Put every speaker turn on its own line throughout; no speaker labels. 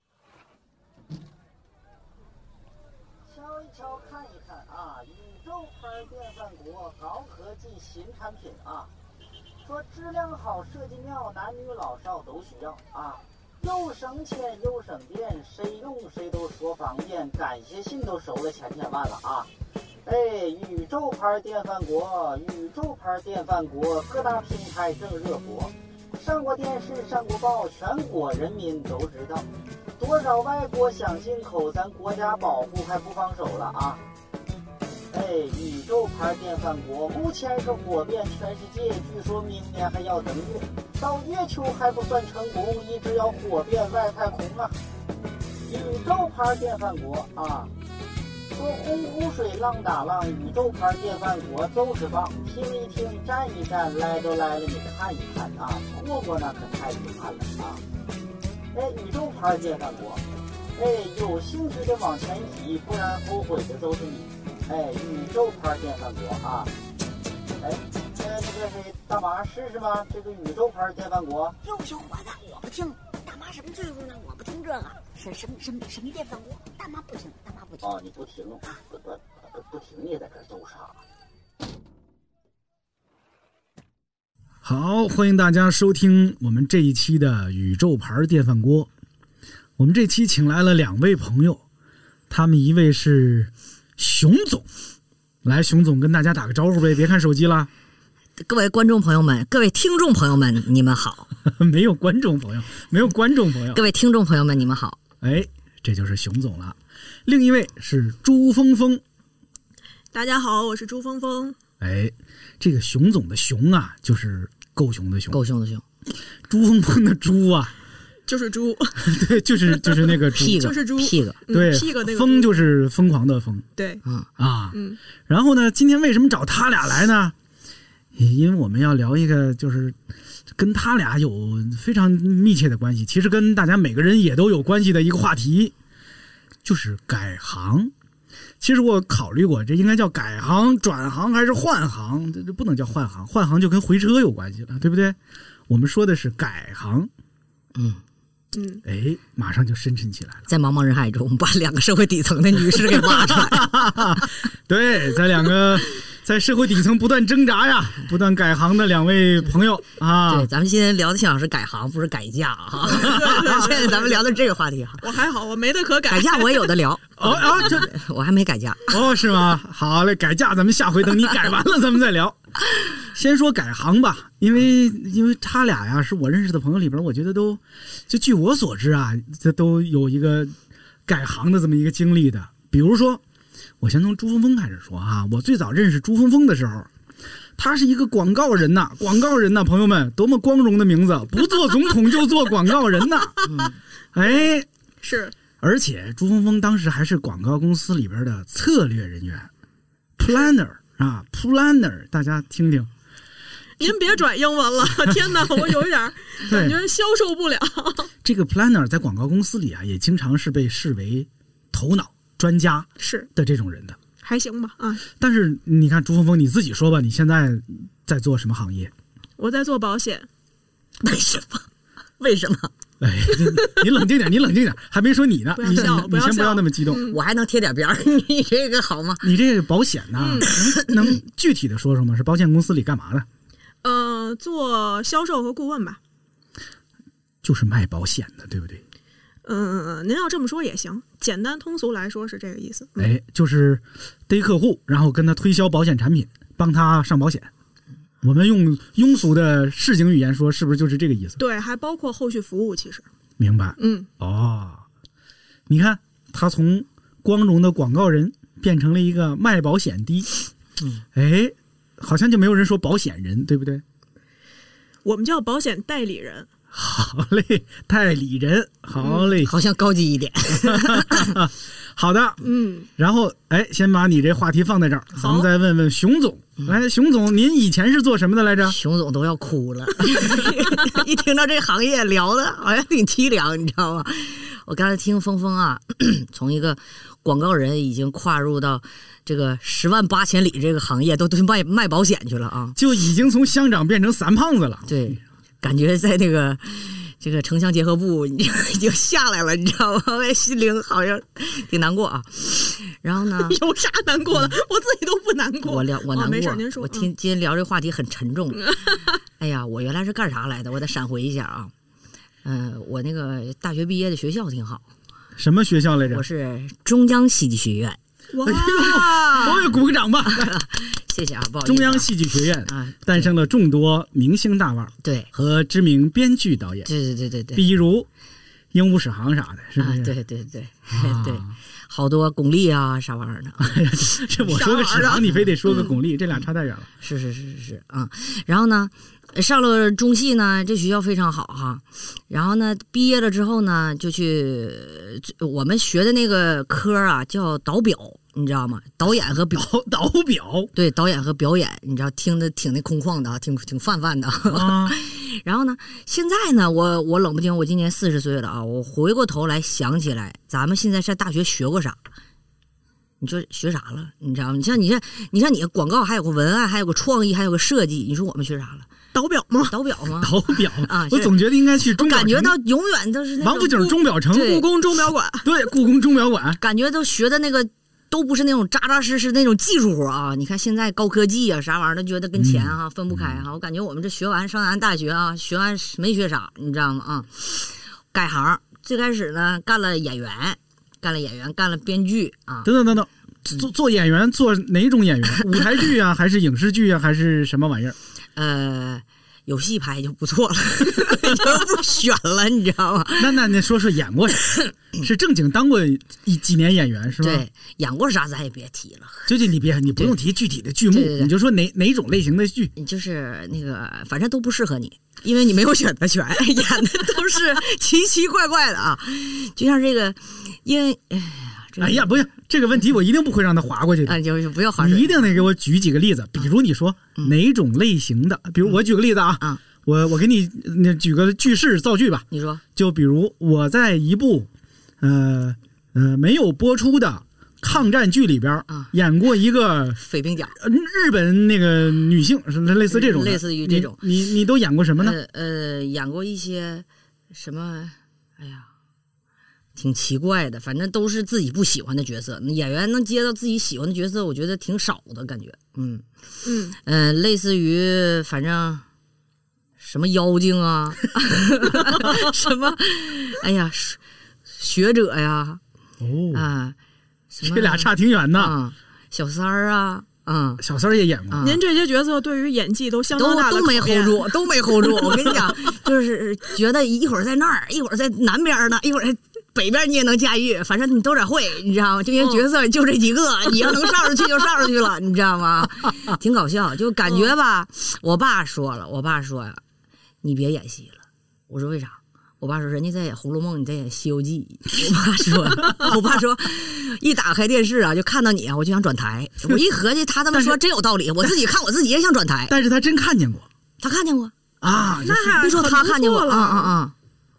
啊国高科技新产品啊，说质量好、设计妙，男女老少都需要啊，又省钱又省电，谁用谁都说方便，感谢信都收了千千万了啊！哎，宇宙牌电饭锅，宇宙牌电饭锅，各大平台正热播，上过电视，上过报，全国人民都知道。多少外国想进口，咱国家保护还不放手了啊！哎，宇宙牌电饭锅目前是火遍全世界，据说明年还要登月，到月球还不算成功，一直要火遍外太空啊！宇宙牌电饭锅啊，说洪湖水浪打浪，宇宙牌电饭锅就是棒，听一听，站一站，来都来了，你看一看啊，错过那可太遗憾了啊！哎，宇宙牌电饭锅，哎，有兴趣的往前挤，不然后悔的都是你。哎，宇宙牌电饭锅啊，哎，那那个谁，大妈试试吗？这个宇宙牌电饭锅，
哟，小伙子，我不听，大妈什么岁数了，我不听这个，什什么什么什么电饭锅，大妈不听，大妈不听。
哦，你不停，不不不不停，你也在这儿揍啥？
好，欢迎大家收听我们这一期的宇宙牌电饭锅。我们这期请来了两位朋友，他们一位是熊总，来，熊总跟大家打个招呼呗，别看手机啦，
各位观众朋友们，各位听众朋友们，你们好；
没有观众朋友，没有观众朋友
各，位听众朋友们，你们好。
哎，这就是熊总了。另一位是朱峰峰，
大家好，我是朱峰峰。
哎，这个熊总的熊啊，就是够熊的熊，
够凶的凶，
朱峰峰的朱啊，
就是猪，
对，就是就是那个
屁
猪，
个
就是猪
屁个，
嗯
对
屁股那，个
疯
猪
就是疯狂的疯。
对，
嗯，
啊，
嗯，
然后呢，今天为什么找他俩来呢？因为我们要聊一个，就是跟他俩有非常密切的关系，其实跟大家每个人也都有关系的一个话题，就是改行。其实我考虑过，这应该叫改行、转行还是换行？这这不能叫换行，换行就跟回车有关系了，对不对？我们说的是改行，
嗯，
嗯，
哎，马上就深沉起来了。
在茫茫人海中把两个社会底层的女士给挖出来，
对，在两个在社会底层不断挣扎呀、不断改行的两位朋友啊，
对， 咱们今天聊的想是改行，不是改嫁 啊。现在咱们聊的这个话题啊，
我还好，我没得可改
改。嫁我也有的聊，
哦啊，这
我还没改嫁。
哦是吗？好嘞，改嫁咱们下回等你改完了咱们再聊。先说改行吧，因为因为他俩呀是我认识的朋友里边，我觉得都就据我所知啊，这都有一个改行的这么一个经历的。比如说，我先从朱峰峰开始说啊，我最早认识朱峰峰的时候。他是一个广告人呐，广告人呐，朋友们，多么光荣的名字！不做总统就做广告人呐，哎，
是，
而且朱峰峰当时还是广告公司里边的策略人员，planner 啊，planner，大家听听，
您别转英 文了，天哪，我有一点儿感
对，
觉消受不了。
这个 planner 在广告公司里啊，也经常是被视为头脑专家
是，
的这种人的。
还行吧啊。
但是你看朱峰峰，你自己说吧，你现在在做什么行业？
我在做保险，
为什么？为什么？
哎， 你冷静点，你冷静点，还没说你呢，
不要
你
笑
你
不要
先不要
笑
那么激动。
我还能贴点边儿， 你这个好吗？
你这个保险呢、
嗯
能能具体的说说吗？是保险公司里干嘛的？
呃，做销售和顾问吧。
就是卖保险的，对不对？
嗯、您要这么说也行，简单通俗来说是这个意思。嗯，
哎，就是逮客户，然后跟他推销保险产品，帮他上保险。我们用庸俗的市井语言说，是不是就是这个意思？
对，还包括后续服务，其实，
明白？
嗯，
哦，你看他从光荣的广告人变成了一个卖保险的，
嗯
哎，好像就没有人说保险人，对不 对？
我们叫保险代理人。
好嘞，代理人，好嘞，
好像高级一 点。
好的。
嗯，
然后，哎，先把你这话题放在这儿，咱们
好嗯
再问问熊总。来，熊总，您以前是做什么的来着？
熊总都要哭了， 一听到这行业聊的，好像挺凄凉，你知道吗？我刚才听峰峰啊， 从一个广告人已经跨入到这个十万八千里这个行业，都都卖卖保险去了啊！
就已经从乡长变成三胖子了。
对，感觉在那个这个城乡结合部已经下来了，你知道吗？我也心灵好像挺难过啊。然后呢，
有啥难过的？我自己都不难过。
我聊我难过，
哦没事，您说。
我
嗯
听今天聊这话题很 沉重。哎呀，我原来是干啥来的？我得闪回一下啊。嗯、我那个大学毕业的学校挺好，
什么学校来着
我？是中央戏剧学院。
哇，
啊
哎我也鼓个掌吧！
谢谢啊，不好意思啊、
中央戏剧学院
啊，
诞生了众多明星大腕儿
对，
和知名编剧导演，
对对对对对，
比如《鹦鹉史航》啥的，是不
啊，
是？
对 对对、
啊
对，好多巩俐啊啥玩意儿的，啊
这我说个史航，你非得说个巩俐，这俩差太远了。
是是是是是啊、然后呢，上了中戏呢，这学校非常好哈。然后呢，毕业了之后呢，就去呃我们学的那个科儿啊，叫导表，你知道吗？导演和表。
导导表
对导演和表演，你知道听的挺那空旷的啊，挺挺泛泛的啊。
啊，
然后呢，现在呢，我我冷不丁，我今年四十岁了啊，我回过头来想起来，咱们现在上大学学过啥？你说学啥了？你知道吗？你像你像你像你广告还有个文案，还有个创意，还有个设计，你说我们学啥了？
导表吗？
导表吗？
导表
啊是
我总觉得应该去
我
钟表
感
城
觉到永远都是那
王府井
种
钟表城，
对
故宫钟表馆，
对，故宫钟表馆，
感觉都学的那个都不是那种扎扎实实那种技术活啊。你看现在高科技啊啥玩意儿的，觉得跟钱
嗯
啊分不开啊。我感觉我们这学完上完大学啊，学完没学啥，你知道吗？啊，改行最开始呢干了演员，干了演员，干了编剧啊。
等等等等。做做演员，做哪种演员？舞台剧啊，还是影视剧啊，还是什么玩意儿？
呃，有戏拍就不错了， 就不选了，你知道吗？
那那你说说演过啥？ 是正经当过一几年演员是吧？
对，演过啥咱也别提了。
最近你别，你不用提具体的剧目
对对，对
你就说哪哪种类型的剧。
你就是那个，反正都不适合你，因为你没有选择权，演的都是奇奇怪怪的啊。就像这个，因为哎呀，这个、
哎呀，，不是这个问题，我一定不会让他划过去的。
啊，就是不要划
你
水
一定得给我举几个例子，比如你说
嗯
哪种类型的，比如我举个例子啊，
啊。
我我给你那举个句式造句吧，
你说
就比如我在一部，呃呃没有播出的抗战剧里边儿
啊
演过一个
匪兵甲
呃日本那个女性，是类似这种的，
类似于这种
你你你都演过什么呢？
呃呃，演过一些什么？哎呀，挺奇怪的，反正都是自己不喜欢的角色。那演员能接到自己喜欢的角色，我觉得挺少的感觉。嗯
嗯，
嗯、呃类似于反正什么妖精啊， 什么，哎呀，学学者呀，
哦，
啊，什么
这俩差挺远的。
啊，小三儿啊，啊。
小三儿也演过，
啊
您这些角色对于演技都相
都
当大的
都没
考验
hold 住，都 没 hold 住。我跟你讲，就是觉得一会儿在那儿，一会儿在南边呢，一会儿在北边，你也能驾驭，反正你都得会，你知道吗？这
嗯
些角色就这几个，你要能上上去就上上去了，你知道吗？ 挺搞笑，就感觉吧。我爸说了，我爸说呀，你别演戏了。我说为啥？我爸说人家在演《红楼梦》，你在演《西游记》。我爸说，我爸说，一打开电视啊，就看到你啊，我就想转台。我一合计，他这么说真有道理，我自己看我自己也想转台。
但是他真看见过
他看见过，
啊，就
那
别说他看见过，
了
啊啊啊！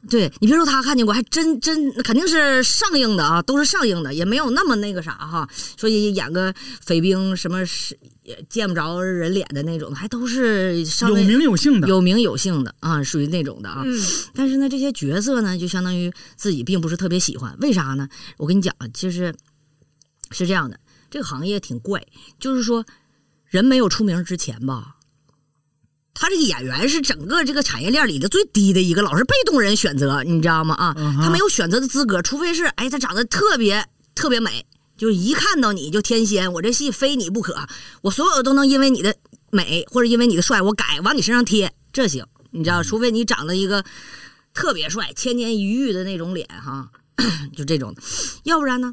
对你别说他看见过，还真真肯定是上映的啊，都是上映的，也没有那么那个啥哈。说也演个匪兵什么是也见不着人脸的那种，还都是上
有
位
名有姓的。
有名有姓的啊，属于那种的啊。
嗯，
但是呢，这些角色呢，就相当于自己并不是特别喜欢。为啥呢？我跟你讲，啊就是是这样的，这个行业挺怪，就是说人没有出名之前吧。他这个演员是整个这个产业链里的最低的一个，老是被动人选择，你知道吗？啊，
嗯哼
他没有选择的资格，除非是哎，他长得特别特别美，就是一看到你就天仙，我这戏非你不可，我所有都能因为你的美或者因为你的帅，我改往你身上贴，这行，你
嗯
知道？除非你长得一个特别帅、千年一遇的那种脸哈， 就这种，要不然呢，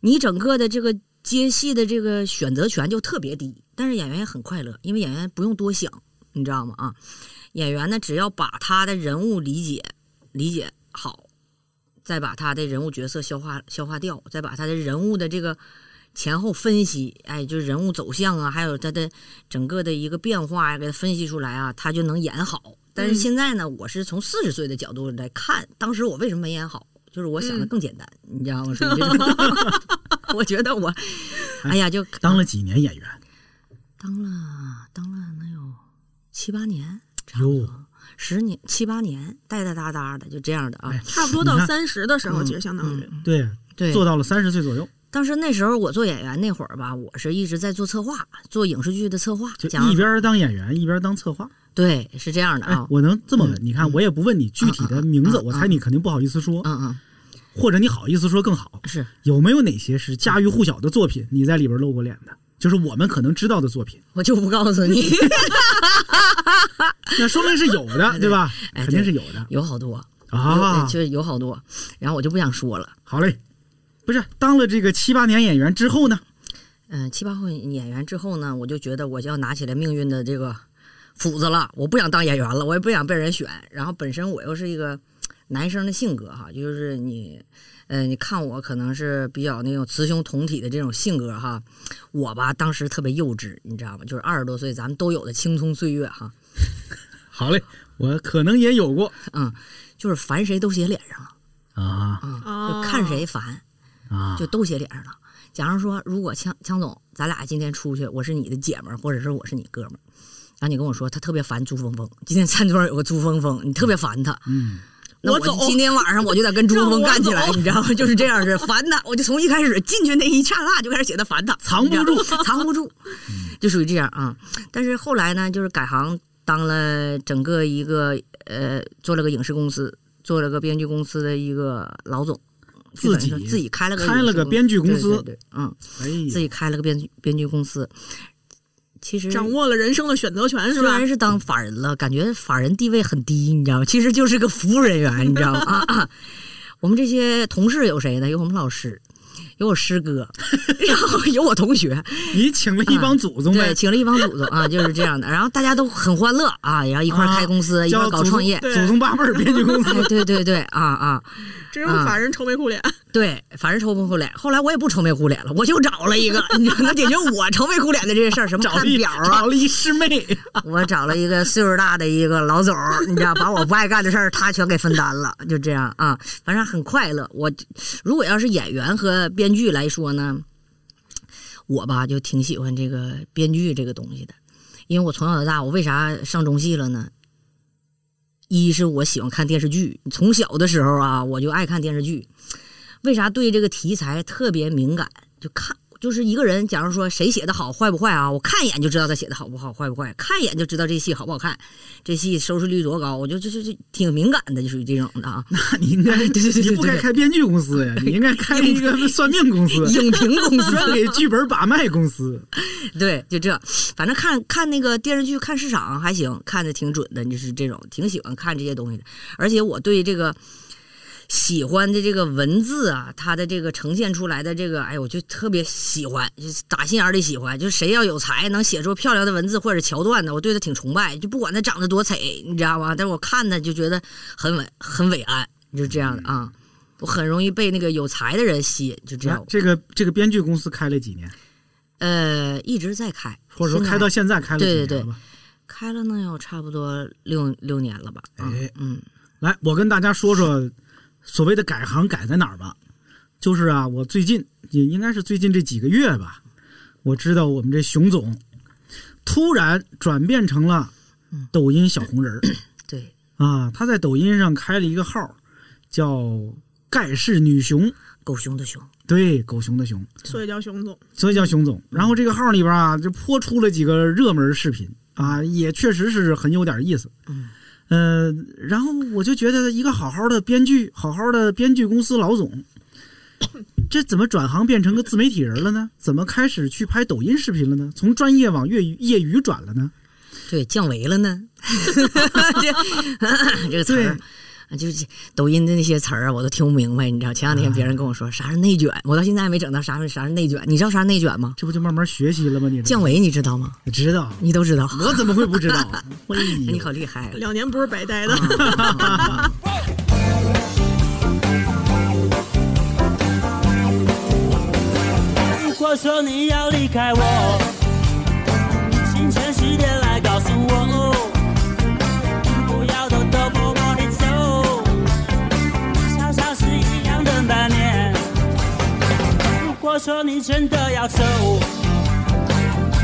你整个的这个接戏的这个选择权就特别低。但是演员也很快乐，因为演员不用多想，你知道吗？啊，演员呢，只要把他的人物理解理解好，再把他的人物角色消化消化掉，再把他的人物的这个前后分析，哎，就是人物走向啊，还有他的整个的一个变化呀，给他分析出来啊，他就能演好。但是现在呢，我是从四十岁的角度来看，当时我为什么没演好，就是我想的更简单，你知道吗？属于这种 我觉得我，哎呀，就
当了几年演
啊
员？
当了当了能有七八年，
哟，
十年七八年，呆呆哒哒的，就这样的啊。
哎
差不多到
你看
三十的时候，
嗯
其实相当于
对，
对，
做到了三十岁左右。
当时那时候我做演员那会儿吧，我是一直在做策划，做影视剧的策划，
就
讲
一边当演员一边当策划。
对是这样的
哎
啊，，
我能这么问
嗯？
你看，我也不问你具体的名字，
嗯嗯嗯
我猜你肯定不好意思说，
嗯嗯
或者你好意思说更好。
是
有没有哪些是家喻户晓的作品，你在里边露过脸的？就是我们可能知道的作品，
我就不告诉你，
那说明是有的，对吧？
哎
肯定是有的
有好多
啊
有。就是有好多，然后我就不想说了。
好嘞，不是当了这个七八年演员之后呢？
嗯，七八号演员之后呢，我就觉得我就要拿起来命运的这个斧子了，我不想当演员了，我也不想被人选。然后本身我又是一个男生的性格哈，就是你，呃，你看我可能是比较那种雌雄同体的这种性格哈，我吧当时特别幼稚，你知道吗？就是二十多岁咱们都有的青葱岁月哈，
好嘞，我可能也有过
嗯，就是烦谁都写脸上了，
啊
嗯，
哦
就看谁烦
啊
就都写脸上了。假如说，如果强强总，咱俩今天出去，我是你的姐们儿，或者是我是你哥们儿，然后你跟我说他特别烦朱峰峰，今天餐桌有个朱峰峰，你特别烦他，
嗯，
那
我走
今天晚上我就得跟朱峰峰
让我
干起来，
走
你知道吗？就是这样式，烦他，我就从一开始进去那一刹那就开始写他烦他，
藏不住， 嗯
藏不住，就属于这样啊。但是后来呢，就是改行当了整个一个呃，做了个影视公司，做了个编剧公司的一个老总，
自己
基本上自己开了个
开了个编剧
影视
公司
对对对嗯。
哎
自
呀，
己开了个编剧编剧公司，其实
掌握了人生的选择权是
虽
吧？
然是当法人了，感觉法人地位很低，你知道吗？其实就是个服务人员，你知道吗？啊啊！ 我们这些同事有谁呢？有我们老师，有我师哥， 然后有我同 学，
你请了一帮祖
嗯
宗
对，
呗，
请了一帮祖宗啊，就是这样的。然后大家都很欢乐啊，然后一块儿
啊
开公司，一块
叫
儿搞
祖宗
创业。
对
祖宗八辈 儿编剧公司
哎，对对对，啊啊，
只有法人愁眉苦脸。
对，反正愁眉苦脸。后来我也不愁眉苦脸了，我就找了一个 你能解决我愁眉苦脸的这些事儿，什么
找
看
了一
表啊，
找了一师妹，
我找了一个岁数大的一个老总儿， 你知道，把我不爱干的事儿他全给分担了，就这样啊，反正很快乐。我如果要是演员和编剧来说呢，我吧就挺喜欢这个编剧这个东西的，因为我从小到大，我为啥上中戏了呢？一是我喜欢看电视剧，从小的时候啊，我就爱看电视剧。为啥对这个题材特别敏感？就看就是一个人，假如说谁写的好坏不坏啊，我看一眼就知道他写的好不好坏不坏，啊看一眼就知道这戏好不好看，这戏收视率多高，我就就就就挺敏感的，就属于这种的啊。
那 你应该
对对对对
你不该
对
开编剧公司呀，你应该开一个算命公司，
影评公司，
专给剧本把脉公司。
对，就这，反正看看那个电视剧，看市场还行，看的挺准的，就是这种挺喜欢看这些东西的。而且我对这个喜欢的这个文字啊，它的这个呈现出来的这个，哎呦，我就特别喜欢，就是打心眼儿里喜欢。就是谁要有才，能写出漂亮的文字或者桥段的，我对他挺崇拜。就不管他长得多丑，你知道吗？但是我看他就觉得很伟很伟岸，就这样
嗯
的啊。我很容易被那个有才的人吸引，就这样
啊。这个这个编剧公司开了几年，
呃，一直在开，
或者说
现在
开到现在开了几年了吧？
对对对开了能有差不多六六年了吧？啊
哎
嗯，
来，我跟大家说说所谓的改行改在哪儿吧。就是啊，我最近也应该是最近这几个月吧，我知道我们这熊总突然转变成了抖音小红人儿、
对，
啊，他在抖音上开了一个号儿，叫“盖世女熊
狗熊的熊，”，
对，狗熊的熊。
所以叫熊总，
所以叫熊总。然后这个号里边啊，就播出了几个热门视频啊，也确实是很有点意思。
嗯，
呃，然后我就觉得一个好好的编剧，好好的编剧公司老总，这怎么转行变成个自媒体人了呢？怎么开始去拍抖音视频了呢？从专业往业余业余转了呢？
对，降维了呢。 这 这个词儿。啊就是抖音的那些词儿啊，我都听不明白，你知道？前两天别人跟我说啥是内卷，我到现在还没整到啥是啥是内卷。你知道啥是内卷吗？
这不就慢慢学习了吗？你这
降维你知道吗？
知道，
你都知道，
我怎么会不知道？ 哎呦
你好厉害！啊
两年不是白待的。
如果说你要离开我，清晨十点来告诉我，不要偷偷摸摸地走，像上次一样等半年。如果说你真的要走，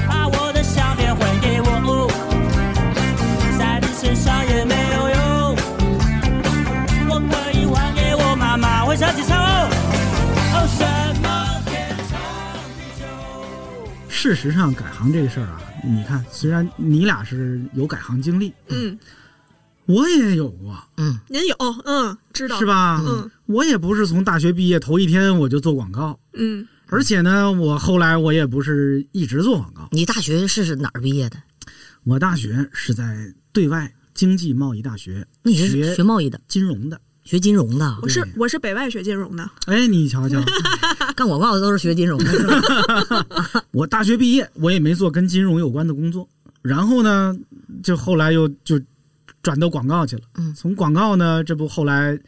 把我的相片还给我，在你身上也没有用，我可以还给我妈妈，我想起手。哦，什么天使？
事实上，改行这个事儿啊，你看，虽然你俩是有改行经历，
嗯，
我也有啊，
嗯，
您有，嗯，知道
是？吧？
嗯
我也不是从大学毕业头一天我就做广告，
嗯，
而且呢，我后来我也不是一直做广告，
你大学是是哪儿毕业的？
我大学是在对外经济贸易大学
那你是
学
学贸易的，
金融的。
学金融的，
我是我是北外学金融的，
哎，你瞧瞧，
干广告的都是学金融的，是吧？
我大学毕业，我也没做跟金融有关的工作，然后呢，就后来又就转到广告去了。
嗯
从广告呢，这不后来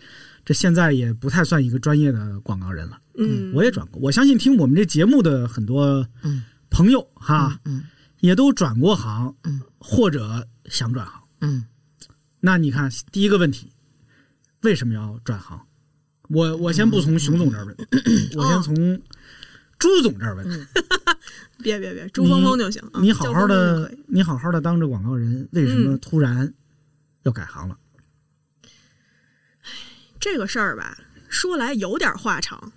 这现在也不太算一个专业的广告人了。
嗯，
我也转过，我相信听我们这节目的很多
嗯
朋友哈，
嗯
也都转过行，
嗯
或者想转行。
嗯，
那你看，第一个问题，为什么要转行？我我先不从熊总这儿问，我先从朱总这儿问。
别别别，朱峰峰就行。啊
你好
叫
好
峰峰
的
就可以，
你好好的当着广告人，为什么
嗯
突然要改行了？
这个事儿吧，说来有点话长，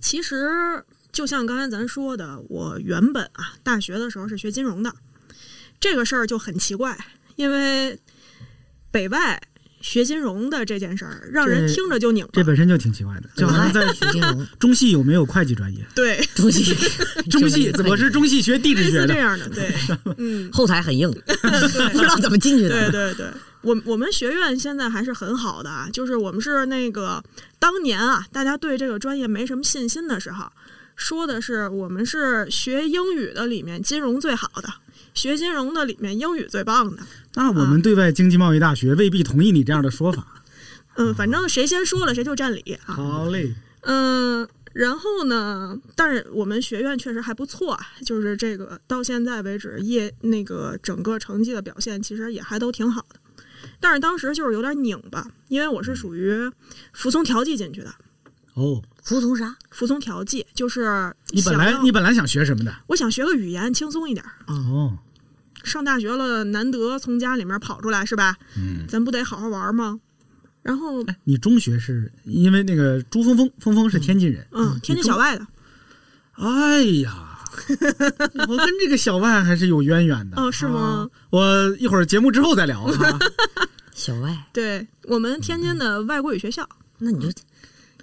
其实就像刚才咱说的，我原本啊，大学的时候是学金融的，这个事儿就很奇怪，因为北外学金融的这件事儿，让人
这
听着就拧
这
巴。
本身就挺奇怪的，就好像在
学金融，
中戏有没有会计专业？
对，
中戏，
中戏我是中戏学地
类
质学
似这
的，
样的， 对，嗯，
后台很硬，不知道怎么进去
对
的。
对对，我我们学院现在还是很好的啊，就是我们是那个当年啊，大家对这个专业没什么信心的时候，说的是我们是学英语的里面金融最好的，学金融的里面英语最棒的。
那我们对外经济贸易大学未必同意你这样的说法。
嗯，反正谁先说了谁就占理啊。
好嘞，
嗯，然后呢，但是我们学院确实还不错啊，就是这个到现在为止业那个整个成绩的表现其实也还都挺好的。但是当时就是有点拧巴，因为我是属于服从调剂进去的。
哦，
服从啥？
服从调剂就是
你本
想
来
要啊
你本来想学什么的？
我想学个语言轻松一点儿。
哦，
上大学了，难得从家里面跑出来是吧？
嗯，
咱不得好好玩吗？然后
哎，你中学是因为那个朱峰峰，峰峰是天津人。
嗯，天津小外
啊
的
哎呀，我跟这个小万还是有渊源的。
哦，是
啊
吗？
我一会儿节目之后再 聊啊。
小外，
对我们天津的外国语学校，
那你就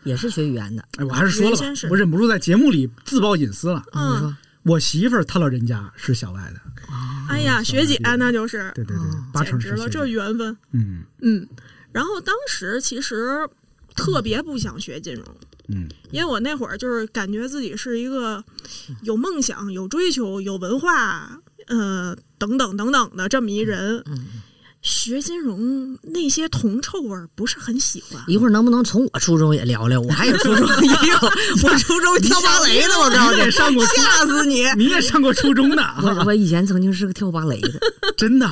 也是学语言的。
哎，我还是说了吧
原先是，
我忍不住在节目里自曝隐私了。
你
嗯，
说
我媳妇儿她老人家是小外的，
哎呀，
嗯
学姐那就是
对对对
哦，
八
简
成
直
是
了，
学
这
姐。
缘分。
嗯
嗯，然后当时其实特别不想学金融，
嗯，
因为我那会儿就是感觉自己是一个
嗯
有梦想、有追求、有文化，呃，等等等等的这么一
嗯
人。学金融那些铜臭味儿不是很喜欢。
一会儿能不能从我初中也聊聊？我还有初中也 有，我初中跳芭蕾的，我告诉
你也
你，
上过初，
吓死你！
你也上过初中的
我
啊，
我以前曾经是个跳芭蕾的，
真的。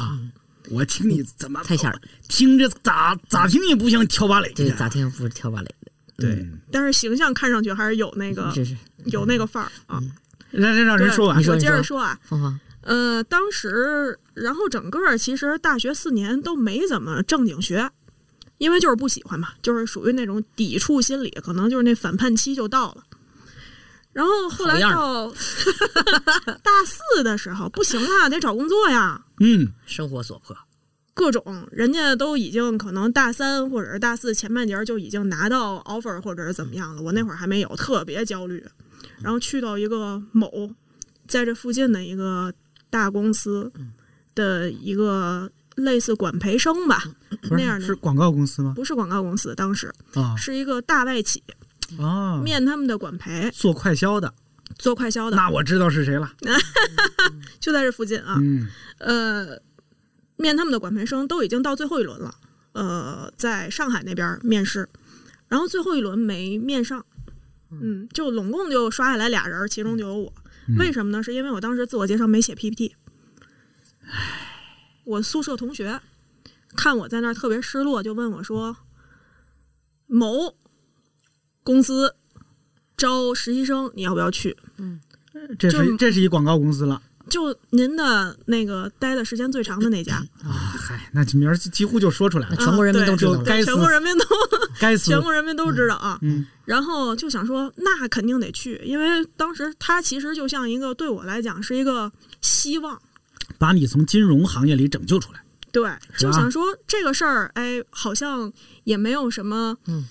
我听你怎么
嗯太吓人，
听着咋咋听也不像跳芭蕾
对，
的，
咋嗯听不是跳芭蕾的，
对，但是形象看上去还是有那个
这是
有那个范儿啊。
让嗯让让人
对
说完
你。说
我接着
你
说啊，
芳芳，
呃，当时，然后整个儿其实大学四年都没怎么正经学，因为就是不喜欢嘛，就是属于那种抵触心理，可能就是那反叛期就到了。然后后
好
来
样儿
到 大四的时候，不行啦，得找工作呀，
嗯，
生活所迫，
各种人家都已经可能大三或者是大四前半截儿就已经拿到 offer 或者是怎么样了，我那会儿还没有，特别焦虑。然后去到一个某在这附近的一个大公司的一个类似管培生吧，
嗯不
那样
是
的
是广告公司吗？
不是广告公司，当时
啊
是一个大外企
啊，
面他们的管培
做快销的，
做快销的，
那我知道是谁了。
就在这附近啊。
嗯
呃，面他们的管培生都已经到最后一轮了，呃，在上海那边面试，然后最后一轮没面上，嗯，就拢共就刷下来俩人，其中就有我。
嗯
为什么呢？是因为我当时自我介绍没写 PPT，我宿舍同学看我在那儿特别失落，就问我说：“某公司招实习生，你要不要去？”
嗯这是
就
这是一广告公司了。
就您的那个待的时间最长的那家，
啊，嗨，那名儿几乎就说出来了，
全国人民都知道
啊对
该
对
死
全国人民都
该死
全！国人民都知道啊。
嗯
然后就想说，那肯定得去，因为当时他其实就像一个对我来讲是一个希望，
把你从金融行业里拯救出来，
对，
是
就
吧
想说这个事儿，哎，好像也没有什么，
嗯，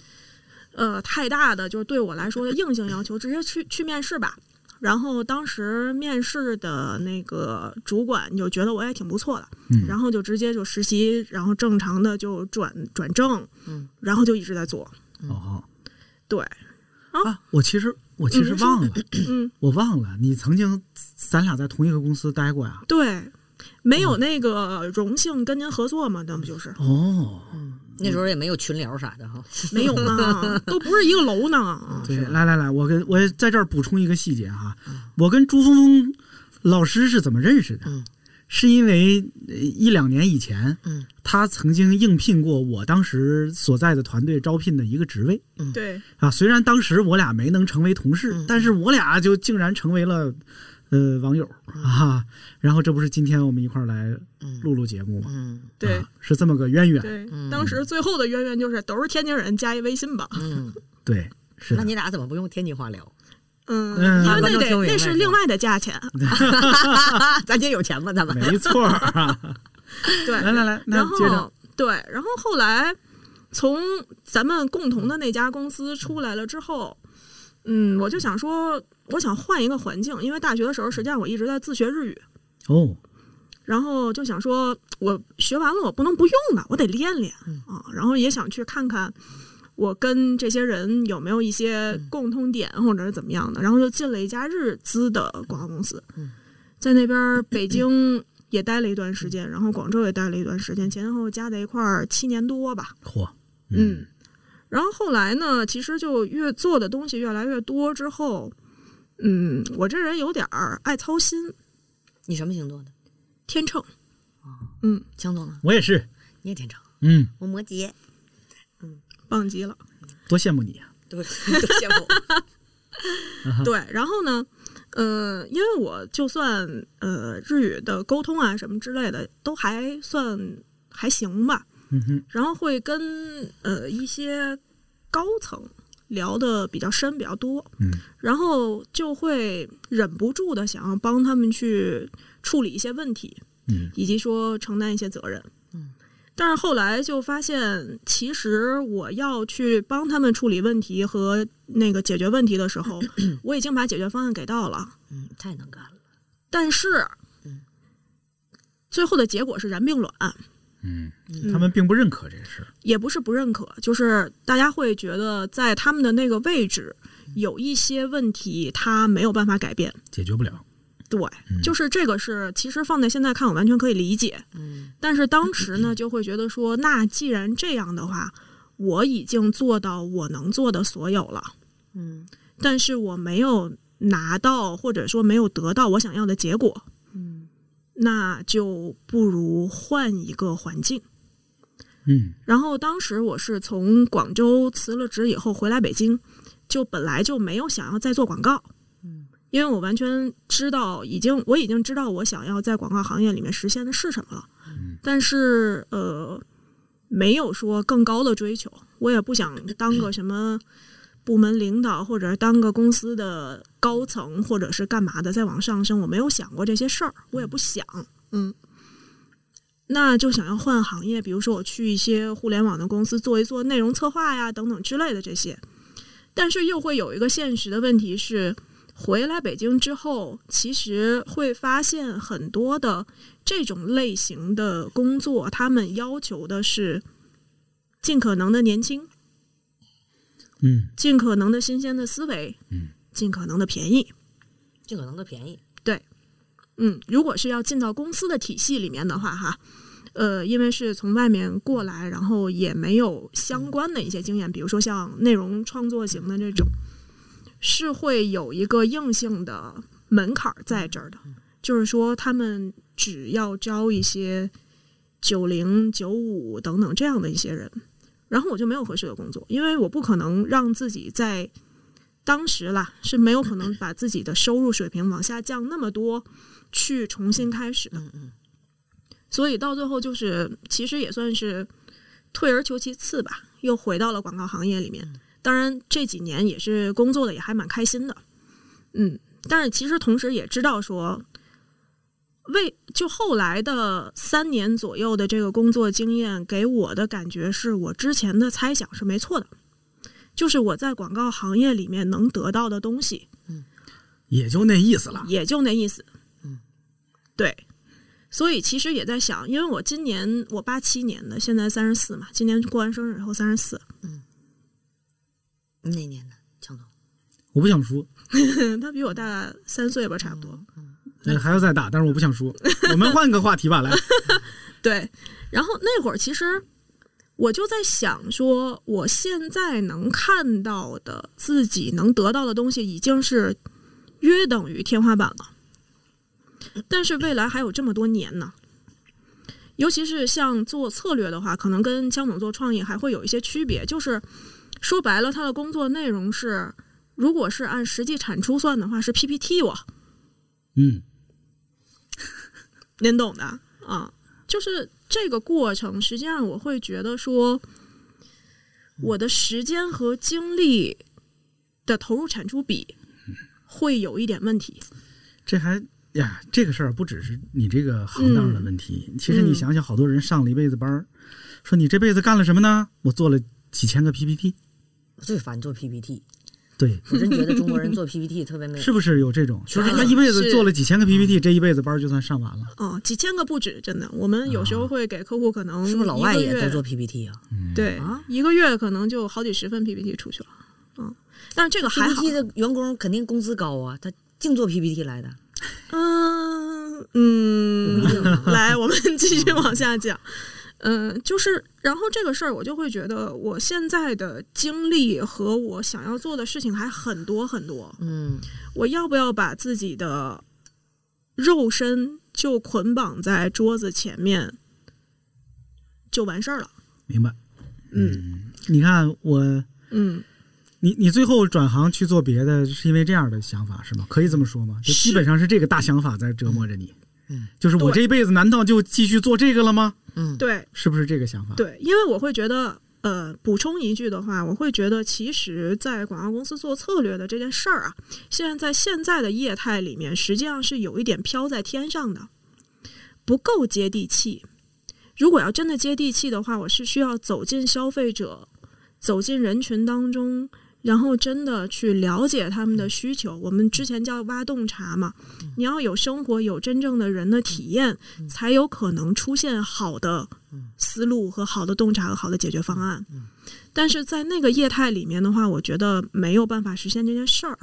呃，太大的就是对我来说的硬性要求，直接去去面试吧。然后当时面试的那个主管就觉得我也挺不错的，
嗯
然后就直接就实习，然后正常的就转转正，
嗯，
然后就一直在做，
哦
对，
啊，我其实我其实
嗯您说
忘了，
嗯，
我忘了，你曾经咱俩在同一个公司待过呀？
对，没
嗯
有那个荣幸跟您合作嘛，那不 就是
哦，
那时候也没有群聊啥的哈。
没有呢，都不是一嗯个楼呢，
对，来来来，我跟我在这儿补充一个细节哈，我跟朱峰峰老师是怎么认识的？
嗯
是因为呃一两年以前，
嗯
他曾经应聘过我当时所在的团队招聘的一个职位
对，
啊。虽然当时我俩没能成为同事，
嗯
但是我俩就竟然成为了呃网友
嗯
啊。然后这不是今天我们一块儿来
嗯
录录节目吗？
嗯
对。
啊是这么个渊源。
对
嗯，
当时最后的渊源就是都是天津人，加一微信吧。
嗯，
对，是
那
的。
你俩怎么不用天津 话聊？
嗯，
嗯
因为
观
那
众
得
听明白
那是另外的价钱。
咱家有钱吗？咱们
没错儿啊！
对，
来来来，那
然
接着
后对，然后后来从咱们共同的那家公司出来了之后，嗯，我就想说，我想换一个环境，因为大学的时候，实际上我一直在自学日语，
哦，
然后就想说，我学完了，我不能不用啊，我得练练啊。然后也想去看看我跟这些人有没有一些共通点，或者是怎么样的。然后就进了一家日资的广告公司，在那边儿北京也待了一段时间，然后广州也待了一段时间，前前后后加在一块儿七年多吧。
嚯，
嗯，然后后来呢，其实就越做的东西越来越多之后，嗯，我这人有点儿爱操心，
你什么星座的？
天秤。
江总呢？
我也是，
你也天秤，
嗯，
我摩羯，
棒极了，
多羡慕你啊！
对，都羡慕。
对，然后呢，呃，因为我就算呃日语的沟通啊什么之类的都还算还行吧，
嗯哼，
然后会跟呃一些高层聊的比较深比较多，
嗯，
然后就会忍不住的想要帮他们去处理一些问题，
嗯，
以及说承担一些责任，嗯。但是后来就发现，其实我要去帮他们处理问题和那个解决问题的时候，我已经把解决方案给到了，
嗯，太能干了。
但是，
嗯
最后的结果是然并卵，
嗯，他们并不认可这个事儿。
也不是不认可，就是大家会觉得在他们的那个位置有一些问题，他没有办法改变。
解决不了。
对，就是这个是其实放在现在看，我完全可以理解。
嗯
但是当时呢，就会觉得说，那既然这样的话，我已经做到我能做的所有了，
嗯
但是我没有拿到或者说没有得到我想要的结果，
嗯
那就不如换一个环境。
嗯
然后当时我是从广州辞了职以后回来北京，就本来就没有想要再做广告，
嗯，
因为我完全知道已经我已经知道我想要在广告行业里面实现的是什么了，
嗯
但是呃，没有说更高的追求，我也不想当个什么。部门领导，或者当个公司的高层，或者是干嘛的，再往上升，我没有想过这些事儿，我也不想，嗯，那就想要换行业，比如说我去一些互联网的公司做一做内容策划呀等等之类的这些，但是又会有一个现实的问题是，回来北京之后，其实会发现很多的这种类型的工作，他们要求的是尽可能的年轻，
嗯
尽可能的新鲜的思维，
嗯，
尽可能的便宜。
尽可能的便宜。
嗯，如果是要进到公司的体系里面的话，哈，呃，因为是从外面过来，然后也没有相关的一些经验，比如说像内容创作型的这种，是会有一个硬性的门槛儿在这儿的，就是说他们只要招一些九零、九五等等这样的一些人，然后我就没有合适的工作，因为我不可能让自己在当时啦是没有可能把自己的收入水平往下降那么多，去重新开始的。
嗯嗯，
所以到最后就是，其实也算是退而求其次吧，又回到了广告行业里面。
嗯
当然这几年也是工作的，也还蛮开心的，嗯。但是其实同时也知道说，为就后来的三年左右的这个工作经验，给我的感觉是我之前的猜想是没错的，就是我在广告行业里面能得到的东西，
也就那意思了。
也就那意思。嗯，对。所以其实也在想，因为我今年我八七年的，现在三十四嘛，今年过完生日以后三十四，
那年呢，强总，
我不想说，
嗯他比我大三岁吧，差不多。
呃还要再打，但是我不想 说。我们换个话题吧，来，
对，然后那会儿其实我就在想说，我现在能看到的自己能得到的东西，已经是约等于天花板了。但是未来还有这么多年呢，尤其是像做策略的话，可能跟江总做创意还会有一些区别。就是说白了，他的工作内容是，如果是按实际产出算的话，是 PPT 我。
嗯，
您懂的啊，就是这个过程，实际上我会觉得说，我的时间和精力的投入产出比会有一点问题。
这还呀，这个事儿不只是你这个行当的问题，其实你想想，好多人上了一辈子班儿，说你这辈子干了什么呢？我做了几千个 PPT，
我最烦做 PPT，
对，
我真觉得中国人做 PPT 特别 累。
是不是有这种？就是他
嗯
一辈子
是
做了几千个 PPT，这一辈子班儿就算上完了。
啊，几千个不止，真的。我们有时候会给客户可能
啊是不是老外
一
也
个月
都做 PPT 啊
对、
啊
一个月可能就好几十份 PPT 出去了。嗯，但是这个还好
？PPT。的员工肯定工资高啊，他净做 PPT 来的。
嗯嗯，来，我们继续往下讲。嗯，就是，然后这个事儿，我就会觉得我现在的经历和我想要做的事情还很多很多。
嗯，
我要不要把自己的肉身就捆绑在桌子前面就完事儿了？
明白。
嗯
你看我，
嗯，
你你最后转行去做别的，是因为这样的想法是吗？可以这么说吗？就是基本上是这个大想法在折磨着你。
嗯，
就是我
对
这一辈子难道就继续做这个了吗？
嗯，
对
是不是这个想法？，
对，因为我会觉得。呃，补充一句的话，我会觉得，其实，在广告公司做策略的这件事儿啊，现在在现在的业态里面，实际上是有一点飘在天上的，不够接地气。如果要真的接地气的话，我是需要走进消费者，走进人群当中，然后真的去了解他们的需求。我们之前叫挖洞察嘛，你要有生活，有真正的人的体验，才有可能出现好的思路和好的洞察和好的解决方案。但是在那个业态里面的话，我觉得没有办法实现这件事儿，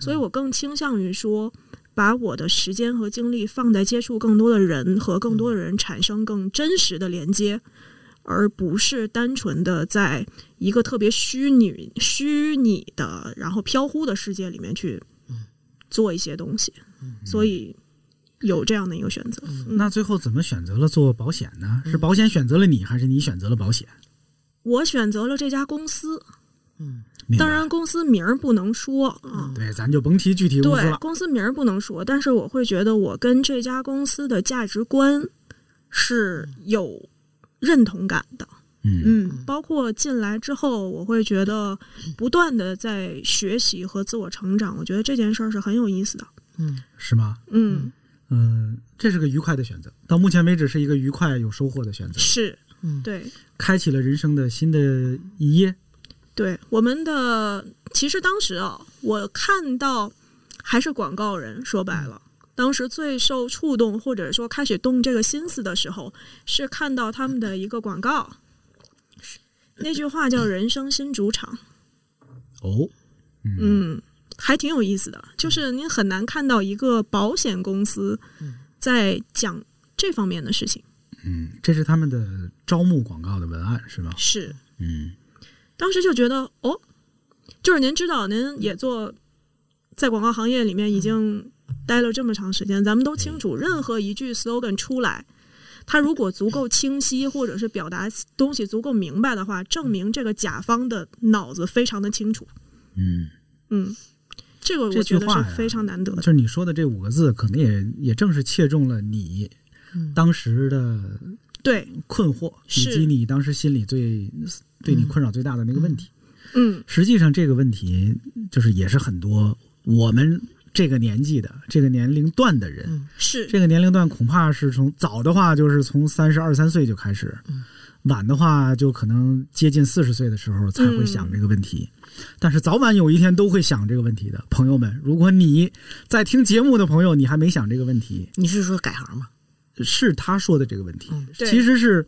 所以我更倾向于说，把我的时间和精力放在接触更多的人和更多的人产生更真实的连接，而不是单纯的在一个特别虚拟、虚拟的然后飘忽的世界里面去做一些东西，所以有这样的一个选择。
那最后怎么选择了做保险呢？
嗯
是保险选择了你，还是你选择了保险？
我选择了这家公司，
明白
当，然公司名儿不能说啊。
嗯对，咱就甭提具体公司
对，
了。
公司名儿不能说，但是我会觉得我跟这家公司的价值观是有认同感的。
嗯，
嗯，包括进来之后，我会觉得不断的在学习和自我成长，我觉得这件事儿是很有意思的。
是吗？
嗯，
嗯，这是个愉快的选择，到目前为止是一个愉快有收获的选择，
是
嗯，
对
开启了人生的新的一页。
对。我们的其实当时啊，我看到还是广告人，说白了。当时最受触动，或者说开始动这个心思的时候，是看到他们的一个广告，嗯那句话叫“人生新主场”。
哦，
嗯，还挺有意思的，就是您很难看到一个保险公司在讲这方面的事情。
嗯，这是他们的招募广告的文案是吧？
是，
嗯，
当时就觉得哦，就是您知道，您也做在广告行业里面已经待了这么长时间，咱们都清楚，任何一句 slogan 出来，它如果足够清晰，或者是表达东西足够明白的话，证明这个甲方的脑子非常的清楚。
嗯，
嗯，这个
这
我
句
觉得
话
是
呀
非常难得
就
的。
是你说的这五个字，可能也也正是切中了你当时的
对，
困惑，以
嗯是
及你当时心里最对你困扰最大的那个问题。
嗯，
实际上，这个问题就是也是很多我们这个年纪的这个年龄段的
嗯
人，
是
这个年龄段恐怕是从早的话就是从三十二三岁就开始，晚的话就可能接近四十岁的时候才会想这个问题。但是早晚有一天都会想这个问题的，朋友们，如果你在听节目的朋友，你还没想这个问题，
你是说改行吗？
是他说的这个问题，
对
其实是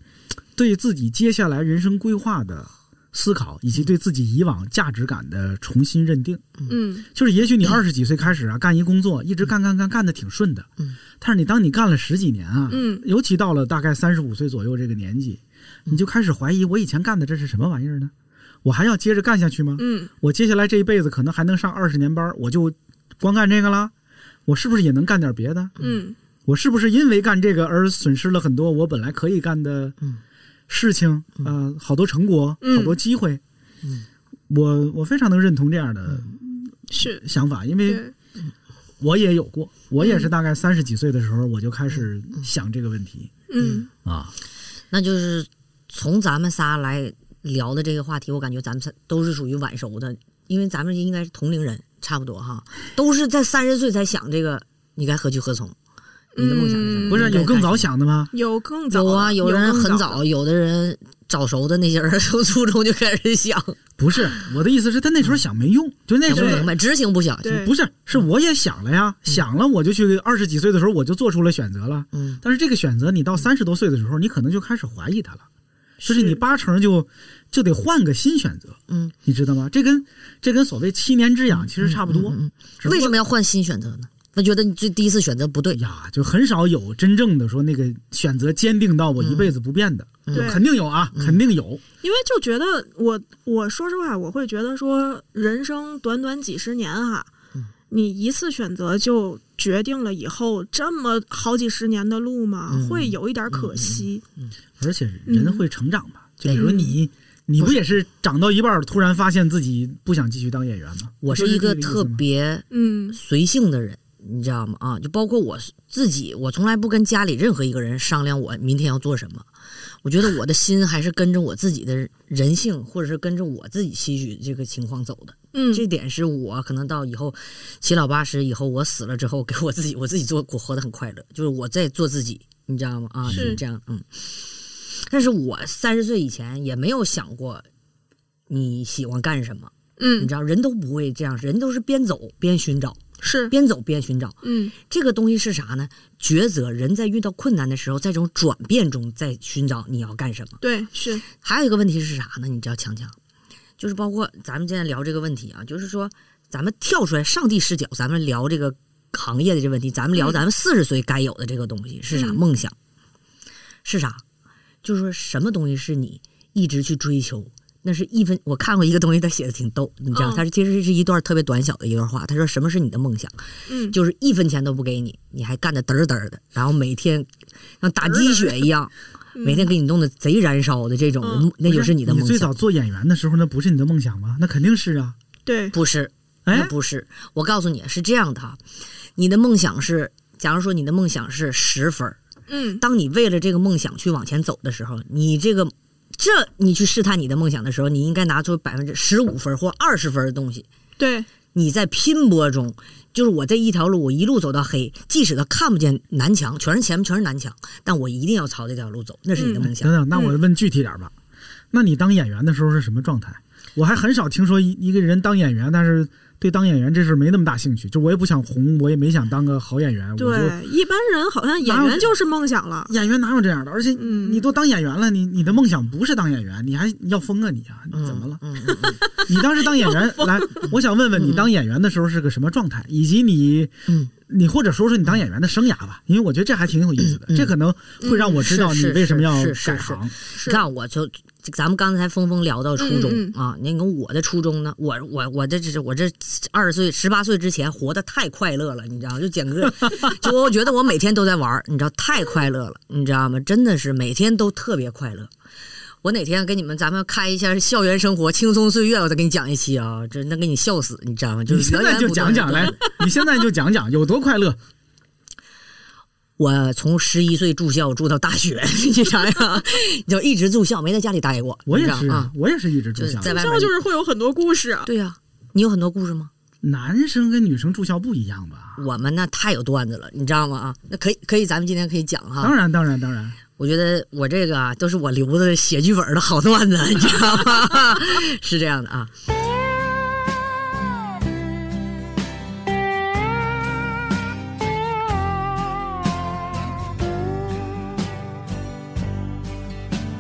对自己接下来人生规划的思考，以及对自己以往价值感的重新认定。
嗯
就是也许你二十几岁开始啊，干一工作，一直干干干干的挺顺的，
嗯，
但是你当你干了十几年啊，
嗯
尤其到了大概三十五岁左右这个年纪，你就开始怀疑我以前干的这是什么玩意儿呢？我还要接着干下去吗？
嗯，
我接下来这一辈子可能还能上二十年班，我就光干这个啦？我是不是也能干点别的？
嗯
我是不是因为干这个而损失了很多我本来可以干的事情啊、呃好多成果，
嗯
好多机会。我我非常能认同这样的
是，
想法，因为
嗯对，嗯
我也有过，我也
嗯
是大概三十几岁的时候，我就开始想这个问题
嗯
啊。
那就是从咱们仨来聊的这个话题，我感觉咱们仨都是属于晚熟的，因为咱们应该是同龄人，差不多哈，都是在三十岁才想这个，你该何去何从？你的梦想是什么？
嗯
不是
你该
有更
干
早
什么？
想的吗？
有更早
有
的
啊，有人
更
很
早的
早，有的人早熟的那些人 从初中就开始想，
不是，我的意思是，他那时候想没用，嗯就那
想
时
不明
候嗯
白，执行不想。
对
不是，是我也想了呀，想了我就去二十几岁的时候我就做出了选择了，
嗯，
但是这个选择你到三十多岁的时候，你可能就开始怀疑它了。就是你八成就就得换个新选择，
嗯，
你知道吗？这跟这跟所谓七年之痒其实差不多，只不
嗯
过
为什么要换新选择呢？他觉得你最第一次选择不对，
呀，就很少有真正的说那个选择坚定到我
嗯
一辈子不变的，有
对
肯定有啊，肯定有。
因为就觉得我我说实话，我会觉得说人生短短几十年哈，你一次选择就决定了以后这么好几十年的路嘛，会有一点可惜。
而且人会成长嘛，就比如
嗯对
你，你不也是长到一半儿突然发现自己不想继续当演员吗？
我
就是
一
这
个
意思
特
吗
别
嗯
随性的人，你知道吗？啊，就包括我自己，我从来不跟家里任何一个人商量我明天要做什么。我觉得我的心还是跟着我自己的人性，或者是跟着我自己期许这个情况走的。
嗯
这点是我可能到以后七老八十以后，我死了之后，给我自己， 我自己做，我活得很快乐，就是我在做自己，你知道吗？啊，
是
是这样，嗯。但是我三十岁以前也没有想过你喜欢干什么，你
嗯
知道，人都不会这样，人都是边走边寻找，
是
边走边寻找。
嗯
这个东西是啥呢？抉择，人在遇到困难的时候，在这种转变中，在寻找你要干什么。
对是
还有一个问题是啥呢？你知道强强，就是包括咱们现在聊这个问题啊，就是说咱们跳出来上帝视角，咱们聊这个行业的这问题，咱们聊咱们四十岁该有的这个东西是啥？
嗯
梦想是啥？就是说什么东西是你一直去追求？那是一分，我看过一个东西，他写的挺逗，你知道，
嗯
他、其实是一段特别短小的一段话。他说：“什么是你的梦想？
嗯
就是一分钱都不给你，你还干的嘚儿嘚儿的，然后每天像打鸡血一样，每天给你弄得贼燃烧的这种，
嗯
那就是你的
你
梦
最
想
早。做演员的时候，那不是你的梦想吗？那肯定是啊。
对
不是，
哎
那不是。我告诉你是这样的哈，你的梦想是，假如说你的梦想是十分儿，
嗯
当你为了这个梦想去往前走的时候，你这个这你去试探你的梦想的时候，你应该拿出百分之十五分儿或二十分儿的东西，
对
你在拼搏中，就是我这一条路，我一路走到黑，即使他看不见南墙，全是前面全是南墙，但我一定要朝这条路走，那是你的梦想。
等等，那我
嗯
问具体点儿吧，那你当演员的时候是什么状态？我还很少听说一一个人当演员，但是对当演员这事儿没那么大兴趣。就我也不想红，我也没想当个好演员，我就
对，一般人好像演
哪有
员就是梦想了。
演员哪有这样的？而且
嗯
你都当演员了，你你的梦想不是当演员，你还要疯啊你啊？你怎么了？
嗯嗯嗯
你当时当演 员来，我想问问你当演员的时候是个什么状态，以及你
嗯
你或者说说你当演员的生涯吧，因为我觉得这还挺有意思的，
嗯嗯
这可能会让我知道
嗯
你
是
为什么要
是是是
改行。
你看，我就咱们刚才峰峰聊到初中、
嗯嗯
啊，那个我的初中呢，我我我这这我这二十岁十八岁之前活得太快乐了，你知道吗，就简直就我觉得我每天都在玩儿，你知道太快乐了，你知道吗？真的是每天都特别快乐。我哪天跟你们咱们开一下校园生活轻松岁月，我再给你讲一期啊，真能给你笑死，你知道吗？就
你
是
现
源
在
源
就
不断
讲
地
讲来，你现在就讲讲有多快乐。
我从十一岁住校住到大学， 你啥呀？就一直住校，没在家里待过。
我也
你知
是
道啊，，
我也是一直
就
住
是
校。
在外
这
面。
就是会有很多故
啊
事。啊
对呀、你有很多故事吗？
男生跟女生住校不一样吧？
我们那太有段子了，你知道吗？啊，那可以，可以，咱们今天可以讲哈。
当然，当然，当然，
我觉得我这个啊，都是我留的写剧本的好段子， 你知道吗？ 是这样的啊。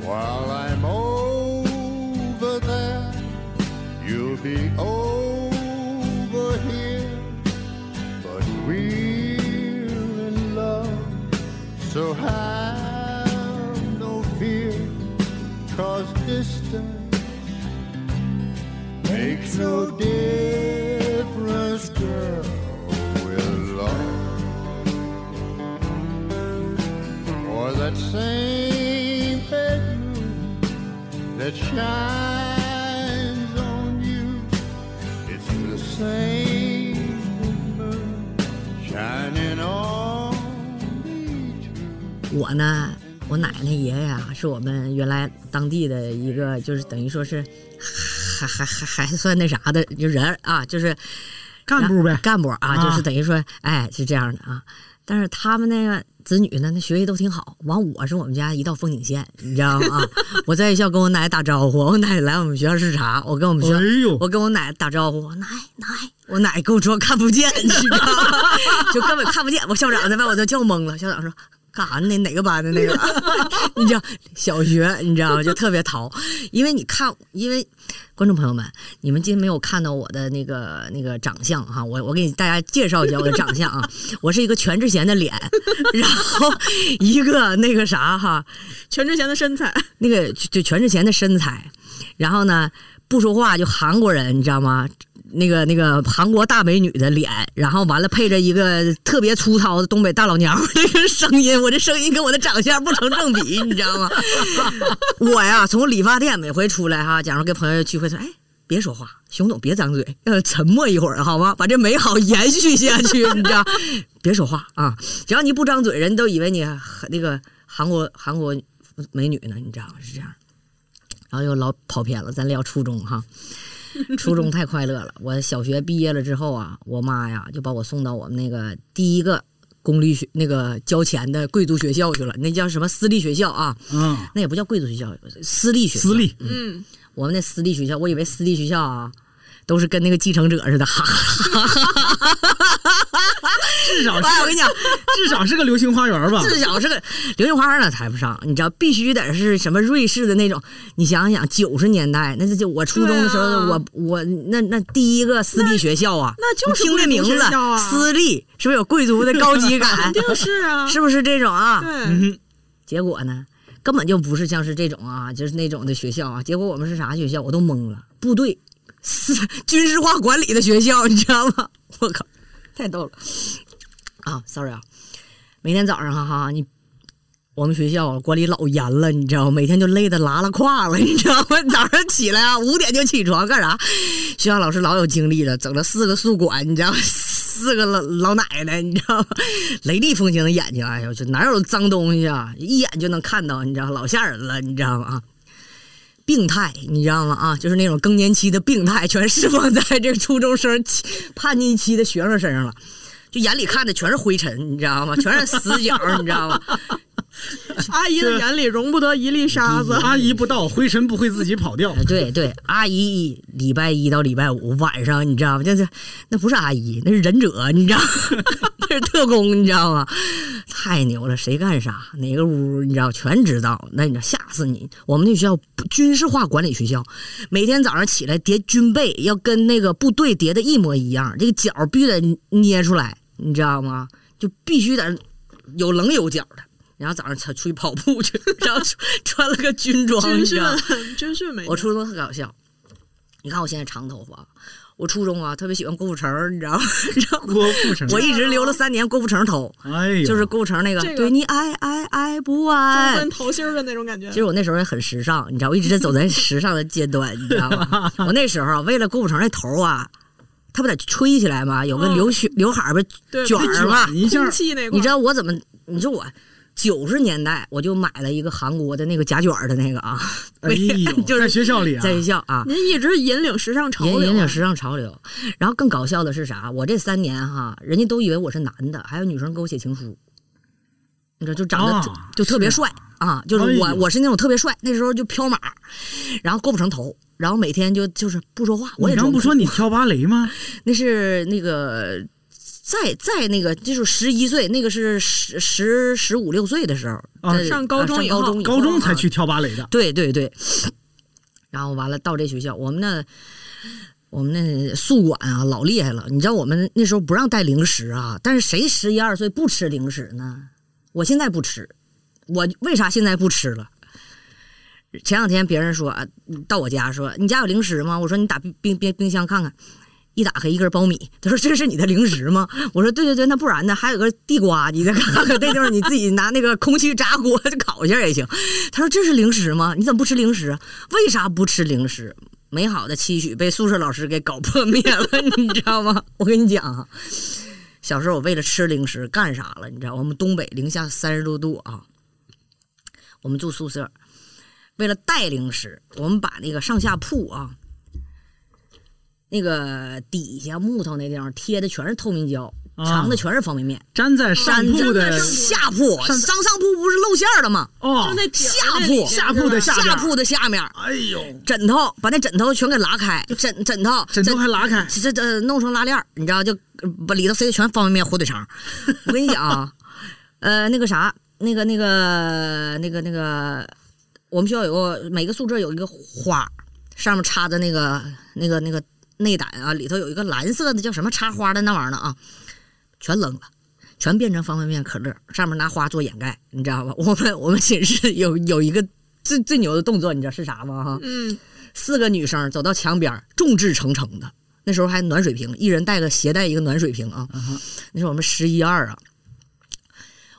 While I'm over there, you'll be over here. But we're in love, so have no fear, cause distance makes no difference, girl. We're lost. or that same bedroom that shines on you. It's the same moon shining on me too.
我呢，我奶奶爷爷啊，是我们原来当地的一个，就是等于说是还还还还算那啥的就人儿啊，就是
干部呗。
干部啊，
啊
就是等于说，哎，是这样的啊。但是他们那个子女呢，那学习都挺好。完，我是我们家一道风景线，你知道吗？啊，我在学校跟我奶奶打招呼，我奶奶来我们学校视察，我跟我们学校，
哎呦，
我跟我奶奶打招呼，奶奶，我奶奶跟我说看不见，你知道吗？ 就根本看不见。我校长在外我都叫懵了，校长说。干啥呢？哪个班的那个？你知道小学，你知道吗？就特别淘，因为你看，因为观众朋友们，你们今天没有看到我的那个那个长相哈，我我给大家介绍一下我的长相啊，我是一个全智贤的脸，然后 一个那个啥哈，
全智贤的身材，
那个就就全智贤的身材，然后呢不说话就韩国人，你知道吗？那个那个韩国大美女的脸，然后完了配着一个特别粗糙的东北大老娘儿那个声音，我这声音跟我的长相不成正比，你知道吗？ 我呀，从理发店每回出来哈，假如跟朋友聚会说，哎，别说话，熊总别张嘴，呃，沉默一会儿好吗？把这美好延续下去，你知道？别说话啊，只要你不张嘴，人都以为你很那个韩国韩国美女呢，你知道是这样。然后又老跑偏了，咱聊初中哈。初中太快乐了，我小学毕业了之后啊，我妈呀就把我送到我们那个第一个公立学那个交钱的贵族学校去了，那叫什么私立学校啊？
嗯，
那也不叫贵族学校，私立学校。
私立，
嗯，
我们那私立学校，我以为私立学校啊，都是跟那个继承者似的，哈哈哈哈！
至少
哎，我跟
是
你讲，
至少是个流星花园吧？
至少是个流星花园那谈不上，你知道，必须得是什么瑞士的那种。你想想，九十年代，那是就我初中的时候，
对啊
我我那那第一个私立学校啊，
那就是
你听这名
贵
字
族学校，啊
私立是不是有贵族的高 级感？
肯定是啊，
是不是这种啊？
对，
嗯
结果呢，根本就不是像是这种啊，就是那种的学校啊。结果我们是啥学校，我都懵了，部队 是军事化管理的学校，你知道吗？我靠，太逗了啊！Sorry 啊，每天早上哈、哈，你我们学校管理老严了，你知道吗？每天就累得拉拉胯了，你知道吗？早上起来啊，五点就起床干啥？学校老师老有精力了，整了四个宿管，你知道吗， 四个老老奶奶，你知道吗？ 雷厉风行的眼睛，哎呦，这哪有脏东西啊？一眼就能看到，你知道吗，老吓人了，你知道吗？啊，病态，你知道吗？啊，就是那种更年期的病态，全释放在这个初中生期叛逆期的学生身上了。就眼里看的全是灰尘，你知道吗？全是死角，你知道吗？
阿姨的眼里容不得一粒沙子。
阿姨不到，灰尘不会自己跑掉。
呃对对，阿姨礼拜一到礼拜五晚上，你知道吗？就是那不是阿姨，那是忍者，你知道吗， 那是特工，你知道吗？太牛了，谁干啥，哪个屋，你知道全知道。那你知道吓死你！我们那学校不军事化管理学校，每天早上起来叠军被，要跟那个部队叠的一模一样，这个角必须得捏出来，你知道吗？就必须得有棱有角的。然后早上出出去 跑步去，然后穿穿了个军装，
军
你知
训
道吗？，
军训没
我初中特搞笑，你看我现在长头发，我初中啊特别喜欢郭富城儿，你知道吗？ 你知道吗
郭富城，
我一直留了三年郭富城头，
哎呦，
就是郭富城那个、
这个
对你爱爱爱不
中
爱
分。头芯儿的那种感觉
其。实我那时候也很时尚，你知道，我一直在走在时尚的阶段，你知道吗？我那时候啊，为了郭富城那头啊，他不得吹起来吗？有个
嗯
刘血刘海儿不
对
卷
一
儿吗？
卷一下
空，气那块儿，
你知道我怎么？你说我九十年代我就买了一个韩国的那个夹卷儿的那个啊，
哎呦，
就是
在学校里啊，
在学校啊，
您一直引领时尚潮
引
流，啊
引领时尚潮流。然后更搞笑的是啥？我这三年哈，人家都以为我是男的，还有女生给我写情书。你知道，就长得
啊
特、就特别
是
帅啊，就是我、
哎呦
我是那种特别帅，那时候就飘马，然后够不成头，然后每天就就是不说话，我也
你刚不说你跳芭蕾吗？
那是那个在在那个就是十一岁，那个是十十十五六岁的时候，
啊
在
上高中
上
以后
高中以
高中才
啊
去跳芭蕾的，
对对对，然后完了到这学校，我们那我们那宿管啊老厉害了，你知道我们那时候不让带零食啊，但是谁十一二岁不吃零食呢？我现在不吃，我为啥现在不吃了？前两天别人说啊，到我家说你家有零食吗？我说你打冰冰冰冰箱看看，一打开一根苞米，他说这是你的零食吗？我说对对对，那不然呢？还有个地瓜，你再看看那地方你自己拿那个空气炸锅 就烤一下也行。他说这是零食吗？你怎么不吃零食啊？为啥不吃零食？美好的期许被宿舍老师给搞破灭了， 你知道吗？我跟你讲啊，小时候我为了吃零食干啥了？你知道，我们东北零下三十多度啊，我们住宿舍，为了带零食，我们把那个上下铺啊，那个底下木头那地方贴的全是透明胶，
啊
藏的全是方便面，
粘在上
粘
铺
在
的
下铺，上上铺不是露馅儿了吗？
哦
就，那底儿
下
那
铺
里面
下铺的
是吧
下边儿
铺的下面，
哎呦，
枕头把那枕头全给拉开，枕枕头
枕头还拉开
这这这弄成拉链儿，你知道就呃把里头塞的全方便面、火腿肠。我跟你讲啊，呃，那个啥，那个那个那个那个，我们学校有个每个宿舍有一个花儿，上面插着那个那个那个内胆啊，里头有一个蓝色的叫什么插花的那玩意儿呢啊，全扔了。全变成方便面、可乐，上面拿花做掩盖，你知道吧？ 我们我们寝室有有一个最最牛的动作，你知道是啥吗？哈，
嗯，
四个女生走到墙边儿，众志成城的。那时候还暖水瓶，一人带个携带一个暖水瓶啊。那时候我们十一二啊，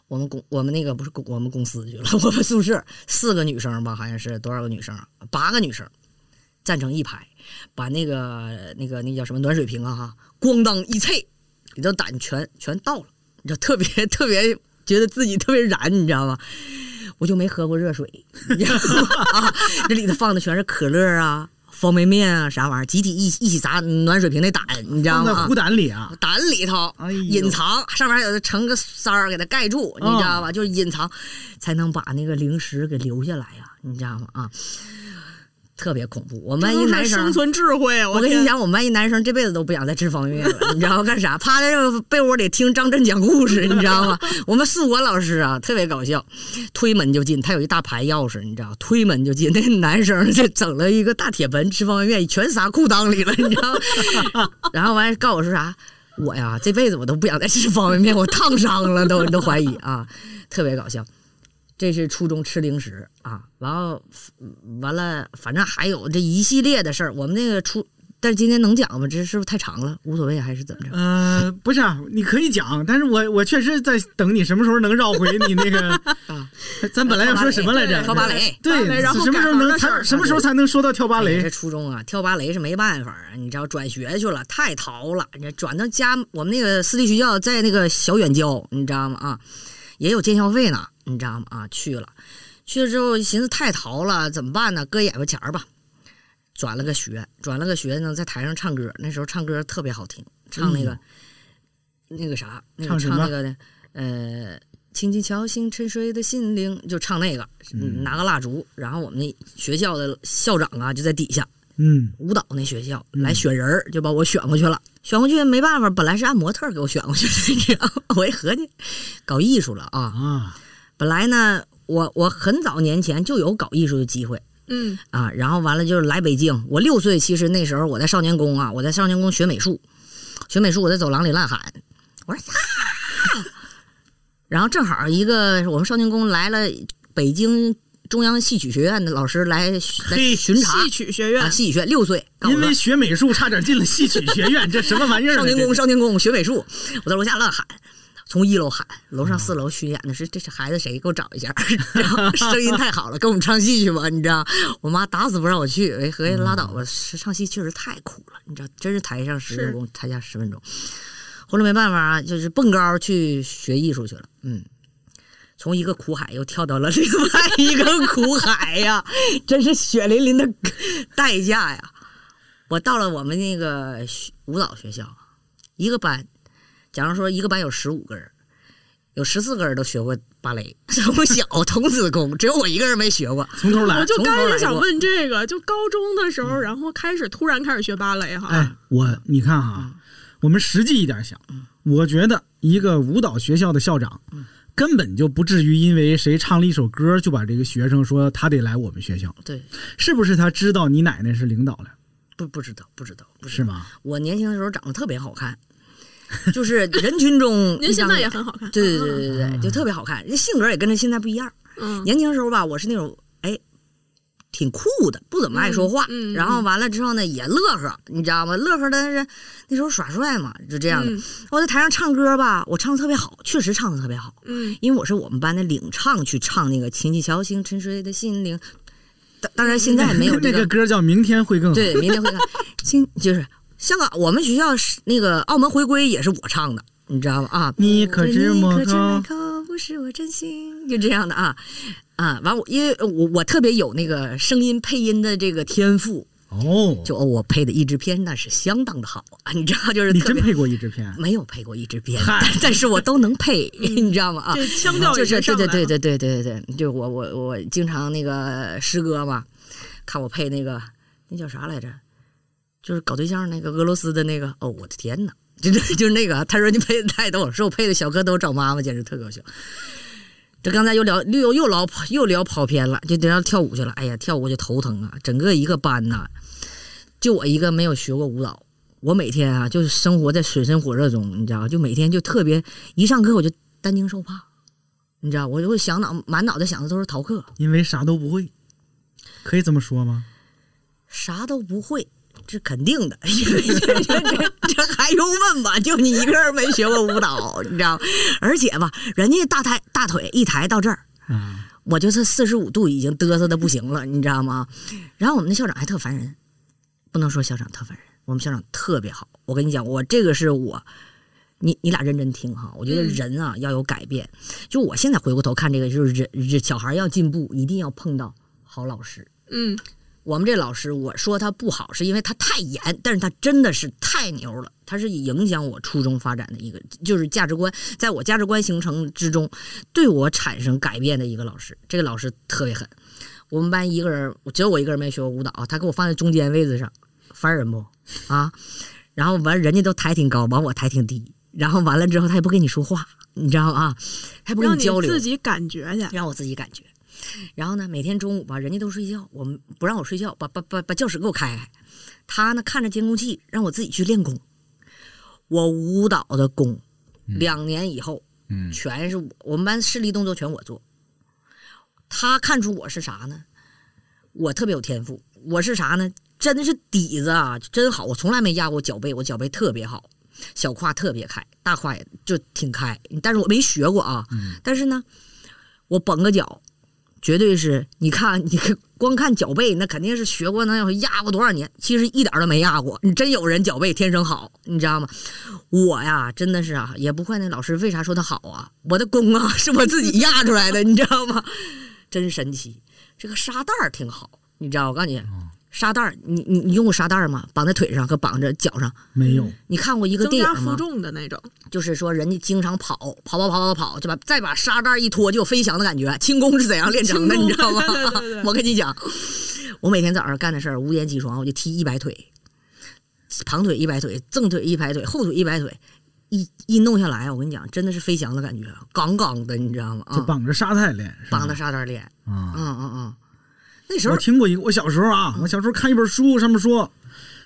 我们公我们那个不是公我们公司去了，我们宿舍四个女生吧，好像是多少个女生啊？八个女生站成一排，把那个那个那叫什么暖水瓶啊哈，咣当一啐，里头胆全全倒了，你知道特别特别觉得自己特别燃，你知道吗？我就没喝过热水，你知道吗？ 啊，这里头放的全是可乐啊、方便面啊啥玩意儿，集体一一起砸嗯暖水瓶那胆，你知道
放在
吗？
壶胆里啊，
胆里头
哎呦
隐藏，上面还有盛个塞儿给它盖住，
嗯
你知道吧？就是隐藏，才能把那个零食给留下来呀、你知道吗？啊，特别恐怖。我们班一
这都
男
是生
生，
存智慧啊！
我跟
天
你，讲，我们班一男生这辈子都不想再吃方便面了，你知 道干啥？趴在这被窝里听张震讲 故事，你知道吗？我们宿管老师啊，特别搞笑，推门就进，他有一大排钥匙，你知道，推门就进。那男生就整了一个大铁盆吃方便面，全撒裤裆里了，你知道 吗？然后完告诉我说啥？我呀，这辈子我都不想再吃方便面，我烫伤了都， 都怀疑啊，特别搞笑。这是初中吃零食啊，然后嗯完了，反正还有这一系列的事儿。我们那个初，但是今天能讲吗？这是不是太长了？无所谓，还是怎么着？
呃，不是，啊，你可以讲，但是我我确实在等你什么时候能绕回你 那个
啊，
咱本来要说什么来着？
跳芭蕾
对
跳芭蕾，然后
什么时候能
改行的事儿
才什么时候才能说到跳芭
哎呀这
蕾？
初中啊，跳芭蕾是没办法啊，你知道转学去了，太淘了。你转到家，我们那个私立学校在那个小远郊，你知道吗？啊，也有见校费呢，你知道吗？啊，去了，去了之后寻思太淘了，怎么办呢？搁眼巴前儿吧，转了个学，转了个学呢，在台上唱歌，那时候唱歌特别好听，唱那个、那个啥，那个
嗯唱什么
唱那个的，呃。轻轻敲醒沉睡的心灵，就唱那个，拿个蜡烛，然后我们那学校的校长啊就在底下，
嗯，
舞蹈那学校来选人儿，就把我选过去了。选过去没办法，本来是按模特儿给我选过去的，你知道吗？ 我一合计，搞艺术了啊！
啊，
本来呢，我我很早年前就有搞艺术的机会
嗯，
啊，然后完了就是来北京。我六岁，其实那时候我在少年宫啊，我在少年宫学美术，学美术我在走廊里乱喊，我说呀， 然后正好一个我们少年宫来了北京中央戏曲学院的老师来来
嘿
巡查
戏曲学院
啊，戏曲学院六岁，告诉
因
他
为学美术差点进了戏曲学院，这什么玩意儿呢？
少年
这
宫，
是
少年宫学美术，我在楼下乱喊。从一楼喊，楼上四楼巡演的是这是孩子谁？给我找一下， 然后声音太好了，跟我们唱戏去吧，你知道？我妈打死不让我去，哎，合计拉倒吧，是唱戏确实太苦了，你知道，真是台上十分钟，台下十分钟。后来没办法啊，就是蹦高去学艺术去了，嗯，从一个苦海又跳到了另外一个苦海呀， 真是血淋淋的 代价呀！我到了我们那个学舞蹈学校，一个班，假如说一个班有十五个人，有十四个人都学过芭蕾， 从小童子功，只有我一个人没学过。
从头来
我。就
啊从头
刚
来
才想
过嗯
问这个，就高中的时候，然后开始突然开始学芭蕾哈，
哎，我你看哈、我们实际一点想，我觉得一个舞蹈学校的校长。根本就不至于因为谁唱了一首歌就把这个学生说他得来我们学校，
对，
是不是？他知道你奶奶是领导了，
不不知道，不知道，不知
是
道。
吗？
我年轻的时候长得特别好看，就是人群中
您现在也
一张
很好嗯看，
对对对对对，就特别好看，人性格也跟着现在不一样。
嗯，
年轻时候吧，我是那种哎，挺酷的，不怎么爱说话。
嗯嗯
然后完了之后呢，也乐呵，你知道吗？乐呵，但是那时候耍帅嘛，就这样的。
嗯
我在台上唱歌吧，我唱的特别好，确实唱的特别好，
嗯
因为我是我们班的领唱去唱那个《琴棋桥行，沉睡的心灵》。当当然，现在没有这
那
嗯
个歌叫《明天会更好》。
对，明天会看。今就是香港，我们学校是那个澳门回归也是我唱的，你知道吗？啊，
你可知
你
莫
可知
靠
麦克不是我真心，就这样的啊啊！完我因为我我特别有那个声音配音的这个天赋，
哦，
就哦我配的译制片那是相当的好啊，你知道就是
你
特
真
别
配过译制片？
没有配过译制片，
嗨嗯
但但是我都能配，你知道吗？啊，
这腔调
就
也
是对
上来
对对
了，
对对对对，对就我我我经常那个师哥嘛，看我配那个那叫啥来着，就是搞对象那个俄罗斯的那个，哦我的天呐，就是就是那个，他说你配的太逗了，说我配的小蝌蚪找妈妈简直特搞笑。这刚才又聊又又聊又聊跑偏了，就聊跳舞去了。哎呀，跳舞就头疼啊！整个一个班呐、就我一个没有学过舞蹈，我每天啊就是生活在水深火热中，你知道，就每天就特别一上课我就担惊受怕，你知道，我就会想脑满脑袋想的都是逃课，
因为啥都不会，可以这么说吗？
啥都不会。这肯定的， 这这这这还用问吧？就你一个人没学过舞蹈，你知道？而且吧，人家大抬大腿一抬到这儿，
啊，
我就是四十五度已经嘚瑟的不行了，你知道吗？然后我们那校长还特烦人，不能说校长特烦人，我们校长特别好。我跟你讲，我这个是我，你你俩认真听哈，我觉得人啊、要有改变。就我现在回过头看这个，就是人人小孩要进步，一定要碰到好老师。
嗯，
我们这老师，我说他不好，是因为他太严，但是他真的是太牛了，他是影响我初中发展的一个，就是价值观，在我价值观形成之中，对我产生改变的一个老师。这个老师特别狠，我们班一个人，只有我一个人没学过舞蹈，他给我放在中间位置上，烦人不啊？然后完，人家都抬挺高，完我抬挺低，然后完了之后，他也不跟你说话，你知道啊？他也不跟
让
你交流，
自己感觉去，
让我自己感觉。然后呢，每天中午吧，人家都睡觉，我们不让我睡觉，把把把把教室给我开开。他呢看着监控器，让我自己去练功。我舞蹈的功，两年以后，
嗯
全是我我们班视力动作全我做。他看出我是啥呢？我特别有天赋，我是啥呢？真的是底子啊，真好，我从来没压过脚背，我脚背特别好，小胯特别开，大胯也就挺开，但是我没学过啊。但是呢，我绷个脚，绝对是你看，你看光看脚背，那肯定是学过那要压过多少年，其实一点儿都没压过。你真有人脚背天生好，你知道吗？我呀，真的是啊，也不怪那老师为啥说他好啊，我的功啊 是我自己压出来的，你知道吗？真神奇，这个沙袋儿挺好，你知道？我告诉你，沙袋儿，你你你用过沙袋儿吗？绑在腿上和绑着脚上，
没有，
你看过一个
增
电
加
影
负
吗？
重的那种，
就是说人家经常跑，跑跑跑跑跑，就把再把沙袋一拖，就有飞翔的感觉。轻功是怎样练成的，
轻功
你知道吗？
对对对对
我跟你讲，我每天早上干的事儿，五点起床我就踢一百腿，旁腿一百腿，正腿一百腿，后腿一百腿，一一弄下来，我跟你讲，真的是飞翔的感觉，杠杠的，你知道吗？啊
就，绑着沙袋练，是吧
绑着沙袋练，
啊。
嗯嗯嗯，那时候
我听过一个，我小时候啊，我小时候看一本书，上面说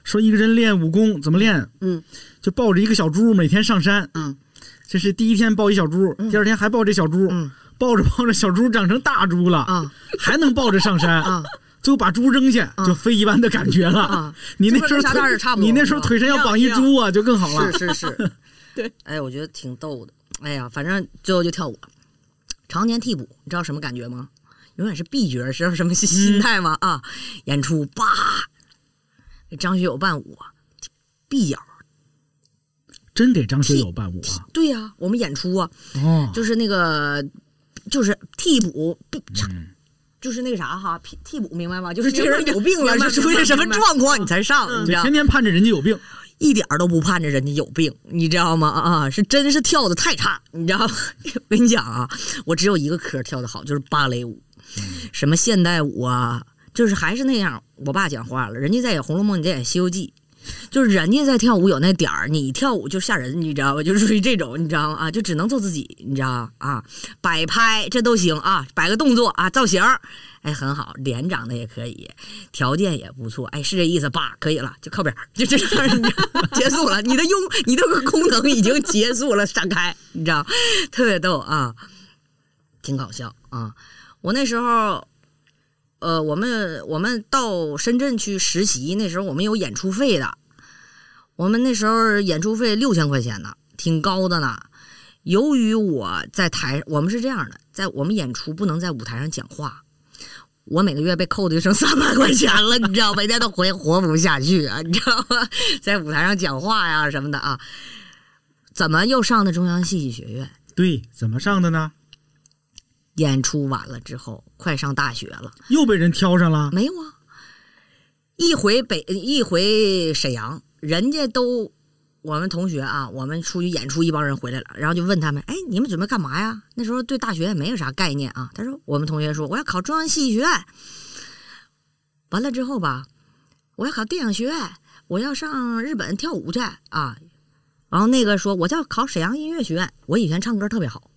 说一个人练武功怎么练，
嗯，
就抱着一个小猪每天上山，
嗯，
这是第一天抱一小猪，第二天还抱这小猪，
嗯
抱着抱着小猪长成大猪了
啊，
还能抱着上山
啊。
最后把猪扔下，就非一般的感觉了
啊。
你那
就跟
时候
沙袋
腿
儿差不多
你那时候腿上要绑一猪啊，就更好了。
是是是，
对，
哎，我觉得挺逗的。哎呀，反正最后就跳舞了，常年替补，你知道什么感觉吗？永远是 B 角，知道什
嗯
么心态吗？啊，演出叭，张学友伴舞，B 角，
真给张学友伴舞啊！
对呀、我们演出啊，
哦，
就是那个，就是替补 B 叉。就是那个啥哈，替替补明白吗？就是这人有病了，
明白
是出现什么
明白嗯
状况你才上，你知
就
道吗？
天天盼着人家有病，
一点儿都不盼着人家有病，你知道吗？啊，是真是跳的太差，你知道吗？ 我跟你讲啊，我只有一个科跳的好，就是芭蕾舞，什么现代舞啊，就是还是那样。我爸讲话了，人家在演《红楼梦》，你在演《西游记》，就是人家在跳舞有那点儿，你跳舞就吓人，你知道吧？ 就属于这种，你知道吗？啊，就只能做自己，你知道吗？啊，摆拍这都行啊，摆个动作啊，造型儿，哎，很好，脸长得也可以，条件也不错，哎，是这意思吧？可以了，就靠边儿， 就这样，你知道，结束了，你的用，你的功能已经结束了，闪开，你知道，特别逗啊，挺搞笑啊。我那时候，呃，我们我们到深圳去实习，那时候我们有演出费的，我们那时候演出费六千块钱呢，挺高的呢。由于我在台，我们是这样的，在我们演出不能在舞台上讲话，我每个月被扣的就剩三百块钱了，你知道，每天都活活不下去啊，你知道吗？ 在舞台上讲话呀什么的啊，怎么又上的中央戏剧学院？
对，怎么上的呢？
演出完了之后，快上大学了，
又被人挑上了。
没有啊？一回北，一回沈阳，人家都我们同学啊，我们出去演出，一帮人回来了，然后就问他们，哎，你们准备干嘛呀？那时候对大学也没有啥概念啊。他说，我们同学说我要考中央戏剧学院，完了之后吧，我要考电影学院，我要上日本跳舞去啊。然后那个说我要考沈阳音乐学院，我以前唱歌特别好。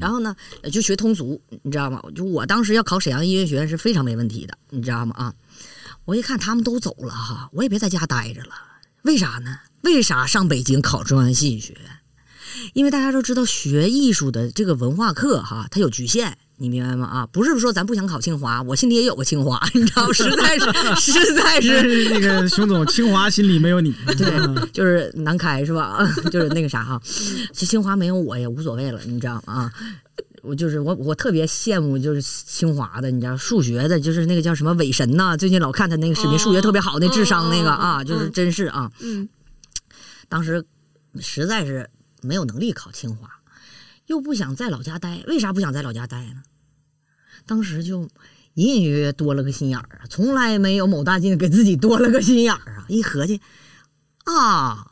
然后呢，呃就学通俗，你知道吗？就我当时要考沈阳音乐学院是非常没问题的，你知道吗？啊，我一看他们都走了哈，我也别在家待着了，为啥呢？为啥上北京考中央戏剧学院？因为大家都知道学艺术的这个文化课哈，它有局限，你明白吗？啊，不是说咱不想考清华，我心里也有个清华，你知道吗，实在是实 在
但
是。
是那个熊总，清华心里没有你。
对，就是南开是吧？ 就是那个啥哈，其实清华没有我也无所谓了，你知道吗？啊，我就是我，我特别羡慕就是清华的，你知道数学的，就是那个叫什么韦神呐、最近老看他那个视频，数学特别好，那智商那个啊，就是真是啊，
嗯，
当时实在是没有能力考清华，又不想在老家待，为啥不想在老家待呢？当时就隐隐约约多了个心眼儿啊，从来没有某大劲给自己多了个心眼儿啊！一合计，啊，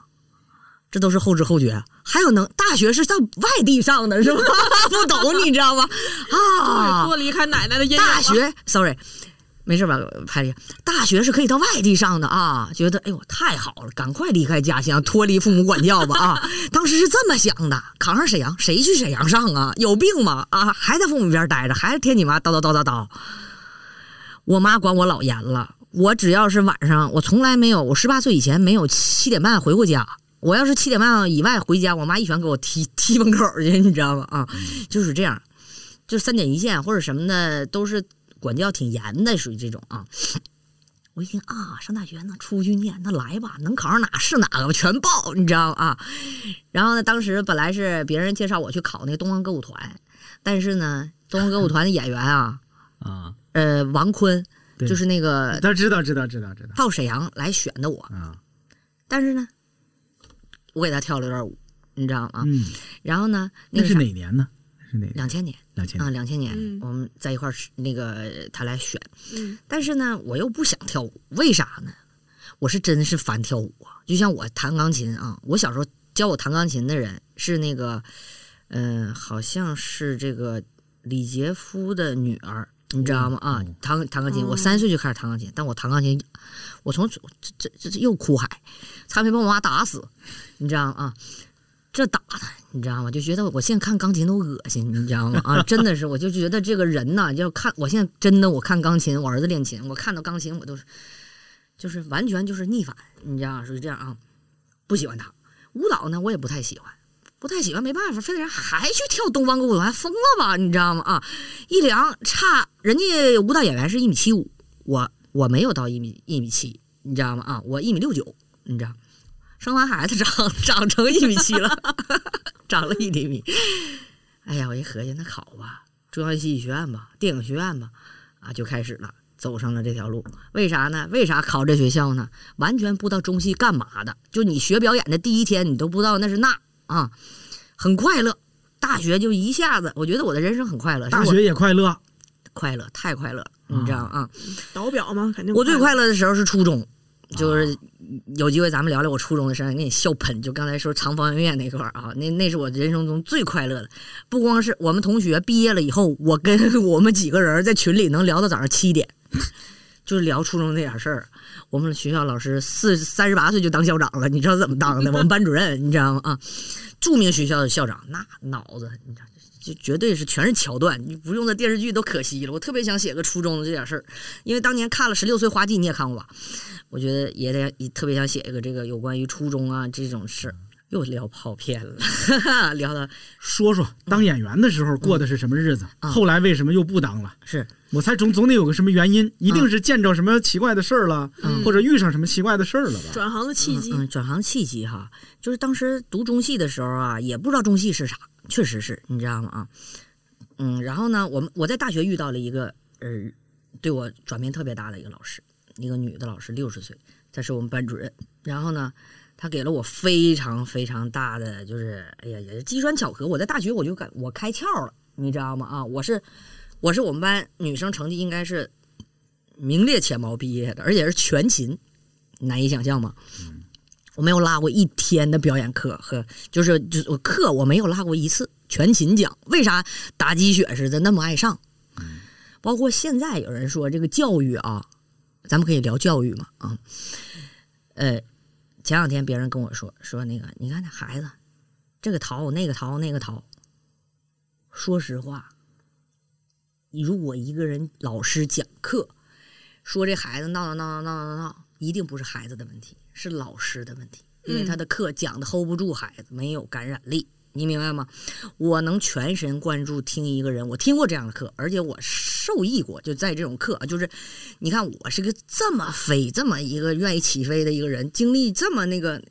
这都是后知后觉，啊还有能大学是在外地上的是吧？ 不懂你知道吗？啊，
脱离开奶奶的阴影了。啊
大学，sorry，没事吧，拍一下。大学是可以到外地上的啊，觉得哎呦太好了，赶快离开家乡，脱离父母管教吧啊！ 当时是这么想的，考上沈阳，谁去沈阳上啊？有病吗？啊，还在父母边儿待着，还是天你妈叨叨叨叨叨。我妈管我老严了，我只要是晚上，我从来没有，我十八岁以前没有七点半回过家。我要是七点半以外回家，我妈一拳给我踢踢门口去，你知道吗？啊，就是这样。就三点一线或者什么的，都是管教挺严的，属于这种啊。我一听啊，上大学能出去念，那来吧，能考上哪是哪个吧，全报，你知道吗啊？然后呢，当时本来是别人介绍我去考那个东方歌舞团，但是呢，东方歌舞团的演员啊，
啊，
呃，王坤
对
就是那个
他知道，知道，知道，知道
到沈阳来选的我，
啊。
但是呢，我给他跳了段舞，你知道吗？
嗯，
然后呢，那
那
个
是
啥，
哪年呢？那是哪年？
两千年。
两千
啊，
年。
两千年、
嗯
我们在一块儿是那个他来选、
嗯
但是呢，我又不想跳舞，为啥呢？我是真是烦跳舞啊，就像我弹钢琴啊，我小时候教我弹钢琴的人是那个，嗯、好像是这个李杰夫的女儿。你知道
嗯
吗？啊，弹弹
哦
钢琴，我三岁就开始弹钢琴，但我弹钢琴，我从这这这这又哭海，差点被我妈打死，你知道吗？啊，这打的，你知道吗？就觉得我现在看钢琴都恶心，你知道吗？啊，真的是，我就觉得这个人呐，要看我现在真的，我看钢琴，我儿子练琴，我看到钢琴，我都是就是完全就是逆反，你知道吗，是这样啊，不喜欢他。舞蹈呢，我也不太喜欢，不太喜欢，没办法，非得让还去跳东方歌舞团，疯了吧？你知道吗？啊，一量差，人家舞蹈演员是一米七五，我我没有到一米一米七，你知道吗？啊，我一米六九，你知道，生完孩子长长成一米七了， 长了一厘米。哎呀，我一合计，那考吧，中央戏剧学院吧，电影学院吧，啊，就开始了，走上了这条路。为啥呢？为啥考这学校呢？完全不知道中戏干嘛的，就你学表演的第一天，你都不知道那是那啊，很快乐。大学就一下子，我觉得我的人生很快乐，是
大
我
学也快乐，
快乐，太快乐了，你知道啊？
倒表嘛，肯定
我最
快
快乐的时候是初中，就是有机会咱们聊聊我初中的事儿，给你笑喷。就刚才说长方圆面那块儿啊，那那是我人生中最快乐的。不光是我们同学毕业了以后，我跟 我们几个人在群里能聊到早上七点， 就是聊初中那点事儿。我们学校老师四三十八岁就当校长了，你知道怎么当的？我们班主任，你知道吗？啊，著名学校的校长，那脑子，你知道。就绝对是全是桥段，你不用的电视剧都可惜了。我特别想写个初中的这点事儿，因为当年看了《十六岁花季》，你也看过吧？我觉得也得也特别想写一个这个有关于初中啊这种事儿。又聊跑偏了， 聊到
说
嗯
说当演员的时候过的是什么日子，
啊
后来为什么又不当了？
是嗯
我猜总总得有个什么原因，一定是见着什么奇怪的事儿了，或者遇上什么奇怪的事儿了吧？
转行的契机。
嗯，转行契机哈，就是当时读中戏的时候啊，也不知道中戏是啥，确实是你知道吗？啊，嗯，然后呢，我们我在大学遇到了一个呃，对我转变特别大的一个老师，一个女的老师，六十岁，她是我们班主任。然后呢，她给了我非常非常大的，就是哎呀，也是机缘巧合，我在大学我就感我开窍了，你知道吗？啊，我是我是我们班女生成绩应该是名列前茅毕业的，而且是全勤，难以想象吧？我没有落过一天的表演课和就是就是我课我没有落过一次全勤奖，为啥打鸡血似的那么爱上？包括现在有人说这个教育啊，咱们可以聊教育嘛啊，呃，前两天别人跟我说说那个，你看那孩子，这个淘那个淘那个淘，说实话，如果一个人老师讲课说这孩子闹闹闹闹闹闹闹，一定不是孩子的问题，是老师的问题，因为他的课讲的 hold 不住孩子，没有感染力。你明白吗？我能全神贯注听一个人，我听过这样的课，而且我受益过。就在这种课，啊就是你看我是个这么飞，这么一个愿意起飞的一个人，经历这么那个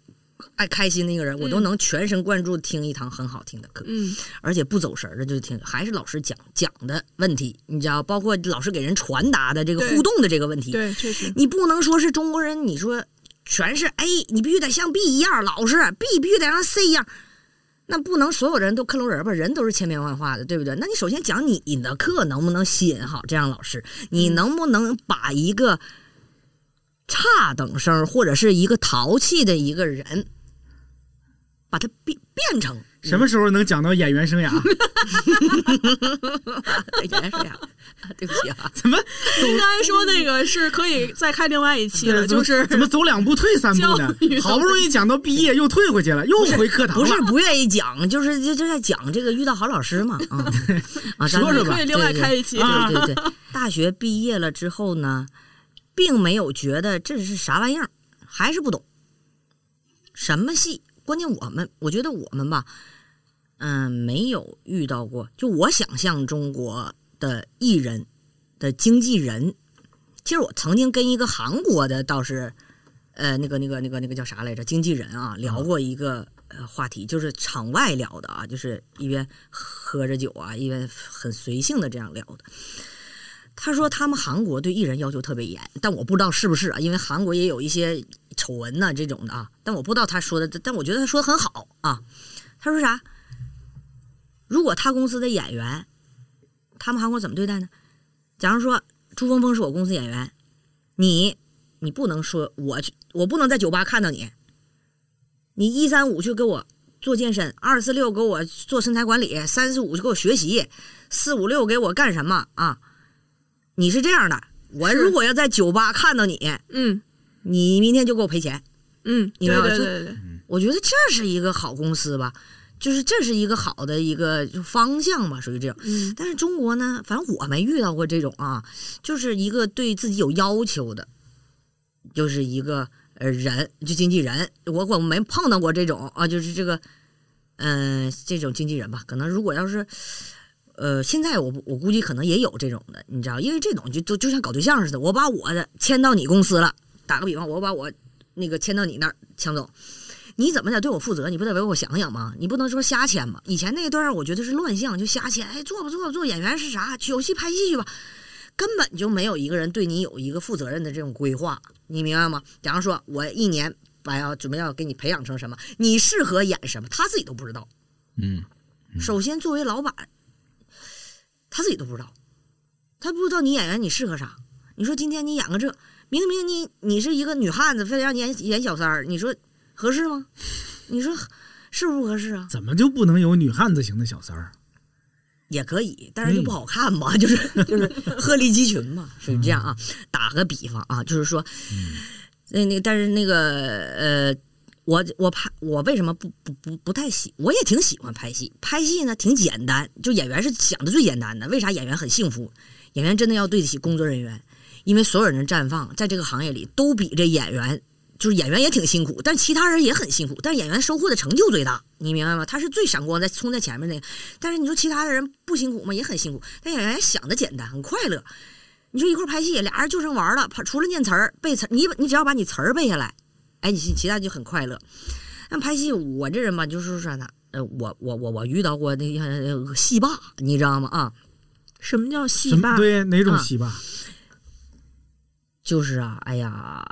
爱开心的一个人，我都能全神贯注地听一堂很好听的课。
嗯，
而且不走神儿的，就是听还是老师讲讲的问题，你知道，包括老师给人传达的这个
对
互动的这个问题，
对，确实，
你不能说是中国人，你说全是 A，你必须得像 B 一样，老师 B 必须得像 C 一样，那不能所有人都克隆人吧？人都是千变万化的，对不对？那你首先讲你的课能不能吸引好这样老师，你
嗯
能不能把一个差等生儿或者是一个淘气的一个人，把他变变成
什么时候能讲到演员 生涯？
原是呀，对不起啊，
怎么
应该说那个是可以再开另外一期
对
了，
怎
就
么
是
怎么走两步退三步呢
教育？
好不容易讲到毕业，又退回去了，又回课堂
不是
了。
不愿意讲，就是就就在讲这个遇到好老师嘛， 啊啊，咱们
说说吧
可以另外
对对
开一期
对对对，啊 大学毕业了之后呢，并没有觉得这是啥玩意儿，还是不懂什么戏。关键我们，我觉得我们吧，嗯、没有遇到过。就我想象中国的艺人的经纪人，其实我曾经跟一个韩国的倒是，呃，那个那个那个那个叫啥来着，经纪人啊，聊过一个。呃，话题就是场外聊的啊，就是一边喝着酒啊，一边很随性的这样聊的。他说他们韩国对艺人要求特别严，但我不知道是不是啊，因为韩国也有一些丑闻呐、这种的啊，但我不知道他说的，但我觉得他说的很好啊。他说啥？如果他公司的演员，他们韩国怎么对待呢？假如说朱峰峰是我公司演员，你你不能说我去，我不能在酒吧看到你，你一三五去给我做健身，二四六给我做身材管理，三四五就给我学习，四五六给我干什么啊？你是这样的，我
是
如果要在酒吧看到你，
嗯
你明天就给我赔钱。
嗯，
你
对
们
对
要是
对对，
我觉得这是一个好公司吧，就是这是一个好的一个就方向吧，属于这种。
嗯
但是中国呢，反正我没遇到过这种啊，就是一个对自己有要求的，就是一个呃人，就经纪人，我我没碰到过这种啊，就是这个，嗯、这种经纪人吧，可能如果要是。呃，现在我不我估计可能也有这种的，你知道，因为这种就就就像搞对象似的，我把我的签到你公司了，打个比方，我把我那个签到你那儿，强总，你怎么得对我负责？你不得为我想想吗？你不能说瞎签吧？以前那段儿我觉得是乱象，就瞎签，哎，做吧做吧做演员是啥？有戏拍戏去吧，根本就没有一个人对你有一个负责任的这种规划，你明白吗？假如说我一年把要准备要给你培养成什么，你适合演什么，他自己都不知道。
嗯，
首先，作为老板，他自己都不知道，他不知道你演员你适合啥。你说今天你演个这，明天明天你你是一个女汉子，非得让你演演小三儿，你说合适吗？你说是不合适啊？
怎么就不能有女汉子型的小三儿？
也可以，但是就不好看嘛， 就是就是鹤立鸡群嘛，属于这样啊。打个比方啊，就是说，那那但是那个呃，我我拍我为什么不不不不太喜？我也挺喜欢拍戏，拍戏呢挺简单，就演员是想的最简单的。为啥演员很幸福？演员真的要对得起工作人员，因为所有人绽放在这个行业里都比这演员。就是演员也挺辛苦，但其他人也很辛苦，但是演员收获的成就最大，你明白吗？他是最闪光在冲在前面那个，但是你说其他的人不辛苦吗？也很辛苦，但演员想的简单，很快乐。你说一块儿拍戏，俩人就剩玩儿了，除了念词儿、背词儿，你你只要把你词儿背下来，哎，你其他就很快乐。但拍戏，我这人吧，就是说呢，呃，我我我我遇到过那个戏霸，你知道吗？啊，
什么叫戏
什么
霸？
对哪种
啊
戏霸？
就是啊，哎呀，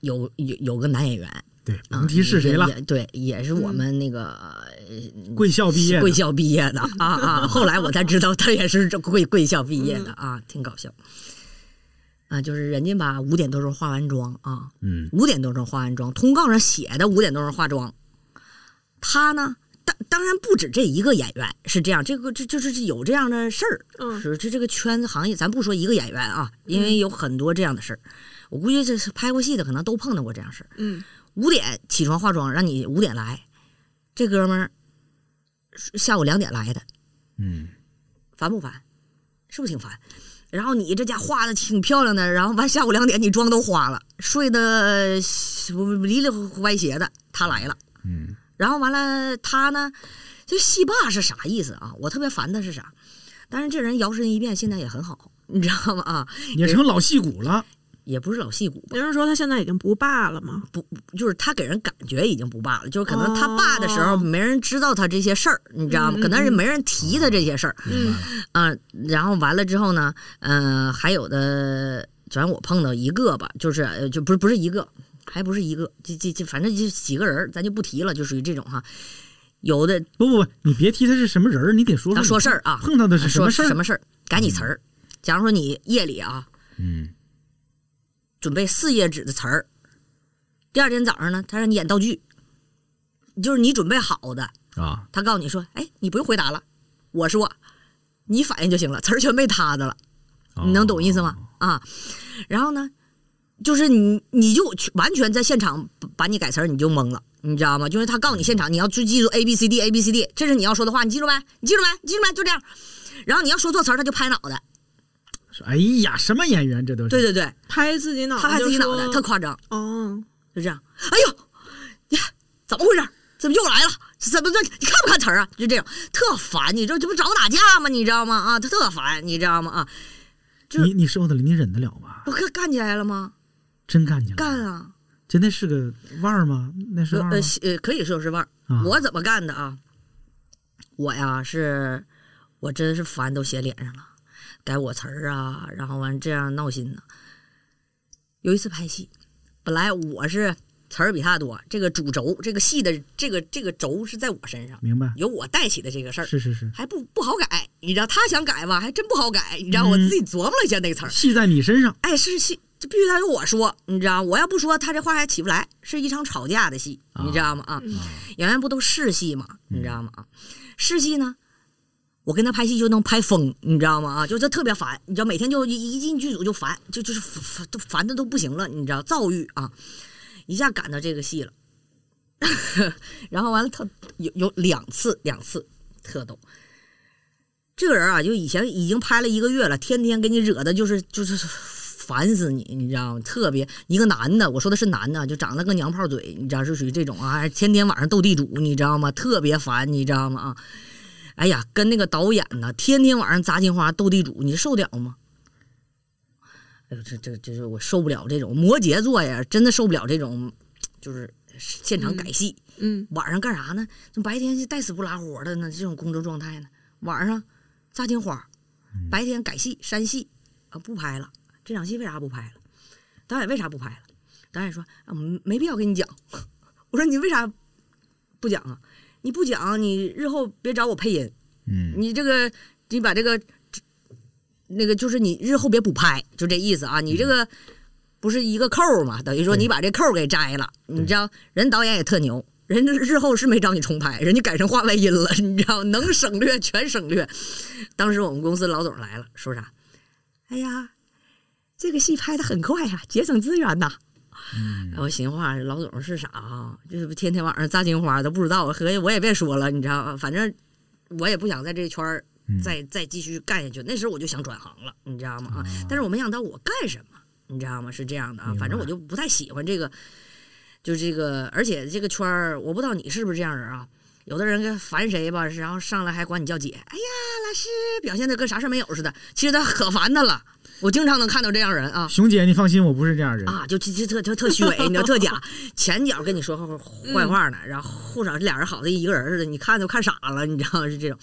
有有有个男演员，
对，
啊
甭提是谁了嗯
也，也对，也是我们那个、呃
贵校毕业的
贵校毕业的啊啊！ 后来我才知道他也是这贵贵校毕业的啊，挺搞笑。啊，就是人家吧，五点多钟化完妆啊，
嗯，
五点多钟化完妆，通告上写的五点多钟化妆。他呢，当当然不止这一个演员是这样，这个这这这是有这样的事儿，
嗯
是这这个圈子行业，咱不说一个演员啊，因为有很多这样的事儿，我估计这是拍过戏的可能都碰到过这样事儿。
嗯，
五点起床化妆，让你五点来，这哥们儿下午两点来的，
嗯，
烦不烦？是不是挺烦？然后你这家画的挺漂亮的，然后完下午两点你妆都花了，睡得离里歪斜的，他来了，
嗯，
然后完了他呢，这戏霸是啥意思啊？我特别烦他是啥？但是这人摇身一变，现在也很好，你知道吗？啊，
也成老戏骨了。
也不是老戏骨吧，
别人说他现在已经不霸了吗？
不就是他给人感觉已经不霸了，就是可能他霸的时候
哦
没人知道他这些事儿，你知道吗？
嗯嗯
可能是没人提他这些事儿，
明
嗯
白了，
啊、然后完了之后呢，嗯，还有的，反正我碰到一个吧，就是呃就不是不是一个，还不是一个，这这这反正就几个人儿，咱就不提了，就属于这种哈。有的
不不不，你别提他是什么人儿，你得说
他说
说你
事儿啊，
碰到的是什
说
么事儿嗯
什么事儿，改你词儿。假如说你夜里啊
嗯，
准备四页纸的词儿，第二天早上呢，他让你演道具，就是你准备好的，
啊，
他告诉你说，哎，你不用回答了，我说，你反应就行了，词儿全被他的了。
哦
你能懂意思吗？？啊，然后呢，就是你你就去完全在现场把把你改词儿，你就懵了，你知道吗？就是他告诉你现场你要记记住 A B C D A B C D，这是你要说的话，你记住没？你记住没？你记住没？就这样。然后你要说错词儿，他就拍脑袋。
哎呀，什么演员这都是？
对对对，
拍自己脑袋，
他拍自己脑袋，特
他
夸张，
哦，
就这样。哎呦，呀，怎么回事？怎么又来了？怎么这？你看不看词儿啊？就这样，特烦。你这这不找我打架吗？你知道吗？啊，他特烦，你知道吗？啊，就是
你你受得了，你忍得了吗？
不干干起来了吗？
真干起来了，
干啊！
真的是个腕儿吗？那是腕
呃
儿吗
呃，西呃，可以说是腕儿。
啊
我怎么干的啊？我呀是，我真是烦都写脸上了，改我词儿啊，然后完这样闹心呢。有一次拍戏，本来我是词儿比他多，这个主轴，这个戏的这个这个轴是在我身上，
明白？
由我带起的这个事儿，
是是是，
还不不好改。你知道他想改吧，还真不好改。你知道我
嗯
自己琢磨了一下那个词儿，
戏在你身上，
哎，是戏，这必须得由我说，你知道，我要不说，他这话还起不来。是一场吵架的戏，你知道吗？啊，演员不都试戏嘛，你知道吗？啊，试戏呢，我跟他拍戏就能拍疯，你知道吗？啊，就这特别烦，你知道，每天就一一进剧组就烦，就就是烦烦都烦的都不行了，你知道，躁郁啊，一下赶到这个戏了， 然后完了，他有有两次，两次特逗。这个人啊，就以前已经拍了一个月了，天天给你惹的就是就是烦死你，你知道吗？特别一个男的，我说的是男的，就长得跟娘炮嘴，你知道是属于这种啊，还天天晚上斗地主，你知道吗？特别烦，你知道吗？啊，哎呀，跟那个导演呢，天天晚上砸金花斗地主，你受得了吗？哎呦，这这这是我受不了这种摩羯座呀，真的受不了这种，就是现场改戏。
嗯，
晚上干啥呢？这白天是带死不拉活的呢，这种工作状态呢，晚上扎金花，白天改戏删戏啊，不拍了。这场戏为啥不拍了？导演为啥不拍了？导演说啊，没没必要跟你讲。 我说你为啥不讲啊？你不讲，你日后别找我配音。
嗯，
你这个，你把这个，那个就是你日后别补拍，就这意思啊。你这个不是一个扣儿嘛，等于说你把这扣儿给摘了。你知道，人导演也特牛，人家日后是没找你重拍，人家改成话外音了， 你知道，能省略全省略。当时我们公司老总来了，说啥？哎呀，这个戏拍的很快呀、节省资源呐、然后寻话，老总是啥啊？这不天天晚上扎金花都不知道，合计我也别说了，你知道，反正我也不想在这圈儿
嗯
再再继续干下去。那时候我就想转行了，你知道吗？啊，但是我没想到我干什么，你知道吗？是这样的啊，反正我就不太喜欢这个，就这个，而且这个圈儿，我不知道你是不是这样人啊。有的人跟烦谁吧，然后上来还管你叫姐，哎呀，老师表现的跟啥事儿没有似的，其实他可烦他了。我经常能看到这样人啊，
熊姐，你放心，我不是这样人。
啊，就就就特特特虚伪，你知道，特假。前脚跟你说坏话呢，然后后脚这俩人好的一个人似的，你看都看傻了，你知道是这种，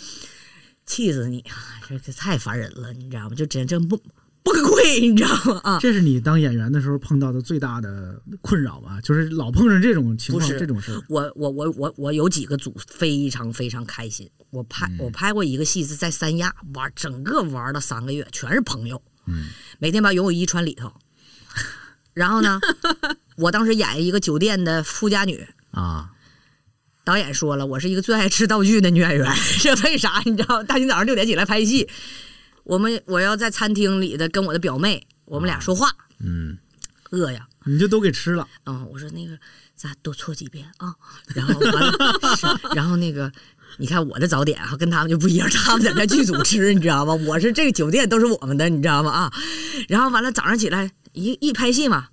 气死你啊！这这太烦人了，你知道吗？就真真不崩溃，你知道吗？啊，
这是你当演员的时候碰到的最大的困扰吧？就是老碰上这种情况
不，是
这种事儿。
我我我我我有几个组非常非常开心，我拍、我拍过一个戏是在三亚玩，整个玩了三个月，全是朋友，
嗯
每天把游泳衣穿里头。然后呢，我当时演一个酒店的富家女，
啊，
导演说了，我是一个最爱吃道具的女演员，这为啥？你知道，大清早上六点起来拍戏，我们我要在餐厅里的跟我的表妹，我们俩说话，
嗯
饿呀，
你就都给吃了，
啊、我说那个咱多搓几遍啊，然后完了，是然后那个。你看我的早点啊，跟他们就不一样，他们在那剧组吃，你知道吗？我是这个酒店都是我们的，你知道吗？啊，然后完了早上起来一一拍戏嘛，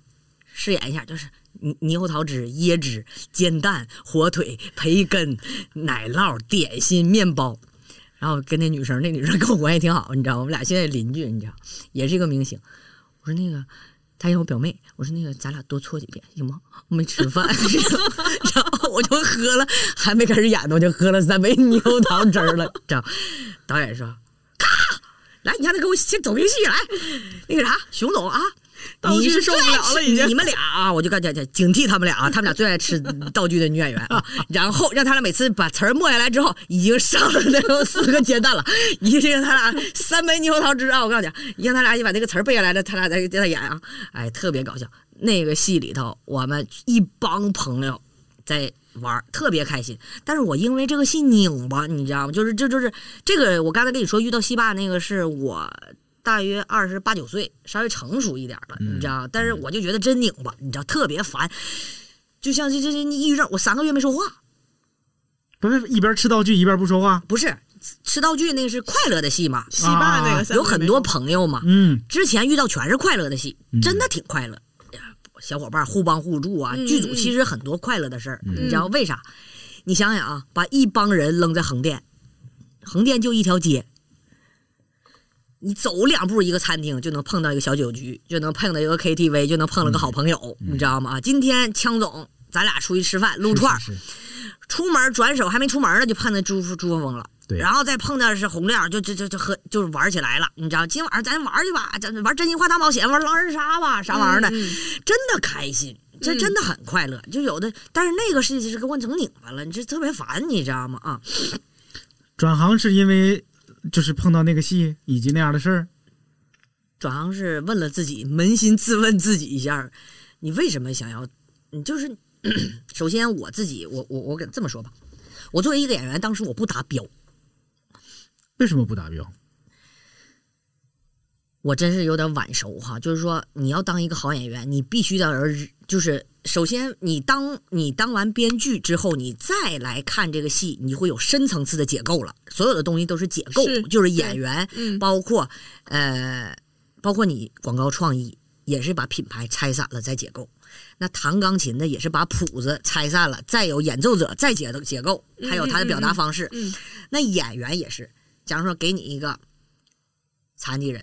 饰演一下就是泥牛桃汁、椰汁、煎蛋、火腿、培根、奶酪、点心、面包，然后跟那女生，那女生跟我关系挺好，你知道吗，我们俩现在邻居，你知道，也是一个明星。我说那个，她是我表妹，我说那个咱俩多搓几遍行吗？我没吃饭， 然后我就喝了，还没开始演呢，我就喝了三杯牛桃汁儿了，你知道？导演说：“咔，来，你让他给我先走进戏来，那个啥，熊总啊。”
道具
你是
受不
最爱
了了
吃
已经
你们俩啊，我就感觉警惕他们俩啊，他们俩最爱吃道具的女演员啊，然后让他俩每次把词儿默下来之后，已经上了得有四个煎蛋了，一是让他俩三杯牛桃汁啊，我告诉你，一让他俩一把那个词儿背下来了，他俩再再演啊，哎，特别搞笑。那个戏里头，我们一帮朋友在玩儿，特别开心。但是我因为这个戏拧巴，你知道吗？就是这就是这个，我刚才跟你说遇到戏霸那个是我大约二十八九岁，稍微成熟一点了，
嗯
你知道？但是我就觉得真拧巴，你知道，特别烦。就像这这这抑郁症，我三个月没说话，
不是一边吃道具一边不说话。
不是吃道具那个是快乐的戏嘛，
西坝那
啊
个三
有
个
很
没
多
说
朋友嘛，
嗯，
之前遇到全是快乐的戏，真的挺快乐，哎小伙伴互帮互助啊，剧组其实很多快乐的事儿，你知道为啥？你想想啊，把一帮人扔在横店，横店就一条街。你走两步，一个餐厅就能碰到一个小酒局，就能碰到一个 KTV，就能碰到个好朋友，你知道吗？啊，今天枪总，咱俩出去吃饭撸串儿，
是是
出门转手还没出门呢，就碰到朱朱峰峰了。
对
然后再碰到是洪亮，就就就就喝就是玩起来了，你知道？今晚上咱玩去吧，咱玩真心话大冒险，玩狼人杀吧，啥玩意儿的，真的开心，这真的很快乐。就有的，但是那个事情是给我整拧巴了，你这特别烦，你知道吗？啊，
转行是因为就是碰到那个戏以及那样的事儿。
转行是问了自己，扪心自问自己一下，你为什么想要？你就是 首先我自己，我我我给这么说吧，我作为一个演员，当时我不达标，
为什么不达标？
我真是有点晚熟哈，就是说你要当一个好演员，你必须得而就是首先你当你当完编剧之后，你再来看这个戏，你会有深层次的解构了，所有的东西都是解构，
是
就是演员，
嗯
包括呃，包括你广告创意，也是把品牌拆散了再解构；那弹钢琴的也是把谱子拆散了，再有演奏者再解解构，还有他的表达方式。
嗯嗯嗯
那演员也是，假如说给你一个残疾人，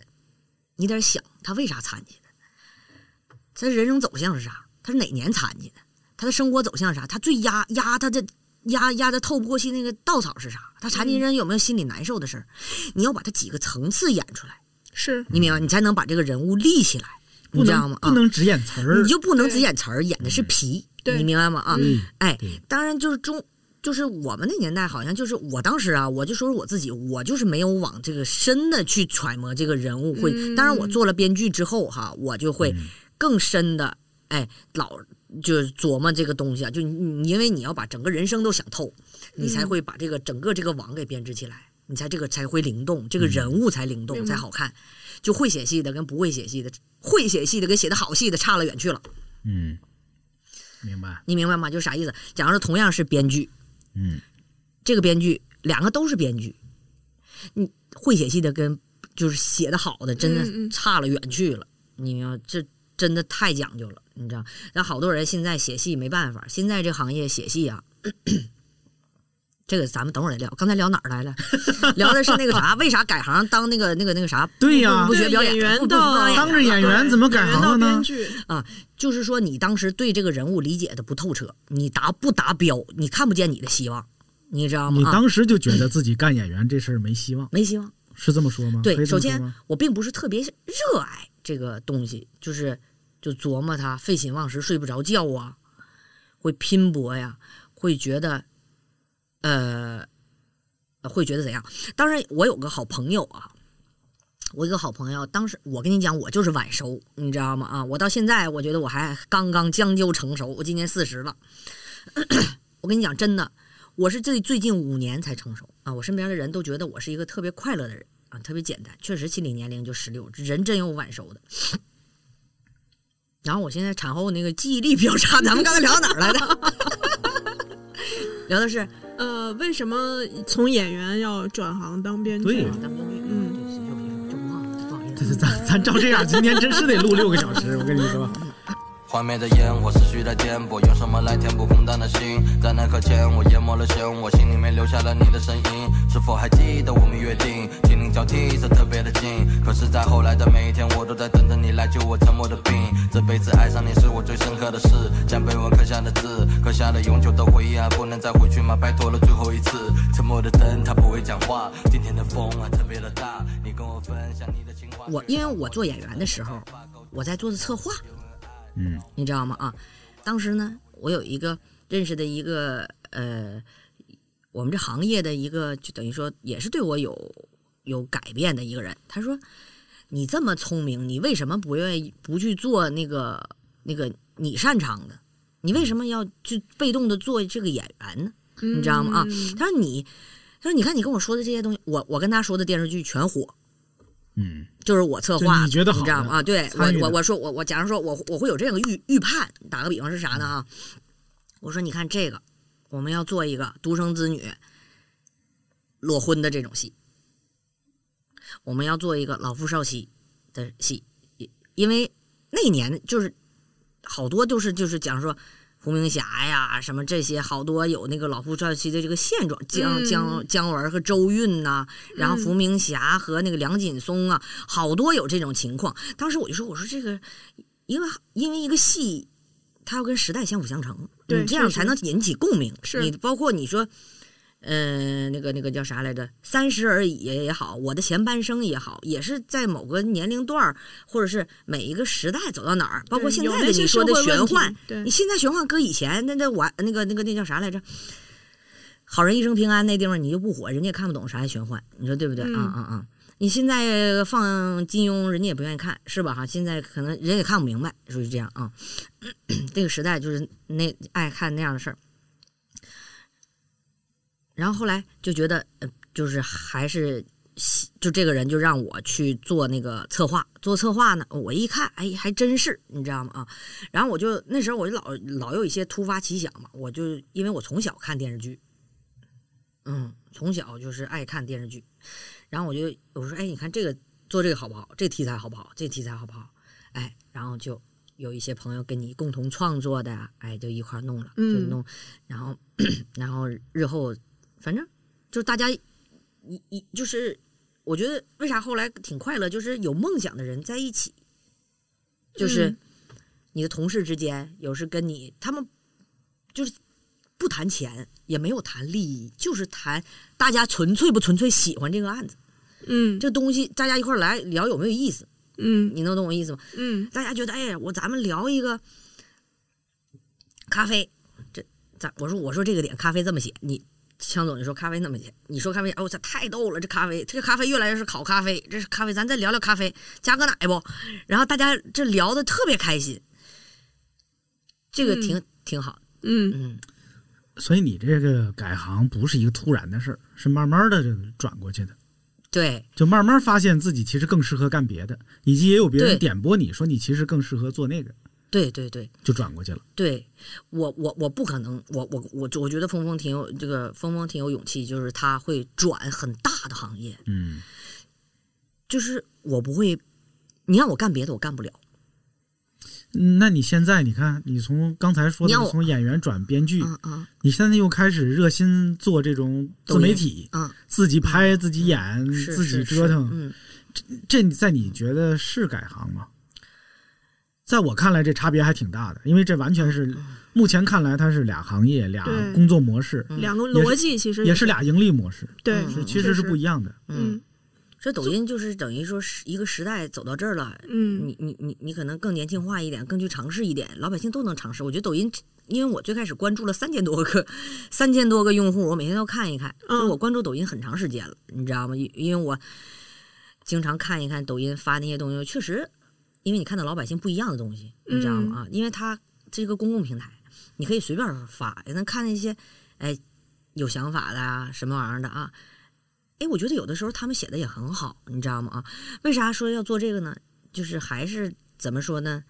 你得想他为啥残疾的，他人生走向是啥？他是哪年残疾的？他的生活走向是啥？他最压压他的压压的透不过气那个稻草是啥？他残疾人有没有心里难受的事儿？你要把他几个层次演出来，
是
你明白？你才能把这个人物立起来，你
不
知道
能
吗？
不
啊
能嗯只演词儿
你，就不能
对
只演词儿，演的是皮，
对
你明白吗？啊，
嗯
哎
对，
当然就是中，就是我们那年代，好像就是我当时啊，我就说说我自己，我就是没有往这个深的去揣摩这个人物会。
嗯
当然，我做了编剧之后哈，我就会更深的，哎，老就是琢磨这个东西啊，就你你因为你要把整个人生都想透，你才会把这个整个这个网给编织起来。你才这个才会灵动，这个人物才灵动，才好看。就会写戏的跟不会写戏的，会写戏的跟写的好戏的差了远去了。
嗯
明白？
你明白吗？就是啥意思？假如说同样是编剧，
嗯，
这个编剧两个都是编剧，你会写戏的跟就是写的好的真
嗯
的
嗯
差了远去了，你要这真的太讲究了，你知道？那好多人现在写戏没办法，现在这行业写戏啊。 这个咱们等会儿再聊，刚才聊哪儿来了？ 聊的是那个啥，为啥改行当那个那个那 个啥？
对呀
不学
对
表
啊演员啊
不不学
到
表演
当着演员怎么改行了
演员到编
呢？
剧
就是说你当时对这个人物理解的不透彻，你达不达标，你看不见你的希望，你知道吗？
你
啊
当时就觉得自己干演员这事儿没希望，
没希望。
是这么说吗？可
对，
以这
首
么说
先
吗？
我并不是特别热爱这个东西，就是就琢磨它，废寝忘食，睡不着觉啊，会拼搏呀，会觉得，呃，会觉得怎样？当然，我有个好朋友啊，我有个好朋友，当时我跟你讲，我就是晚熟，你知道吗？啊，我到现在我觉得我还刚刚将就成熟，我今年四十了。 我跟你讲，真的，我是这最近五年才成熟啊！我身边的人都觉得我是一个特别快乐的人啊，特别简单，确实心理年龄就十六，人真有晚熟的。然后我现在产后那个记忆力比较差，咱们刚才聊到哪儿来着？聊的是
呃，为什么从演员要转行当编剧
对
呢？
咱们
嗯
对，就就忘了，不好意
这
思
这。咱咱照这样，今天真是得录六个小时，我跟你说。
幻灭的烟火思绪在颠簸，用什么来填补空荡的心？在那刻前，我淹没了漩涡，心里面留下了你的身影。是否还记得我们约定？心灵交替是特别的近，可是，在后来的每一天，我都在等着你来救我沉默的病。这辈子爱上你是我最深刻的事，将碑文刻下的字，刻下了永久的回忆，还不能再回去吗？拜托了，最后一次。沉默的灯，它不会讲话。今天的风还特别的大，你跟我分享你的情话。
我因为我做演员的时候，我在做的策划，
嗯
你知道吗？啊，当时呢，我有一个认识的一个呃，我们这行业的一个，就等于说也是对我有有改变的一个人。他说：“你这么聪明，你为什么不愿意不去做那个那个你擅长的？你为什么要去被动的做这个演员呢？你知道吗？啊，
嗯
他说你，他说你看你跟我说的这些东西，我我跟他说的电视剧全火，
嗯
就是我策划
就
的，
你觉得好的
知道吗？啊，对我
参与的
我我说我我假如说我我会有这样个预预判，打个比方是啥呢啊？
嗯
我说你看这个，我们要做一个独生子女裸婚的这种戏，我们要做一个老夫少妻的戏，因为那年就是好多就是就是讲说。胡明霞呀，什么这些好多有那个老夫少妻的这个现状，姜
嗯
姜姜文和周韵呐、然后伏明霞和那个梁锦松啊，好多有这种情况。当时我就说，我说这个，因为因为一个戏，它要跟时代相辅相成，
对
你这样
确实
才能引起共鸣。
是
你包括你说，呃，那个那个叫啥来着，《三十而已》也好，《我的前半生》也好，也是在某个年龄段儿，或者是每一个时代走到哪儿，包括
对
现
有
在
那
的
些
你说的
社会问
玄
题
幻，
对
你现在玄幻搁以前那那我那个那个那叫啥来着？好人一生平安那地方你就不火，人家也看不懂啥叫玄幻，你说对不对？
嗯
啊啊啊！你现在放金庸，人家也不愿意看，是吧？哈，现在可能人也看不明白，就是这样啊。 这个时代就是那爱看那样的事儿。然后后来就觉得，呃，就是还是喜就这个人就让我去做那个策划，做策划呢，我一看，哎，还真是，你知道吗？啊，然后我就那时候我就老老有一些突发奇想嘛，我就因为我从小看电视剧，嗯，从小就是爱看电视剧，然后我就我说，哎，你看这个做这个好不好？这题材好不好？这题材好不好？哎，然后就有一些朋友跟你共同创作的，哎，就一块儿弄了，就
嗯
弄，然后然后日后，反正就是大家一一就是，我觉得为啥后来挺快乐，就是有梦想的人在一起，就是
嗯
你的同事之间，有时跟你他们就是不谈钱，也没有谈利益，就是谈大家纯粹不纯粹喜欢这个案子。
嗯，
这东西大家一块儿来聊有没有意思？
嗯，
你能懂我意思吗？
嗯，
大家觉得哎呀，我咱们聊一个咖啡，这咱我说我说这个点咖啡这么写，你强总你说咖啡那么写，你说咖啡哦，这太逗了，这咖啡这咖啡越来越是烤咖啡，这是咖啡，咱再聊聊咖啡，加个奶不？然后大家这聊的特别开心，这个挺、
嗯
挺好，
嗯
嗯，
所以你这个改行不是一个突然的事儿，是慢慢的转过去的，
对，
就慢慢发现自己其实更适合干别的，以及也有别
对
人点拨你说你其实更适合做那个，
对对对，
就转过去了。
对我，我我不可能，我我我我觉得峰峰挺有这个峰峰挺有勇气，就是他会转很大的行业，
嗯
就是我不会，你让我干别的我干不了，
嗯那你现在你看，你嗯从刚才说
你
的
让我
从演员转编剧，
啊，
你现在又开始热心做这种自媒体，
抖音啊
自己拍、自己演、
是
嗯自己
是
折腾，
嗯，
这这在你觉得是改行吗？在我看来，这差别还挺大的，因为这完全是目前看来，它是俩行业、俩
对嗯
工作模式，
嗯
两个
也是
逻辑其实
也是俩盈利模式，
对
是
嗯
其
确
实是
实
不一样的。
嗯，
这抖音就是等于说是一个时代走到这儿了，
嗯
你你你你可能更年轻化一点，更去尝试一点，老百姓都能尝试。我觉得抖音，因为我最开始关注了三千多个，三千多个用户，我每天都看一看，就是我关注抖音很长时间了，你知道吗？因因为我经常看一看抖音发那些东西，确实，因为你看到老百姓不一样的东西，你知道吗？啊，因为它这个公共平台，你可以随便发，也能看那些，哎，有想法的啊，什么玩意儿的啊。哎，我觉得有的时候他们写的也很好，你知道吗？啊，为啥说要做这个呢？就是还是怎么说呢？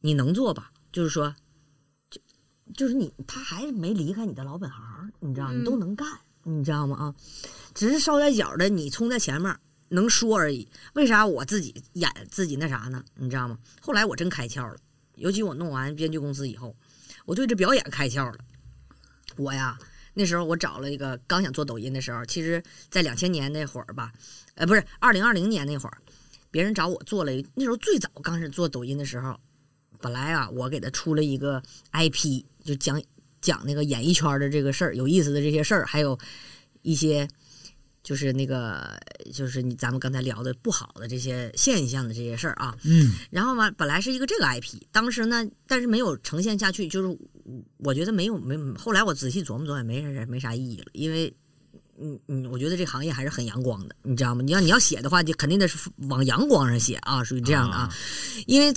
你能做吧？就是说，就就是你，他还没离开你的老本行，你知道，你都能干，你知道吗？啊，只是捎带脚的，你冲在前面能说而已。为啥我自己演自己那啥呢？你知道吗？后来我真开窍了，尤其我弄完编剧公司以后，我对这表演开窍了。我呀，那时候我找了一个刚想做抖音的时候，其实在两千年那会儿吧，呃，不是二零二零年那会儿，别人找我做了一，那时候最早刚是做抖音的时候，本来啊，我给他出了一个 IP，就讲讲那个演艺圈的这个事儿，有意思的这些事儿，还有一些就是那个就是你咱们刚才聊的不好的这些现象的这些事儿啊，
嗯
然后嘛，本来是一个这个 IP，当时呢，但是没有呈现下去，就是我觉得没有没，后来我仔细琢磨琢磨，也没啥没啥意义了，因为。嗯嗯，我觉得这行业还是很阳光的，你知道吗？你要你要写的话，就肯定得是往阳光上写啊，属于这样的啊，因为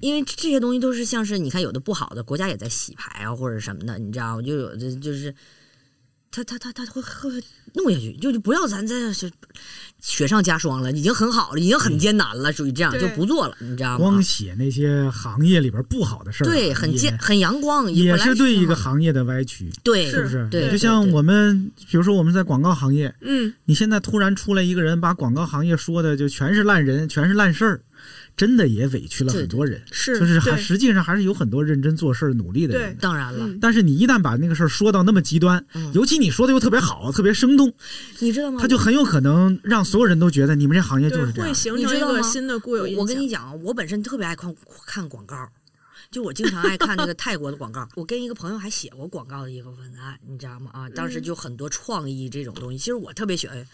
因为这些东西都是像是你看有的不好的国家也在洗牌啊或者什么的，你知道吗？就有的就是他他他他会会弄下去，就就不要咱这是雪上加霜了，已经很好了，已经很艰难了，属于这样
对
就不做了，你知
嗯
道吗
光？写那些行业里边不好的事儿啊，
对，很
也
健很阳光，
也
本来
是对一
挺
个
好
行业的歪曲，
对
是不是？
对
就像我们，比如说我们在广告行业，
嗯，
你现在突然出来一个人，把广告行业说的就全是烂人，全是烂事儿，真的也委屈了很多人，
是
就是还
对
实际上还是有很多认真做事儿、努力的人
对
的。
当然了嗯
但是你一旦把那个事儿说到那么极端，
嗯
尤其你说的又特别好、特别生动，
你知道吗？
他就很有可能让所有人都觉得你们这行业就是这样。
形
你
成
知
一
道
个
吗
新的固有印
我我跟
象
你讲啊，我本身特别爱看看广告，就我经常爱看那 个泰国的广告。我跟一个朋友还写过广告的一个文案，你知道吗？啊，当时就很多创意这种东西。其实我特别喜欢，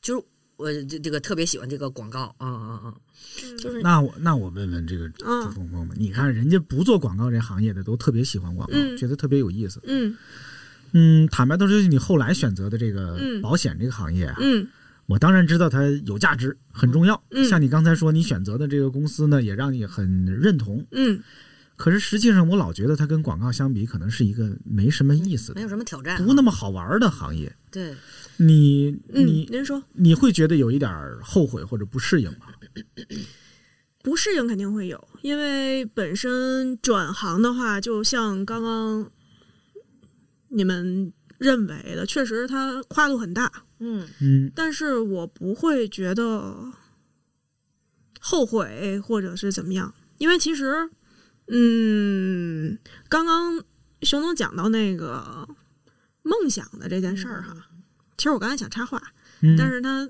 就是我这这个特别喜欢这个广告。嗯嗯嗯，就是
那我那我问问这个
嗯
朱峰峰吧，你看人家不做广告这行业的都特别喜欢广告，
嗯
觉得特别有意思。
嗯
嗯，坦白都是你后来选择的这个
嗯
保险这个行业啊，
嗯
我当然知道它有价值，很重要。
嗯
像你刚才说，你选择的这个公司呢，也让你很认同。
嗯，
可是实际上，我老觉得它跟广告相比，可能是一个没什么意思
没
的、
有什么挑战啊。
不那么好玩的行业。
对，
你
嗯
你、
您说
你会觉得有一点后悔或者不适应吗？
不适应肯定会有，因为本身转行的话，就像刚刚你们认为的，确实它跨度很大，
嗯
嗯，
但是我不会觉得后悔或者是怎么样。因为其实，嗯，刚刚熊总讲到那个梦想的这件事儿哈，其实我刚才想插话，
嗯
但是他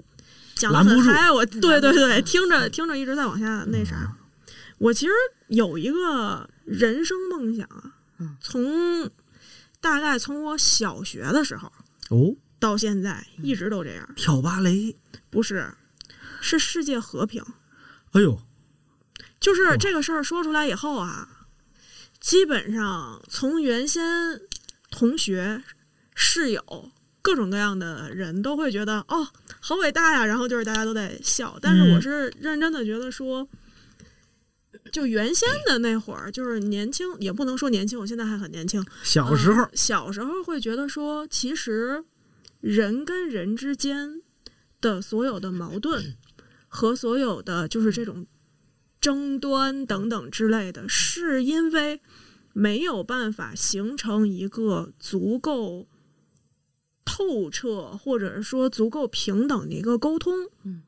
讲的
拦不
很
住嗯
嗨，我对对对，听着听着一直在往下那啥。我其实有一个人生梦想啊，
嗯
从大概从我小学的时候
哦，
到现在一直都这样，
跳芭蕾，
不是，是世界和平。
哎呦，
就是这个事儿说出来以后啊，基本上从原先同学、室友各种各样的人都会觉得哦，好伟大呀，然后就是大家都在笑。但是我是认真的觉得说，就原先的那会儿，就是年轻，也不能说年轻，我现在还很年轻。
小时候
嗯小时候会觉得说，其实人跟人之间的所有的矛盾和所有的就是这种争端等等之类的，是因为没有办法形成一个足够透彻或者是说足够平等的一个沟通，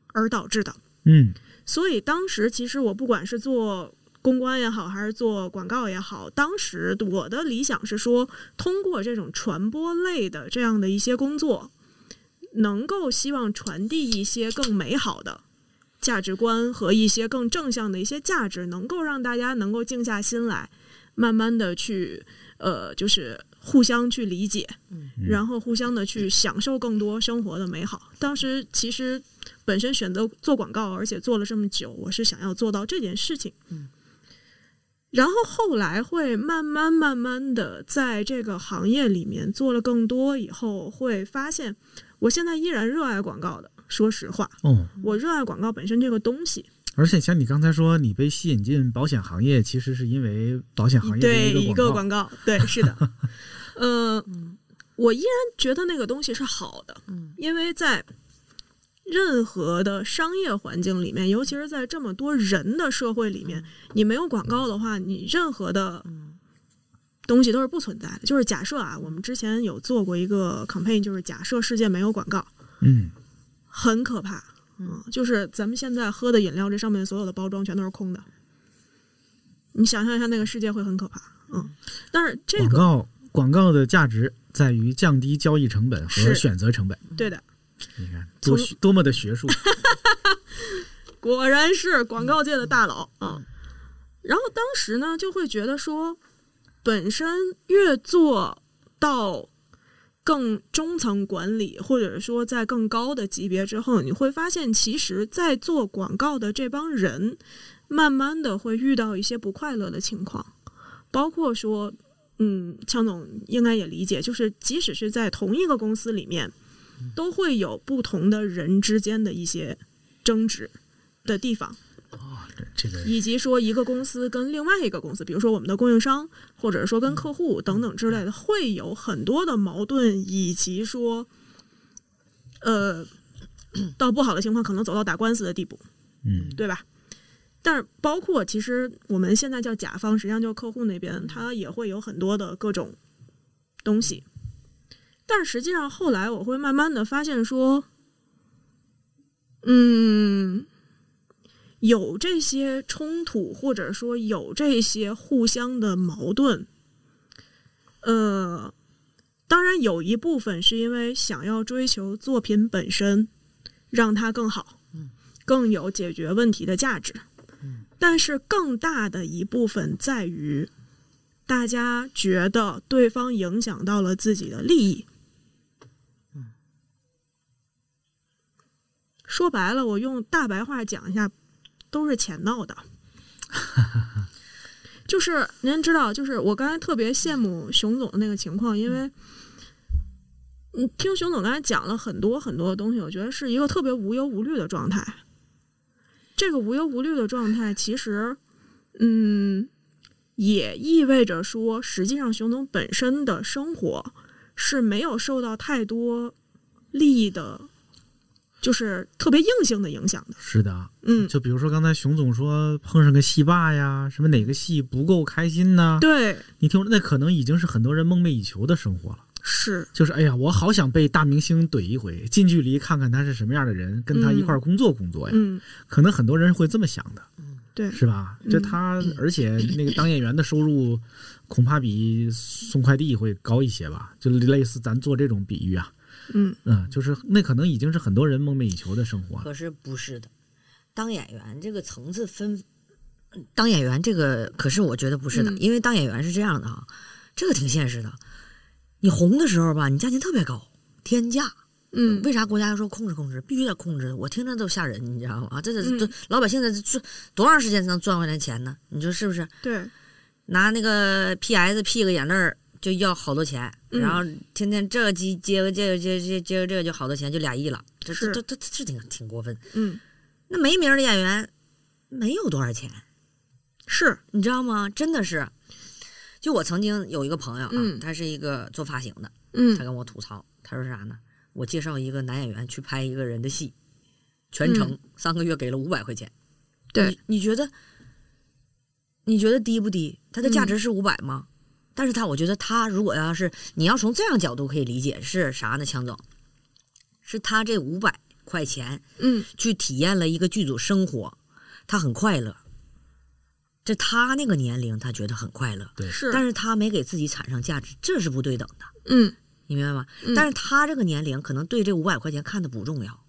而导致的。
嗯
所以当时其实我不管是做公关也好，还是做广告也好，当时我的理想是说，通过这种传播类的这样的一些工作，能够希望传递一些更美好的。价值观和一些更正向的一些价值，能够让大家能够静下心来，慢慢的去呃，就是互相去理解，然后互相的去享受更多生活的美好。当时其实本身选择做广告，而且做了这么久，我是想要做到这件事情。然后后来会慢慢慢慢的在这个行业里面做了更多以后，会发现我现在依然热爱广告的。说实话，
哦，
我热爱广告本身这个东西，
而且像你刚才说，你被吸引进保险行业，其实是因为保险行业
对
的
一
个
个广
告。
告，对，是的，呃，我依然觉得那个东西是好的，因为在任何的商业环境里面，尤其是在这么多人的社会里面，你没有广告的话，你任何的东西都是不存在的。就是假设啊，我们之前有做过一个 campaign，就是假设世界没有广告，
嗯，
很可怕。嗯，就是咱们现在喝的饮料，这上面所有的包装全都是空的。你想象一下，那个世界会很可怕。嗯，但是这
广
个
告广告的价值在于降低交易成本和
是
选择成本。
对的，
你看，多
从
学多么的学 术。
果然是广告界的大佬啊。然后当时呢，就会觉得说，本身越做到更中层管理，或者说在更高的级别之后，你会发现，其实，在做广告的这帮人，慢慢的会遇到一些不快乐的情况，包括说，嗯，强总应该也理解，就是即使是在同一个公司里面，都会有不同的人之间的一些争执的地方。
这个
以及说一个公司跟另外一个公司，比如说我们的供应商，或者说跟客户等等之类的，会有很多的矛盾，以及说，呃，到不好的情况可能走到打官司的地步，
嗯
对吧？但是包括其实我们现在叫甲方，实际上就是客户那边，他也会有很多的各种东西。但实际上后来我会慢慢的发现说，嗯，有这些冲突，或者说有这些互相的矛盾，呃，当然有一部分是因为想要追求作品本身，让它更好，更有解决问题的价值。但是更大的一部分在于，大家觉得对方影响到了自己的利益。说白了，我用大白话讲一下，都是钱闹的。 就是您知道，就是我刚才特别羡慕熊总的那个情况，因为，嗯，听熊总刚才讲了很多很多的东西，我觉得是一个特别无忧无虑的状态。这个无忧无虑的状态，其实，嗯，也意味着说，实际上熊总本身的生活是没有受到太多利益的，就是特别硬性的影响的。
是的，
嗯
就比如说刚才熊总说碰上个戏霸呀，什么哪个戏不够开心呢？，
对，
你听，那可能已经是很多人梦寐以求的生活了。
是
就是哎呀，我好想被大明星怼一回，近距离看看他是什么样的人，跟他一块儿工作工作呀。
嗯，
可能很多人会这么想的，
对，
是吧？就他，而且那个当演员的收入，恐怕比送快递会高一些吧？就类似咱做这种比喻啊，
嗯
嗯，就是那可能已经是很多人梦寐以求的生活了。
可是不是的，当演员这个层次分，当演员这个可是我觉得不是的，
嗯
因为当演员是这样的啊，这个挺现实的。你红的时候吧，你价钱特别高，天价。
嗯
为啥国家要说控制控制，必须得控制？我听着都吓人，你知道吗？啊，这这
嗯
这老百姓得赚多长时间才能赚回来钱呢？你说是不是？
对，
拿那个 PS 屁个眼泪儿就要好多钱，
嗯
然后天天这个机接个这个接接接个这个就好多钱，就俩亿了，这这
是
这这这是挺挺过分。
嗯
那没名儿的演员没有多少钱，
是，
你知道吗？真的是，就我曾经有一个朋友啊，
嗯
他是一个做发型的，
嗯
他跟我吐槽，他说啥呢？我介绍一个男演员去拍一个人的戏，全程、
嗯
三个月给了五百块钱，
对
你，你觉得你觉得低不低？它的价
嗯
值是五百吗？但是他，我觉得他如果要是你要从这样角度可以理解是啥呢？强总，是他这五百块钱
嗯
去体验了一个剧组生活，他很快乐。这他那个年龄，他觉得很快乐，
嗯是，
但是他没给自己产生价值，这是不对等的，
嗯
你明白吗？
嗯
但是他这个年龄可能对这五百块钱看的不重要，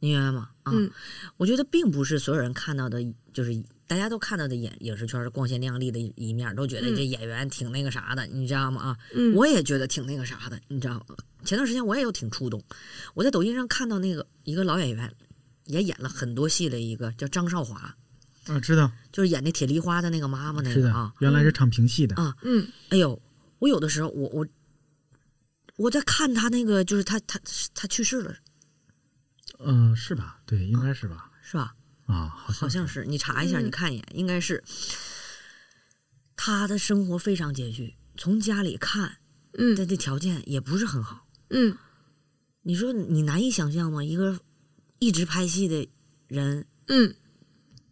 你明白吗？啊，
嗯
我觉得并不是所有人看到的，就是大家都看到的影影视圈的光鲜亮丽的一面，都觉得
嗯
这演员挺那个啥的，你知道吗？啊，
嗯，
我也觉得挺那个啥的，你知道吗？前段时间我也有挺触动，我在抖音上看到那个一个老演员，也演了很多戏的一个叫张少华，
啊，知道，
就是演那铁梨花的那个妈妈那
是
个
的
啊，，
原来是唱评戏的
啊
嗯
哎呦，我有的时候我我我在看他那个，就是他他他去世了
嗯，是吧？对，应该是吧？
是吧？
啊，好
好
像
像是，你查一下，
嗯
你看一眼，应该是。他的生活非常拮据，从家里看，他
嗯
的条件也不是很好。
嗯
你说你难以想象吗？一个一直拍戏的人，
嗯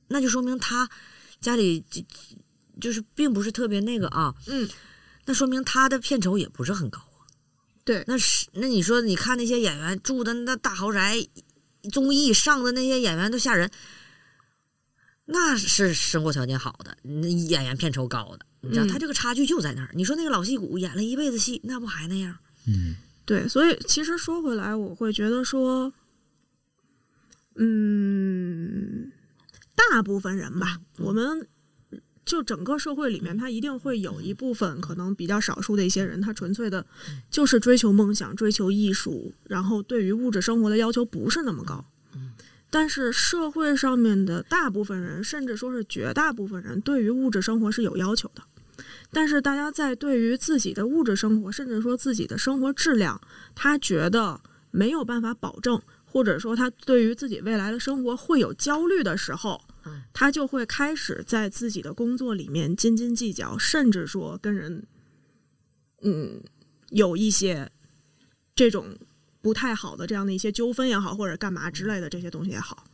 那就说明他家里就就是并不是特别那个啊，
嗯，
那说明他的片酬也不是很高啊。
对
那是那你说，你看那些演员住的那大豪宅，综艺上的那些演员都吓人，那是生活条件好的，那演员片酬高的，你知道、
嗯
他这个差距就在那儿。你说那个老戏骨演了一辈子戏，那不还那样？
嗯
对，所以其实说回来，我会觉得说，嗯，大部分人吧，我们就整个社会里面，他一定会有一部分可能比较少数的一些人，他纯粹的就是追求梦想、追求艺术，然后对于物质生活的要求不是那么高。但是社会上面的大部分人，甚至说是绝大部分人，对于物质生活是有要求的。但是大家在对于自己的物质生活，甚至说自己的生活质量，他觉得没有办法保证，或者说他对于自己未来的生活会有焦虑的时候
嗯，
他就会开始在自己的工作里面斤斤计较，甚至说跟人，嗯，有一些这种不太好的这样的一些纠纷也好，或者干嘛之类的这些东西也好。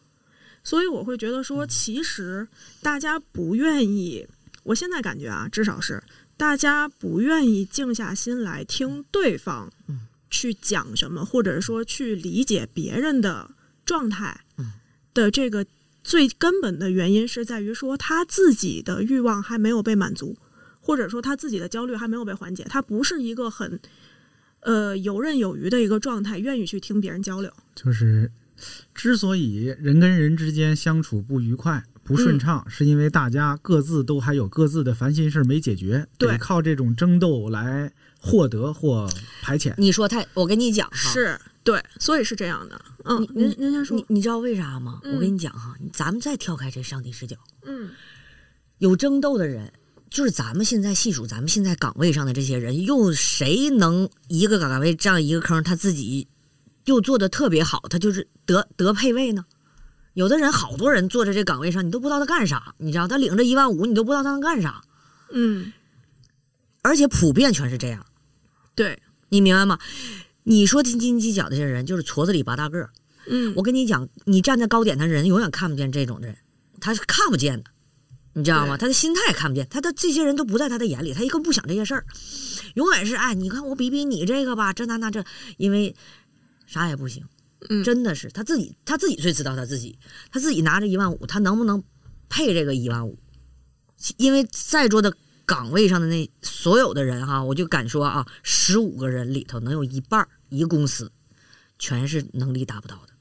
所以我会觉得说，其实大家不愿意，我现在感觉啊，至少是大家不愿意静下心来听对方
嗯
去讲什么，或者说去理解别人的状态
嗯
的这个最根本的原因是在于说他自己的欲望还没有被满足，或者说他自己的焦虑还没有被缓解，他不是一个很。呃，游刃有余的一个状态，愿意去听别人交流。
就是之所以人跟人之间相处不愉快、不顺畅，是因为大家各自都还有各自的烦心事儿没解决，
对
得靠这种争斗来获得或排遣。
你说太，我跟你讲哈，
是对，所以是这样的。嗯，
你
您您先说
你。你知道为啥吗？
嗯
我跟你讲哈，咱们再跳开这上帝视角，
嗯
有争斗的人，就是咱们现在细数咱们现在岗位上的这些人，又谁能一个岗位占一个坑，他自己又做的特别好，他就是得得配位呢？有的人好多人坐在这岗位上，你都不知道他干啥，你知道他领着一万五，你都不知道他能干啥，
嗯，
而且普遍全是这样，
对，
你明白吗？你说斤斤计较的这些人，就是矬子里拔大个儿。
嗯，
我跟你讲，你站在高点的人永远看不见这种人，他是看不见的，你知道吗？他的心态看不见，他的这些人都不在他的眼里，他一个不想这些事儿，永远是哎，你看我比比你这个吧，这那那这，因为啥也不行，真的是他自己他自己最知道他自己，他自己拿着一万五，他能不能配这个一万五？因为在座的岗位上的那所有的人哈、我就敢说啊，十五个人里头能有一半儿一个公司全是能力达不到的。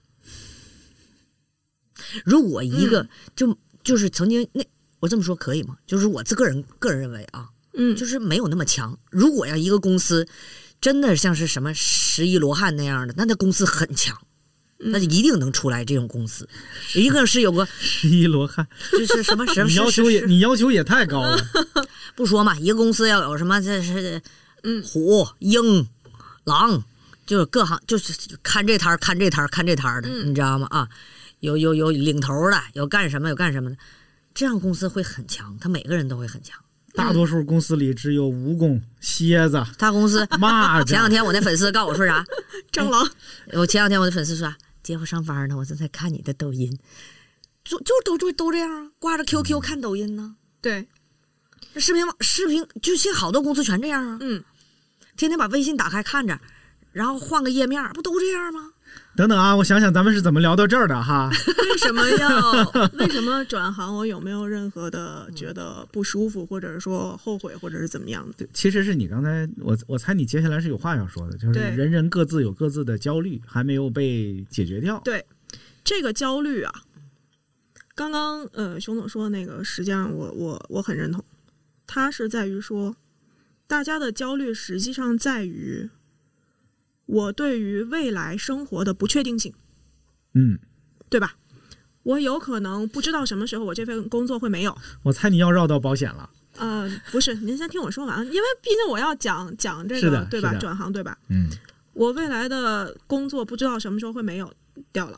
如果一个、就就是曾经那我这么说可以吗？就是我自个人个人认为啊，
嗯
就是没有那么强。如果要一个公司真的像是什么十一罗汉那样的，那那公司很强，那就一定能出来这种公司。一个是有个
十一罗汉，
就是什么什么
你要
是
求也你要求也太高了，
不说嘛，一个公司要有什么这是，虎、鹰、狼，就是各行就是看这摊儿看这摊儿看这摊儿的，你知道吗？啊，有有有领头的，有干什么有干什么的，这样公司会很强，他每个人都会很强。
大多数公司里只有蜈蚣、蝎子、
大公司
蚂蚱。
前两天我那粉丝告诉我说啥？蟑 螂。我前两天我的粉丝说啥，姐夫上班呢，我正在看你的抖音，就就都都都这样啊，挂着 QQ 看抖音呢、
对，
视频网视频就现在好多公司全这样啊，
嗯，
天天把微信打开看着，然后换个页面，不都这样吗？
等等啊，我想想咱们是怎么聊到这儿的哈。
为什么要为什么转行？我有没有任何的觉得不舒服，或者是说后悔，或者是怎么样的？
其实是你刚才，我我猜你接下来是有话要说的，就是
对
人人各自有各自的焦虑，还没有被解决掉。
对，这个焦虑啊，刚刚呃，熊总说的那个，实际上我我我很认同，他是在于说，大家的焦虑实际上在于我对于未来生活的不确定性，
嗯，
对吧？我有可能不知道什么时候我这份工作会没有，
我猜你要绕到保险了。
呃，不是，您先听我说完，啊因为毕竟我要讲讲这
是
个
的，
对
是
吧？
的
转行，对吧？
嗯，
我未来的工作不知道什么时候会没有掉了，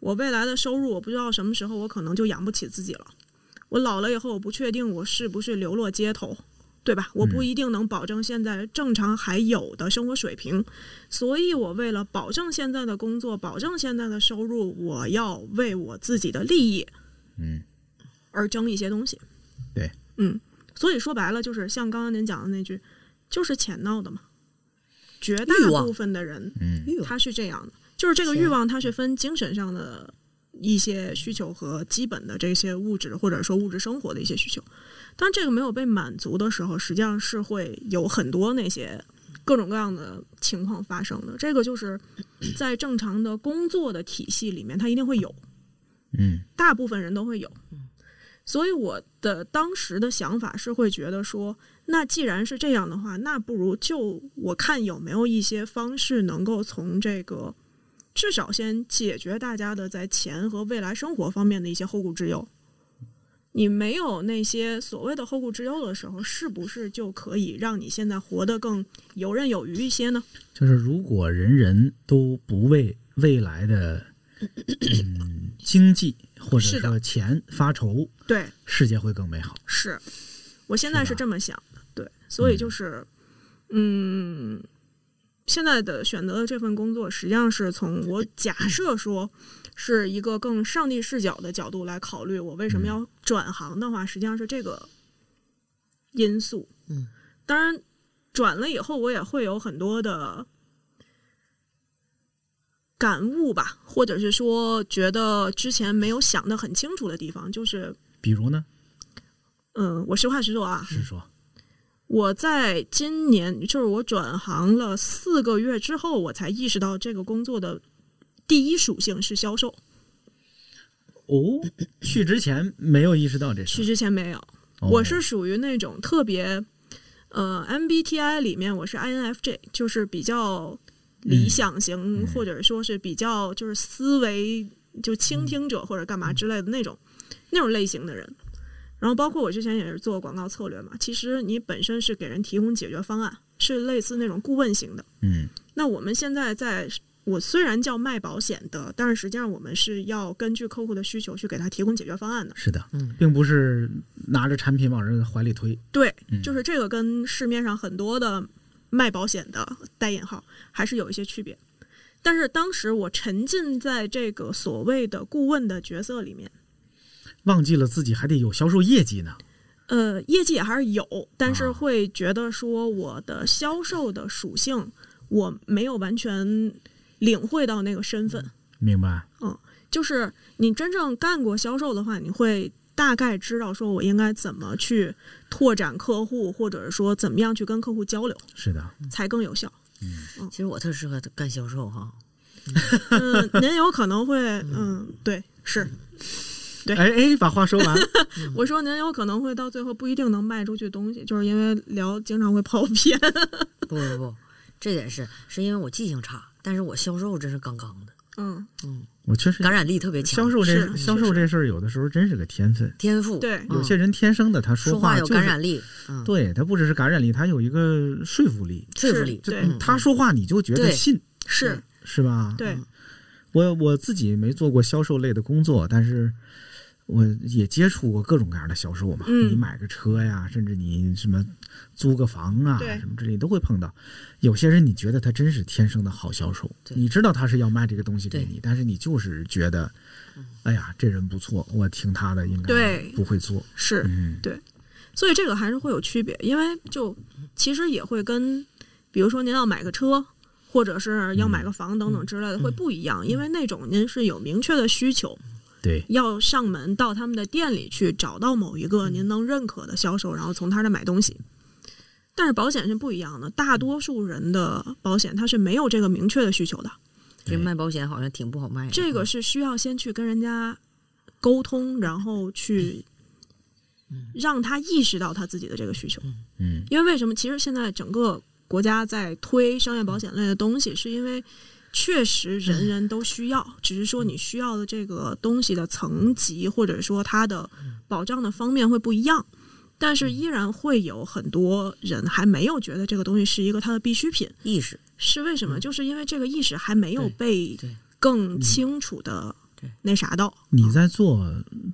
我未来的收入我不知道什么时候我可能就养不起自己了，我老了以后我不确定我是不是流落街头，对吧？我不一定能保证现在正常还有的生活水平，所以我为了保证现在的工作，保证现在的收入，我要为我自己的利益，
嗯，
而争一些东西。
对，
嗯，所以说白了就是像刚刚您讲的那句，就是钱闹的嘛。绝大
欲望
部分的人，
嗯
欲望
他是这样的，就是这个欲望，它是分精神上的一些需求和基本的这些物质或者说物质生活的一些需求。当这个没有被满足的时候，实际上是会有很多那些各种各样的情况发生的。这个就是在正常的工作的体系里面，它一定会有。
嗯
大部分人都会有。所以我的当时的想法是会觉得说，那既然是这样的话，那不如就我看有没有一些方式能够从这个至少先解决大家的在钱和未来生活方面的一些后顾之忧。你没有那些所谓的后顾之忧的时候，是不是就可以让你现在活得更游刃有余一些呢？
就是如果人人都不为未来的、嗯、经济或者
是的
说钱发愁，
对，
世界会更美好。
是，我现在是这么想的，对，所以就是，嗯，现在的选择的这份工作，实际上是从我假设说是一个更上帝视角的角度来考虑，我为什么要转行的话，实际上是这个因素。
嗯，
当然转了以后，我也会有很多的。感悟吧，或者是说觉得之前没有想得很清楚的地方，就是，
比如呢，
嗯，我实话实说啊，
是说，
我在今年，就是我转行了四个月之后，我才意识到这个工作的第一属性是销售。
哦，去之前没有意识到这事
去
儿。
之前没有，
哦
我是属于那种特别，呃，MBTI 里面我是 INFJ，就是比较理想型，或者说是比较就是思维就倾听者或者干嘛之类的那种、那种类型的人。然后包括我之前也是做广告策略嘛，其实你本身是给人提供解决方案，是类似那种顾问型的。
嗯
那我们现在在，我虽然叫卖保险的，但是实际上我们是要根据客户的需求去给他提供解决方案的。
是的，
嗯
并不是拿着产品往人怀里推。
对，
嗯
就是这个跟市面上很多的卖保险的带引号还是有一些区别。但是当时我沉浸在这个所谓的顾问的角色里面，
忘记了自己还得有销售业绩呢。
呃，业绩还是有，但是会觉得说我的销售的属性我没有完全领会到那个身份。
明白？
嗯，就是你真正干过销售的话，你会大概知道说我应该怎么去拓展客户，或者是说怎么样去跟客户交流，
是的，
才更有效。
其实我特适合干销售哈。
嗯，您有可 能会，嗯，对，是，对。
哎哎，把话说 完。
我说您有可能会到最后不一定能卖出去东西，就是因为聊经常会跑偏。
不不不，这点是是因为我记性差，但是我销售真是杠杠的，
嗯，
嗯，
我确实
感染力特别强。
销售这销售这事儿，有的时候真是个天分。
天赋，嗯
对
有些人天生的，他
说
话
有
就是
感染力，嗯，
对他不只是感染力，他有一个说服力，
说服力，嗯
就
对
他说话你就觉得
对
信，
是
是吧？
对，嗯
我我自己没做过销售类的工作，但是我也接触过各种各样的销售嘛。
嗯
你买个车呀，甚至你什么租个房啊，
对
什么之类都会碰到。有些人你觉得他真是天生的好销售，
对
你知道他是要卖这个东西给
对嗯
你，但是你就是觉得，哎呀，这人不错，我听他的应该
对
不会做。
是，
嗯，
所以这个还是会有区别，因为就其实也会跟，比如说您要买个车，或者是要买个房等等之类的，会不一样，因为那种您是有明确的需求，
对，
要上门到他们的店里去找到某一个您能认可的销售，然后从他那儿买东西。但是保险是不一样的，大多数人的保险他是没有这个明确的需求的，
这卖保险好像挺不好卖的。
这个是需要先去跟人家沟通，然后去让他意识到他自己的这个需求。
嗯
因为为什么？其实现在整个国家在推商业保险类的东西，是因为确实
嗯
人人都需要，只是说你需要的这个东西的层级，或者说它的
嗯
保障的方面会不一样。但是依然会有很多人还没有觉得这个东西是一个它的必需品，
意识，
是为什么？就是因为这个意识还没有被
嗯对嗯
更清楚的
对
那啥到。
你在做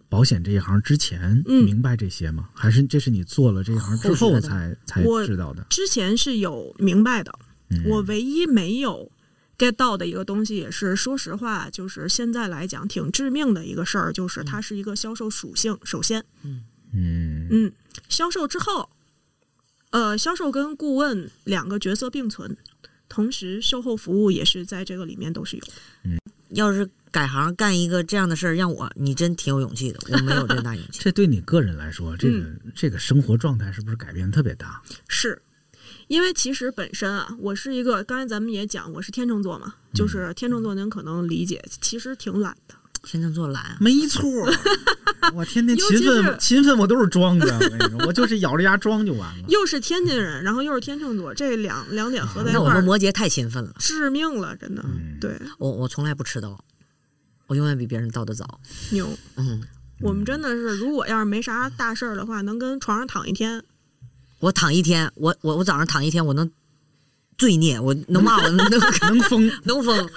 保险这一行之前，
嗯
明白这些吗？还是这是你做了这一行之
后
后
学的
才才
我
知道的？
之前是有明白的，
嗯
我唯一没有 get 到的一个东西，也是说实话，就是现在来讲挺致命的一个事儿，就是
嗯
它是一个销售属性。首先，
嗯
嗯，销售之后，呃，销售跟顾问两个角色并存，同时售后服务也是在这个里面都是有。
要是改行干一个这样的事儿，让我你真挺有勇气的，我没有这大 勇气。
这对你个人来说，这个、
嗯
这个生活状态是不是改变特别大？
是因为其实本身啊，我是一个，刚才咱们也讲，我是天秤座嘛，
嗯
就是天秤座您可能理解，其实挺懒的。
天秤座懒啊，
没错， 我天天
尤
勤
其是
奋，勤奋我都是装的。我跟你说，我就是咬着牙装就完了。
又是天津人，然后又是天秤座，这两两点合在一
那我嗯
块
们
儿，
摩羯太勤奋了，
致命了，真的。对，
我我从来不迟到，我永远比别人到的早。
牛。
嗯，
我们真的是，如果要是没啥大事儿的话，能跟床上躺一天。
我躺一天，我我我早上躺一天，我能罪孽，我能骂 我能
能疯，
能疯，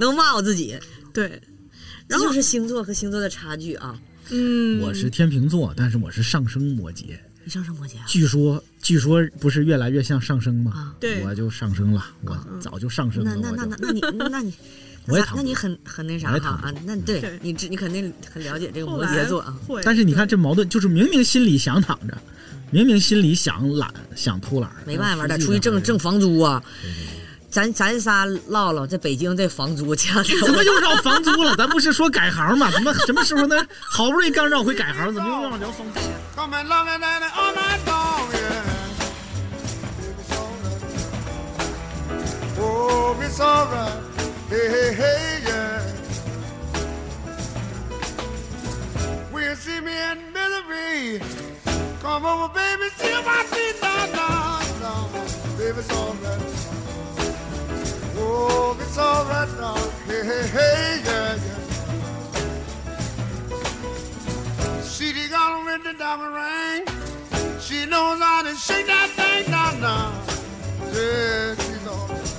能骂我自己。
对，
这
然后
就是星座和星座的差距啊！
嗯，
我是天秤座，但是我是上升摩羯。
你上升摩羯啊？
据说，据说不是越来越像上升吗
啊？
对啊
我就上升了，我早就上升了。
那那那
我就
那 那你那你，
我也
那
躺
那
不
你
住
很很那
我
啥
也
哈
躺不
啊？那对
对
你知你肯定很了解这个
后
摩
来
羯座啊。
会，
但是你看这矛盾，就是明明心里想躺着，明明心里想懒，想偷懒，
没办法，
但
得
实际
出去
上
挣
还是
挣房租啊。咱咱仨唠唠，在北京这房租，前 两天
怎么又绕房租了？咱 不是说改行吗？怎么什么时候呢？好不容易刚绕回改行，怎么又要聊
嗯
房租？
Come and love me, daddy, all night long, yeah. Oh, it's alright. Hey, hey, hey, yeah. We'll see me in misery. Come over, baby, see my feet down, down, down. Baby, it's alright. Oh, it's alright now. Hey, hey, hey, yeah, yeah. She done got rid the diamond ring. She knows how to shake that thing down now. Yeah, she's all right.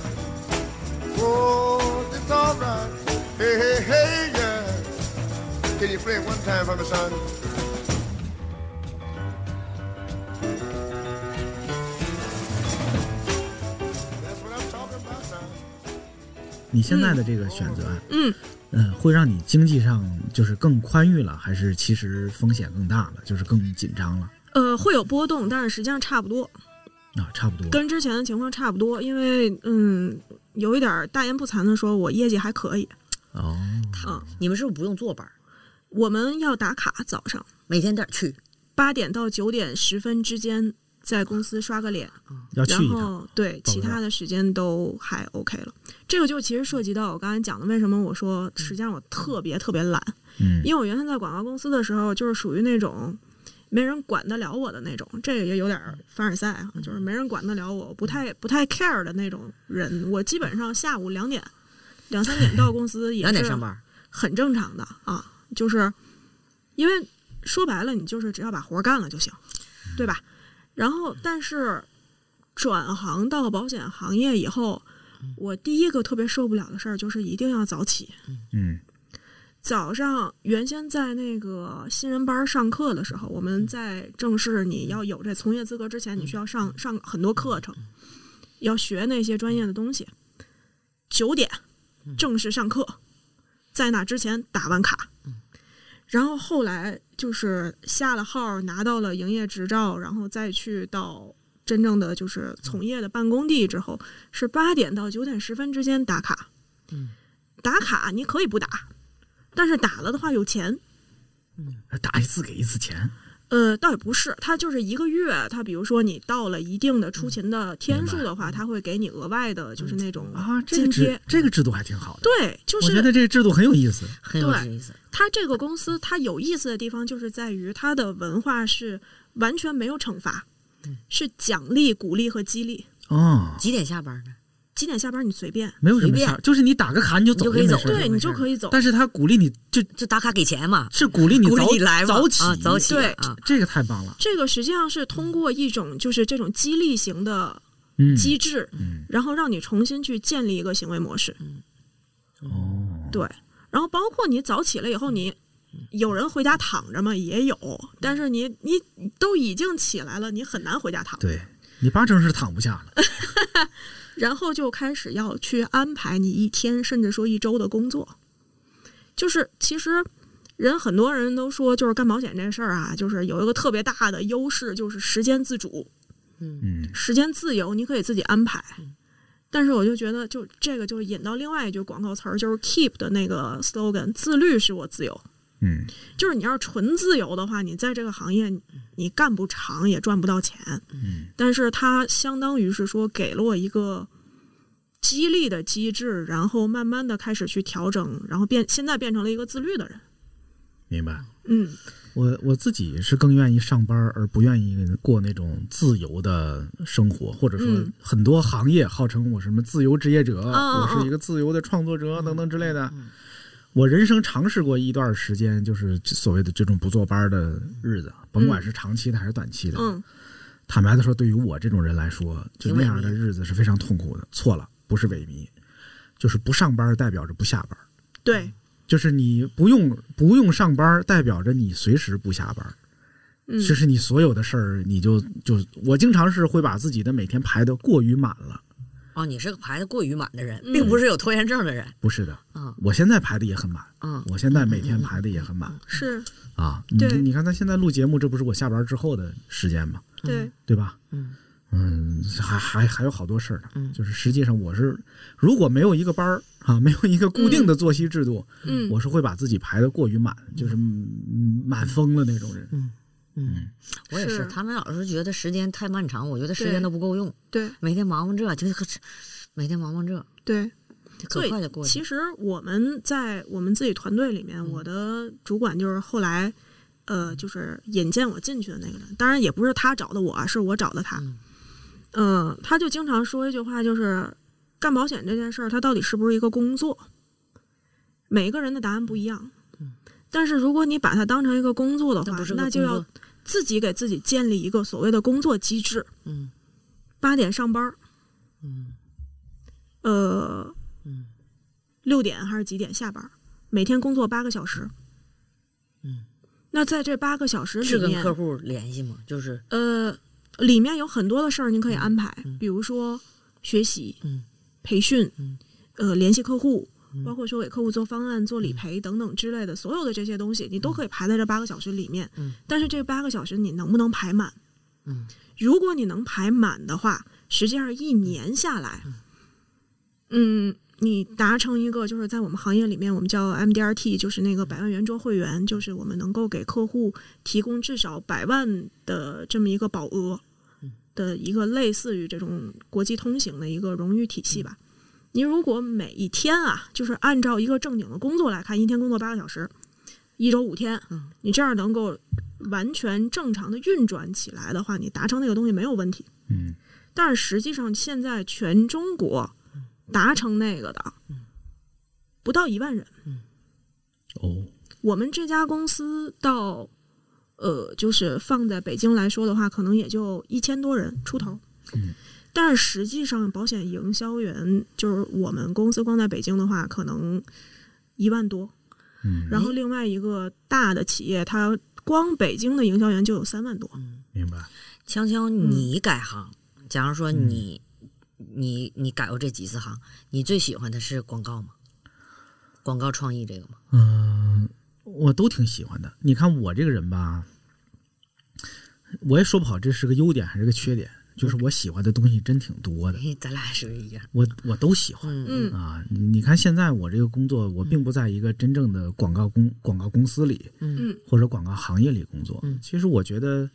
Oh, it's all right. Hey, hey, hey, yeah. Can you play it one time for me, son? That's what I'm talking about now.
你现在的这个选择，
嗯，
嗯，会让你经济上就是更宽裕了，还是其实风险更大了，就是更紧张了
呃，会有波动，但是实际上差不多，
啊？差不多，
跟之前的情况差不多。因为嗯，有一点儿大言不惭的说，我业绩还可以。
哦，
嗯，
你们是不是不用坐班儿？
我们要打卡，早上
每天点儿去，
八点到九点十分之间在公司刷个脸，
要啊去
然
一趟，
后对
报
其
个
他
到
的时间都还 OK 了。这个就其实涉及到我刚才讲的，为什么我说实际上我特别特别懒，
嗯，
因为我原先在广告公司的时候，就是属于那种没人管得了我的那种，这个也有点儿凡尔赛啊，
嗯
就是没人管得了我，不太不太 care 的那种人。我基本上下午两点、两三点到公司也
两点
是
上班儿，
很正常的啊，就是因为说白了，你就是只要把活儿干了就行，对吧？然后，但是转行到保险行业以后，我第一个特别受不了的事儿就是一定要早起。
嗯
早上原先在那个新人班上课的时候，我们在正式你要有这从业资格之前，你需要上上很多课程，要学那些专业的东西。九点正式上课，在那之前打完卡，然后后来就是下了号，拿到了营业执照，然后再去到真正的就是从业的办公地之后，是八点到九点十分之间打卡。打卡你可以不打，但是打了的话有钱。
打一次给一次钱，
呃，倒也不是，它就是一个月，它比如说你到了一定的出勤的天数的话，它会给你额外的，就是那种
啊，这
津
个
贴。
制这个制度还挺好的，
对，就
我觉得
是
这个制度很有意思，
很有
对
意思。
它这个公司，它有意思的地方就是在于它的文化是完全没有惩罚，
嗯
是奖励、鼓励和激励。
哦，
几点下班呢？
几点下班你随便，
没有什么
随
事
便
儿，就是你打个卡你就
你
走
就可以
没
走
事儿
对你
没事
就
儿
可以走。
但是他鼓励你就
就打卡给钱嘛，
是鼓励你
鼓励
早
你来嘛
早起
啊，早起
对
啊，
这个太棒了，
这个实际上是通过一种就是这种激励型的
嗯，
机制，
嗯
然后让你重新去建立一个行为模式。
哦，
对，然后包括你早起了以后，你有人回家躺着吗？也有，
嗯
但是你你都已经起来了，你很难回家躺。
对你八成是躺不下了，
然后就开始要去安排你一天，甚至说一周的工作。就是其实人很多人都说，就是干保险这事儿啊，就是有一个特别大的优势，就是时间自主。
嗯
时间自由，你可以自己安排。但是我就觉得，就这个就是引到另外一句广告词儿，就是 Keep 的那个 slogan：“ 自律使我自由。
嗯”
就是你要是纯自由的话，你在这个行业你你干不长，也赚不到钱。
嗯
但是它相当于是说给了我一个激励的机制，然后慢慢的开始去调整，然后变现在变成了一个自律的人。
明白。
嗯，
我我自己是更愿意上班，而不愿意过那种自由的生活，或者说
嗯
很多行业号称我什么自由职业者，
哦
我是一个自由的创作者等等之类的。我人生尝试过一段时间，就是所谓的这种不坐班的日子，甭管是长期的还是短期的。
嗯
坦白的说，对于我这种人来说，就
挺
那
萎
样的
靡
日子是非常痛苦的。错了，不是萎靡，就是不上班代表着不下班。
对，
就是你不用不用上班，代表着你随时不下班。
嗯
就是你所有的事儿，你就就我经常是会把自己的每天排得过于满了。
哦，你是个排的过于满的人，
嗯
并不是有拖延症的人
不是的，
啊
我现在排的也很满，
啊，
我现在每天排的也很
嗯
满
是，
啊。你
对
你看，咱现在录节目，这不是我下班之后的时间吗？
对，
对吧？
嗯
嗯还还还有好多事儿呢。
嗯
就是实际上，我是如果没有一个班儿啊，没有一个固定的作息制度，
嗯，
我是会把自己排得过于满，就是嗯满疯了那种人。
嗯，我也是。
是
他们老是觉得时间太漫长，我觉得时
对
间都不够用，
对
每天忙忙这，就可每天忙忙这，
对。所
可
以
快就过嗯去
其
了。
实我们在我们自己团队里面，我的主管就是后来，呃，就是引荐我进去的那个人。当然也不是他找的我啊，是我找的他。
嗯
嗯、他就经常说一句话，就是干保险这件事儿，它到底是不是一个工作？每个人的答案不一样。但是如果你把它当成一个工作的
嗯那
话
不是，个
那就
工
要
作
自己给自己建立一个所谓的工作机制。
嗯
八点上班儿，
嗯
呃，
嗯
六点还是几点下班儿，每天工作八个小时。
嗯，
那在这八个小时
是
里
跟
面，
客户联系吗？就是
嗯
呃，里面有很多的事儿您可以安排，
嗯
比如说学习、
嗯
培训、
嗯
呃联系客户，包括说给客户做方案、做理
嗯
赔等等之类的，所有的这些东西，你都可以排在这八个小时里面。
嗯
但是这八个小时你能不能排满？
嗯，
如果你能排满的话，实际上一年下来，嗯，你达成一个就是在我们行业里面我们叫 MDRT，就是那个百万圆桌会员，就是我们能够给客户提供至少百万的这么一个保额的一个类似于这种国际通行的一个荣誉体系吧。您如果每一天啊，就是按照一个正经的工作来看，一天工作八个小时，一周五天，你这样能够完全正常的运转起来的话，你达成那个东西没有问题。
嗯
但是实际上，现在全中国达成那个的不到一万人。
哦，
我们这家公司到呃，就是放在北京来说的话，可能也就一千多人出头。
嗯
但是实际上，保险营销员就是我们公司光在北京的话，可能一万多。
嗯，
然后另外一个大的企业，它光北京的营销员就有三万多。
明白。
锵锵，
嗯
你改行，假如说你、你你改过这几次行，你最喜欢的是广告吗？广告创意这个吗？
嗯，我都挺喜欢的。你看我这个人吧，我也说不好这是个优点还是个缺点，就是我喜欢的东西真挺多的，
嘿咱俩是不是一样？
我我都喜欢。
嗯
嗯
啊，你你看现在我这个工作，我并不在一个真正的广告公广告公司里，
嗯
嗯
或者广告行业里工作。
嗯
其实我觉得，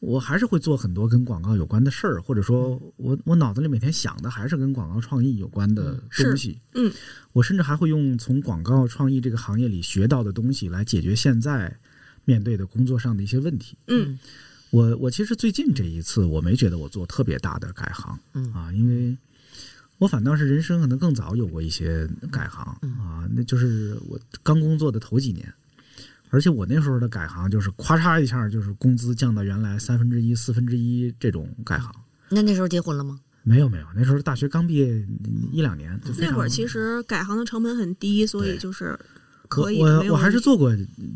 我还是会做很多跟广告有关的事儿，或者说我我脑子里每天想的还是跟广告创意有关的
是
东西。
嗯，
我甚至还会用从广告创意这个行业里学到的东西来解决现在面对的工作上的一些问题。
嗯
我我其实最近这一次，我没觉得我做特别大的改行，
嗯
啊，因为我反倒是人生可能更早有过一些改行、
嗯
啊，那就是我刚工作的头几年，而且我那时候的改行就是咔嚓一下，就是工资降到原来三分之一、四分之一这种改行。
嗯
那那时候结婚了吗？
没有没有，那时候大学刚毕业一两年，就非
那
常
会儿其实改行的成本很低，所以
对
就是可以。
我
没
我
有
我还
问
是
题
做过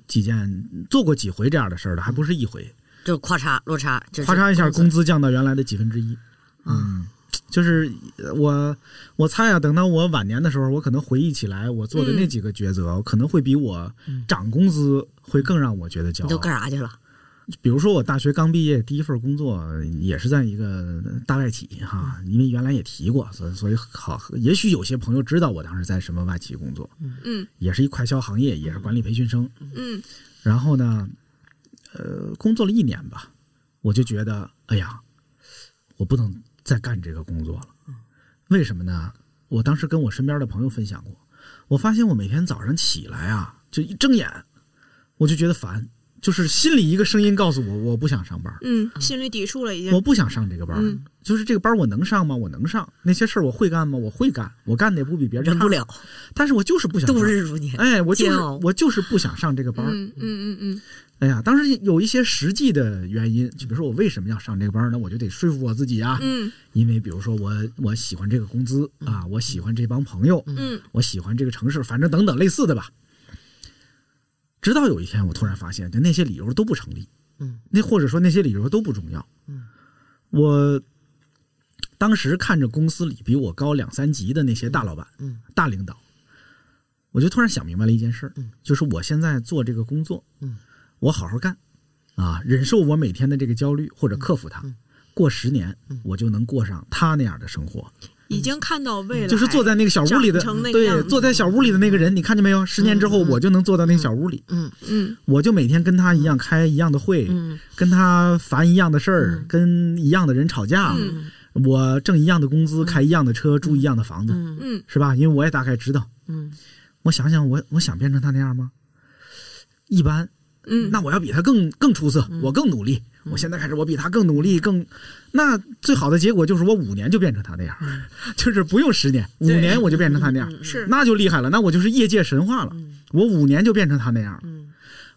几件，做过几回这样的事儿的，还不是一回。
就是咔嚓落差，这是
咔嚓一下，工
工资
资降到原来的几分之一。嗯，就是呃我我猜啊，等到我晚年的时候，我可能回忆起来我做的那几个抉择，可能会比我涨工资会更让我觉得骄
你都干
傲。
啥去 了？
比如说，我大学刚毕业，第一份工作也是在一个大外企哈，
嗯
因为原来也提过，所以所以好，也许有些朋友知道我当时在什么外企工作，
嗯
也是一快销行业，也是管理培训生。
嗯
然后呢，呃，工作了一年吧，我就觉得，哎呀，我不能再干这个工作了。为什么呢？我当时跟我身边的朋友分享过，我发现我每天早上起来啊，就一睁眼，我就觉得烦，就是心里一个声音告诉我，我不想上班，
嗯，心里抵触了已经
我。不想上这个班。
嗯
就是这个班我能上吗？我能上。那些事儿我会干吗？我会干，我干的也不比别人
忍
差
不，了，
但是我就是不想上
度。日如年。
哎，我就
煎
是
熬
我就是不想上这个班儿。
嗯嗯嗯嗯
哎呀，当时有一些实际的原因，就比如说我为什么要上这个班呢？我就得说服我自己啊，
嗯
因为比如说我我喜欢这个工资啊，我喜欢这帮朋友，
嗯
我喜欢这个城市，反正等等类似的吧。直到有一天，我突然发现，就那些理由都不成立，
嗯，
那或者说那些理由都不重要，
嗯，
我当时看着公司里比我高两三级的那些大老板，
嗯
大领导，我就突然想明白了一件事儿，
嗯
就是我现在做这个工作，
嗯，
我好好干，啊，忍受我每天的这个焦虑或者克服它，
嗯
过十年、
嗯
我就能过上他那样的生活，
已经看到未来，
就是坐在那个小屋里的
长成那，个样
对，
子
坐在小屋里的那个人，你看见没有？十年之
嗯
后，
嗯
我就能坐到那个小屋里，
嗯
嗯
我就每天跟他一样开一样的会，
嗯
跟他烦一样的事儿，
嗯
跟一样的人吵架，
嗯
我挣一样的工资，开一样的车，住一样的房子，
嗯
嗯
是吧？因为我也大概知道，
嗯
我想想我，我想变成他那样吗？一般，
嗯，
那我要比他更更出色，
嗯
我更努力。我现在开始，我比他更努力，更那最好的结果就是我五年就变成他那样， 就是不用十年，五
对
年我就变成他那样，
嗯
是
那就厉害了，那我就是业界神话了。
嗯
我五年就变成他那样了，
嗯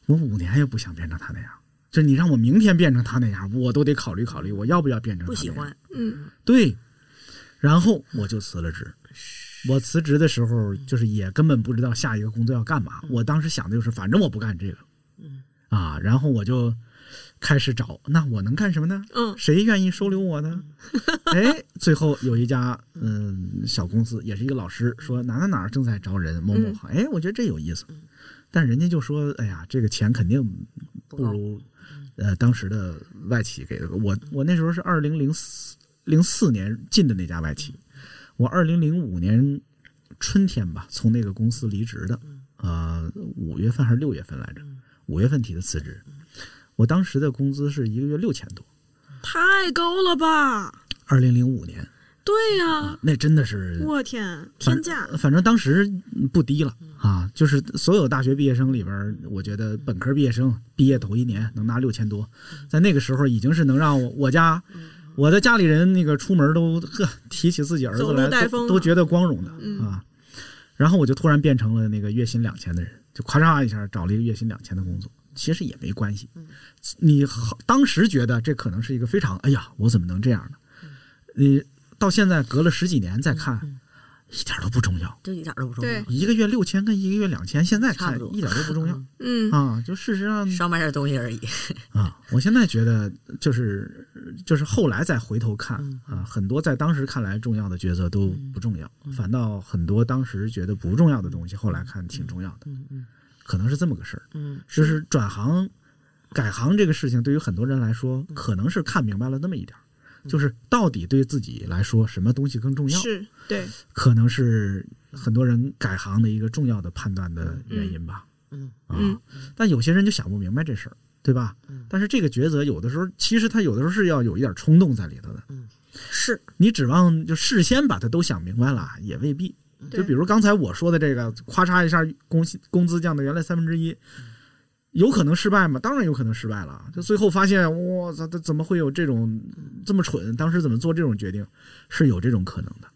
我五年也不想变成他那样。就你让我明天变成他那样，我都得考虑考虑，我要不要变成
不
他那样
喜欢。
嗯
对，然后我就辞了职。我辞职的时候，就是也根本不知道下一个工作要干嘛。我当时想的就是，反正我不干这个，啊，然后我就开始找，那我能干什么呢？
嗯
谁愿意收留我呢？哎，最后有一家嗯小公司，也是一个老师，说哪哪哪儿正在招人某某行，哎，我觉得这有意思，但人家就说，哎呀，这个钱肯定不如呃当时的外企给的，我我那时候是二零零四零四年进的那家外企，
嗯
我二零零五年春天吧从那个公司离职的，
嗯
呃，五月份还是六月份来着，五月份提的辞职。
嗯
我当时的工资是一个月六千多，
太高了吧？
二零零五年，
对呀、
那真的是
我天，
反
天价！嗯
反正当时不低了啊，就是所有大学毕业生里边儿，我觉得本科毕业生毕业头一年能拿六千多，在那个时候已经是能让我我家
嗯
我的家里人那个出门都呵提起自己儿子
走路
来
带风
都
啊
都觉得光荣的
嗯
啊。然后我就突然变成了那个月薪两千的人，就咔嚓一下找了一个月薪两千的工作，其实也没关系。
嗯
你好，当时觉得这可能是一个非常，哎呀，我怎么能这样呢？
嗯
你到现在隔了十几年再看，一点都不重要。
这一点都不重要
对。
一个月六千跟一个月两千，现在
差
看
不多
一点都不重要
嗯，
啊！就事实上
少买点东西而已。
啊，我现在觉得就是就是后来再回头看啊，很多在当时看来重要的角色都不重要，反倒很多当时觉得不重要的东西，后来看挺重要的，可能是这么个事儿。
嗯，
就是转行、改行这个事情，对于很多人来说，可能是看明白了那么一点儿，就是到底对自己来说什么东西更重要，
是对，
可能是很多人改行的一个重要的判断的原因吧。
嗯
嗯
啊，但有些人就想不明白这事儿，对吧？但是这个抉择有的时候，其实他有的时候是要有一点冲动在里头的。
是
你指望就事先把它都想明白了，也未必。
对
就比如刚才我说的这个，咔嚓一下工薪工资降到原来三分之一，有可能失败吗？当然有可能失败了。就最后发现，我操，这怎么会有这种这么蠢？当时怎么做这种决定？是有这种可能的，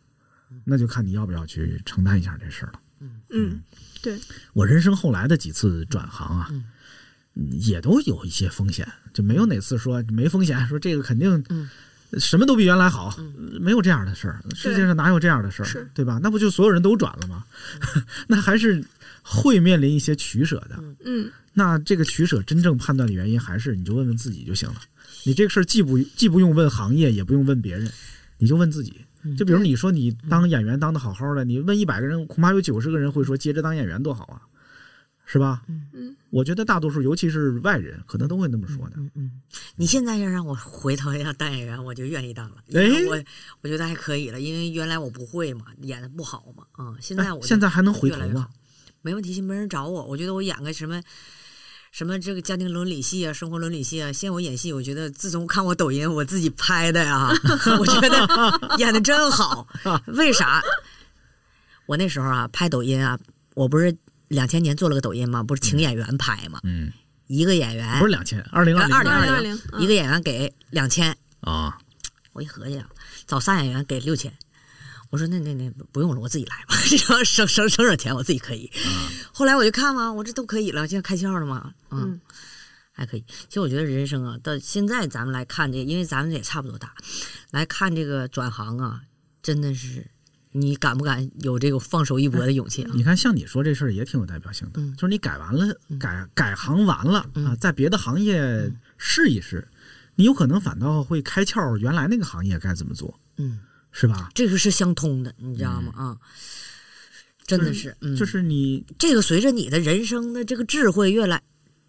那就看你要不要去承担一下这事儿了。
嗯
我人生后来的几次转行啊，嗯也都有一些风险，就没有哪次说没风险，说这个肯定
嗯
什么都比原来好，没有这样的事儿，世界上哪有这样的事
是
儿，对吧？那不就所有人都转了吗？ 那还是会面临一些取舍的。
嗯
那这个取舍真正判断的原因，还是你就问问自己就行了。你这个事儿既不既不用问行业，也不用问别人，你就问自己。就比如你说你当演员当的好好的，你问一百个人，恐怕有九十个人会说接着当演员多好啊，是吧？
嗯，
我觉得大多数，尤其是外人，可能都会那么说的。
你现在要让我回头要当演员，我就愿意当了。因
哎
为我我觉得还可以了，因为原来我不会嘛，演的不好嘛。啊、现在
哎
我就
现在还能回头
越来越
吗
好？没问题，没人找我。我觉得我演个什么什么这个家庭伦理戏啊、生活伦理戏啊，现在我演戏，我觉得自从看我抖音我自己拍的 呀，我觉得演的真好。为啥？我那时候啊拍抖音啊，我不是两千年做了个抖音嘛，不是请演员拍嘛，
嗯，
一个演员
不是两千，二零
二
二
零
二零
二
二
零
零，
一个演员给两千，
啊，
我一合计啊，找仨演员给六千，我说那那那不用了，我自己来吧， 然后省省省省钱，我自己可以。
嗯
后来我就看嘛，我这都可以了，现在开窍了嘛，嗯
嗯
还可以。其实我觉得人生啊，到现在咱们来看这个，因为咱们也差不多大，来看这个转行啊，真的是你敢不敢有这个放手一搏的勇气啊？
你看，像你说这事儿也挺有代表性的，
嗯嗯
就是你改完了，改改行完了、啊，在别的行业试一试，你有可能反倒会开窍，原来那个行业该怎么做，
嗯，
是吧？
这个是相通的，你知道吗？啊、真的是，嗯，
嗯就是你
这个随着你的人生的这个智慧越来，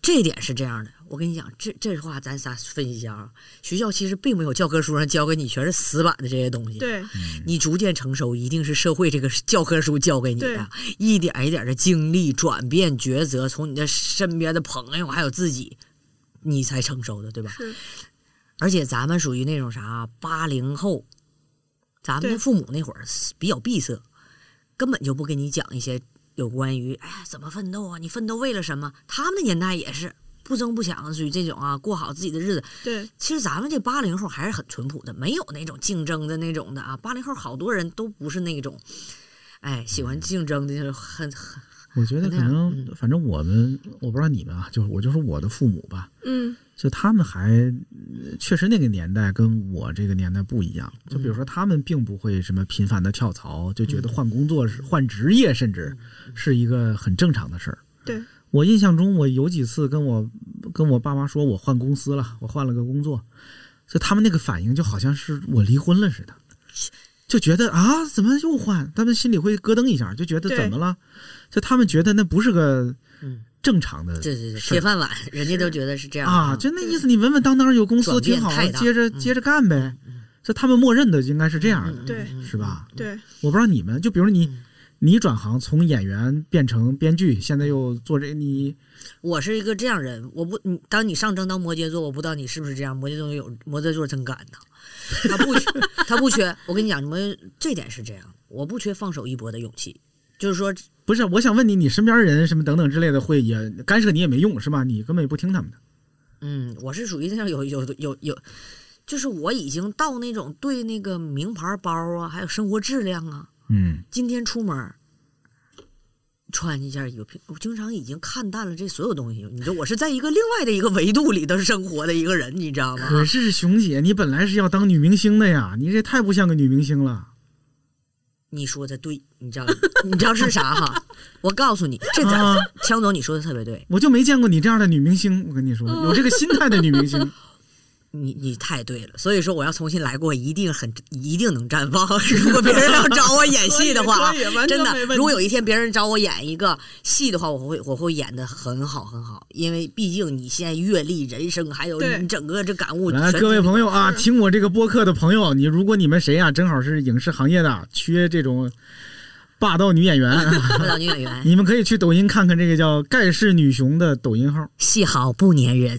这点是这样的。我跟你讲，这这话咱仨分析一下啊。学校其实并没有教科书上教给你全是死板的这些东西，，
对，
你逐渐成熟，一定是社会这个教科书教给你的，一点一点的经历、转变、抉择，从你的身边的朋友还有自己，你才成熟的，对吧？
是
而且咱们属于那种啥啊八零后，咱们的
对
父母那会儿比较闭塞，根本就不跟你讲一些有关于哎呀怎么奋斗啊，你奋斗为了什么？他们的年代也是不争不抢，属于这种啊，过好自己的日子。
对，
其实咱们这八零后还是很淳朴的，没有那种竞争的那种的啊。八零后好多人都不是那种，哎，喜
嗯
欢竞争的，就是很很
我觉得可
那样
能，反正我们，我不知道你们啊，就是我就说我的父母吧，
嗯
就他们还呃确实那个年代跟我这个年代不一样。就
嗯
比如说，他们并不会什么频繁的跳槽，就觉得换工作是、换职业，甚至是一个很正常的事儿。
嗯对，
我印象中，我有几次跟我跟我爸妈说我换公司了，我换了个工作，就他们那个反应就好像是我离婚了似的，就觉得啊怎么又换？他们心里会咯噔一下，就觉得
对
怎么了？就他们觉得那不是个
嗯
正常的
对对对，
事
铁
儿
饭碗，人家都觉得是这样嗯
啊，就那意思，你稳稳当当有公司
转变
挺好啊
太，大
接着
嗯
接着干呗。就他们默认的应该是这样的，
对
是吧？
对，
我不知道你们，就比如你
嗯，
你转行从演员变成编剧，现在又做这，你
我是一个这样人，我不，你当你上升到摩羯座，我不知道你是不是这样。摩羯座有摩羯座真敢呐，他不缺，他不缺。我跟你讲，摩羯这点是这样，我不缺放手一搏的勇气。就是说，
不是？我想问你，你身边人什么等等之类的，会也干涉你也没用是吧？你根本也不听他们的。
嗯，我是属于那样有有有有，就是我已经到那种对那个名牌包啊，还有生活质量啊，
嗯，
今天出门儿穿一件衣服，我经常已经看淡了这所有东西。你说我是在一个另外的一个维度里头生活的一个人，你知道吗？
可是熊姐，你本来是要当女明星的呀，你这太不像个女明星 了。
你说的对，你知道你知道是啥哈？我告诉你，这咱
啊
强总你说的特别对，
我就没见过你这样的女明星，我跟你说，有这个心态的女明星，
你你太对了。所以说我要重新来过，一定很一定能绽放。 如果别人要找我演戏的话啊
可以可以完，全
真
没
的
问，题
如果有一天别人找我演一个戏的话，我会我会演的很好很好，因为毕竟你现在阅历、人生还有
对
你整个这感悟，
来，
全
各位朋友啊，听我这个播客的朋友，你如果你们谁呀、正好是影视行业的，缺这种霸道女演员啊，
舞蹈女演员，
你们可以去抖音看看这个叫“盖世女雄”的抖音号。
戏好不粘 人，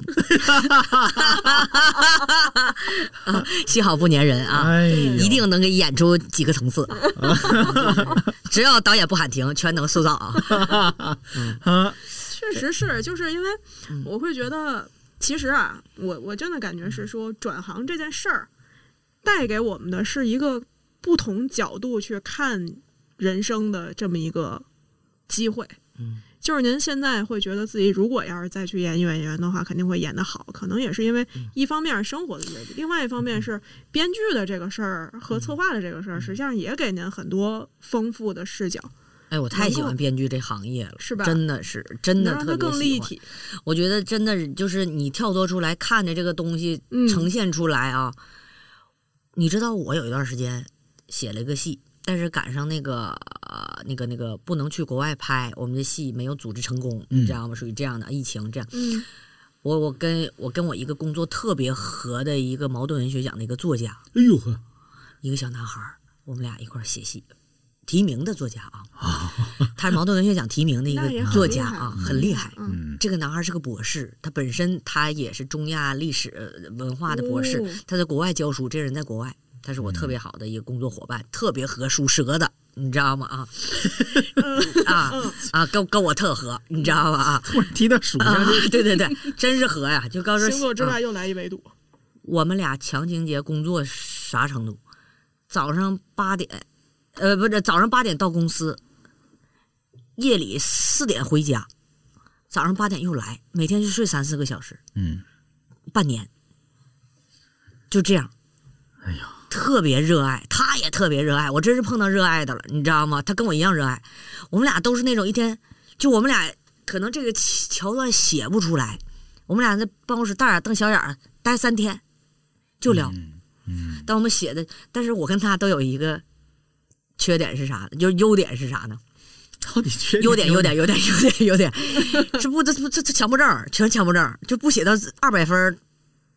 啊戏好不粘人啊。
哎呦，
一定能给演出几个层次 啊！只要导演不喊停，全能塑造啊！
啊！
确实是，就是因为
嗯
我会觉得，其实啊，我我真的感觉是说，转行这件事儿带给我们的是一个不同角度去看人生的这么一个机会。
嗯，
就是您现在会觉得自己如果要是再去演演员的话，肯定会演得好，可能也是因为
嗯
一方面是生活的阅历，另外一方面是编剧的这个事儿
嗯
和策划的这个事儿，实际上也给您很多丰富的视角，
哎，我太喜欢编剧这行业了，
是吧
真的是，真
能
的
让它
特别
更立
喜欢。
体。
我觉得真的就是你跳脱出来，看着这个东西
嗯
呈现出来啊。你知道我有一段时间写了一个戏，但是赶上那个呃那个那个不能去国外拍，我们的戏没有组织成功，你知道吗？属于这样的疫情这样。
嗯
我我跟我跟我一个工作特别合的一个茅盾文学奖的一个作家，
哎呦呵，
一个小男孩儿，我们俩一块儿写戏，提名的作家啊，他是茅盾文学奖提名的一
那也
个
很
作
厉
家
害
啊，很厉害。
嗯，
这个男孩儿是个博士，他本身他也是中亚历史呃文化的博士，
哦
他在国外教书，这人在国外，他是我特别好的一个工作伙伴，特别合属蛇的，你知道吗？啊啊啊，跟跟我特合，你知道吗？啊
突然提到属
啊
相，，
对对 对，真是合呀！就告诉
星座之
啊
外又来一维度。
我们俩强情节工作啥程度？早上八点，呃，不是早上八点到公司，夜里四点回家，早上八点又来，每天就睡三四个小时，
嗯，
半年，就这样。
哎呀，
特别热爱，他也特别热爱，我真是碰到热爱的了，你知道吗？他跟我一样热爱，我们俩都是那种一天，就我们俩可能这个桥段写不出来，我们俩在办公室大眼瞪小眼儿待三天，就聊。但我们写的，但是我跟他都有一个缺点是啥呢？就是优点是啥呢？
到底缺
优点，优点，优点，优点，优点，是不？这不这这强迫症儿，全是强迫症儿，就不写到二百分儿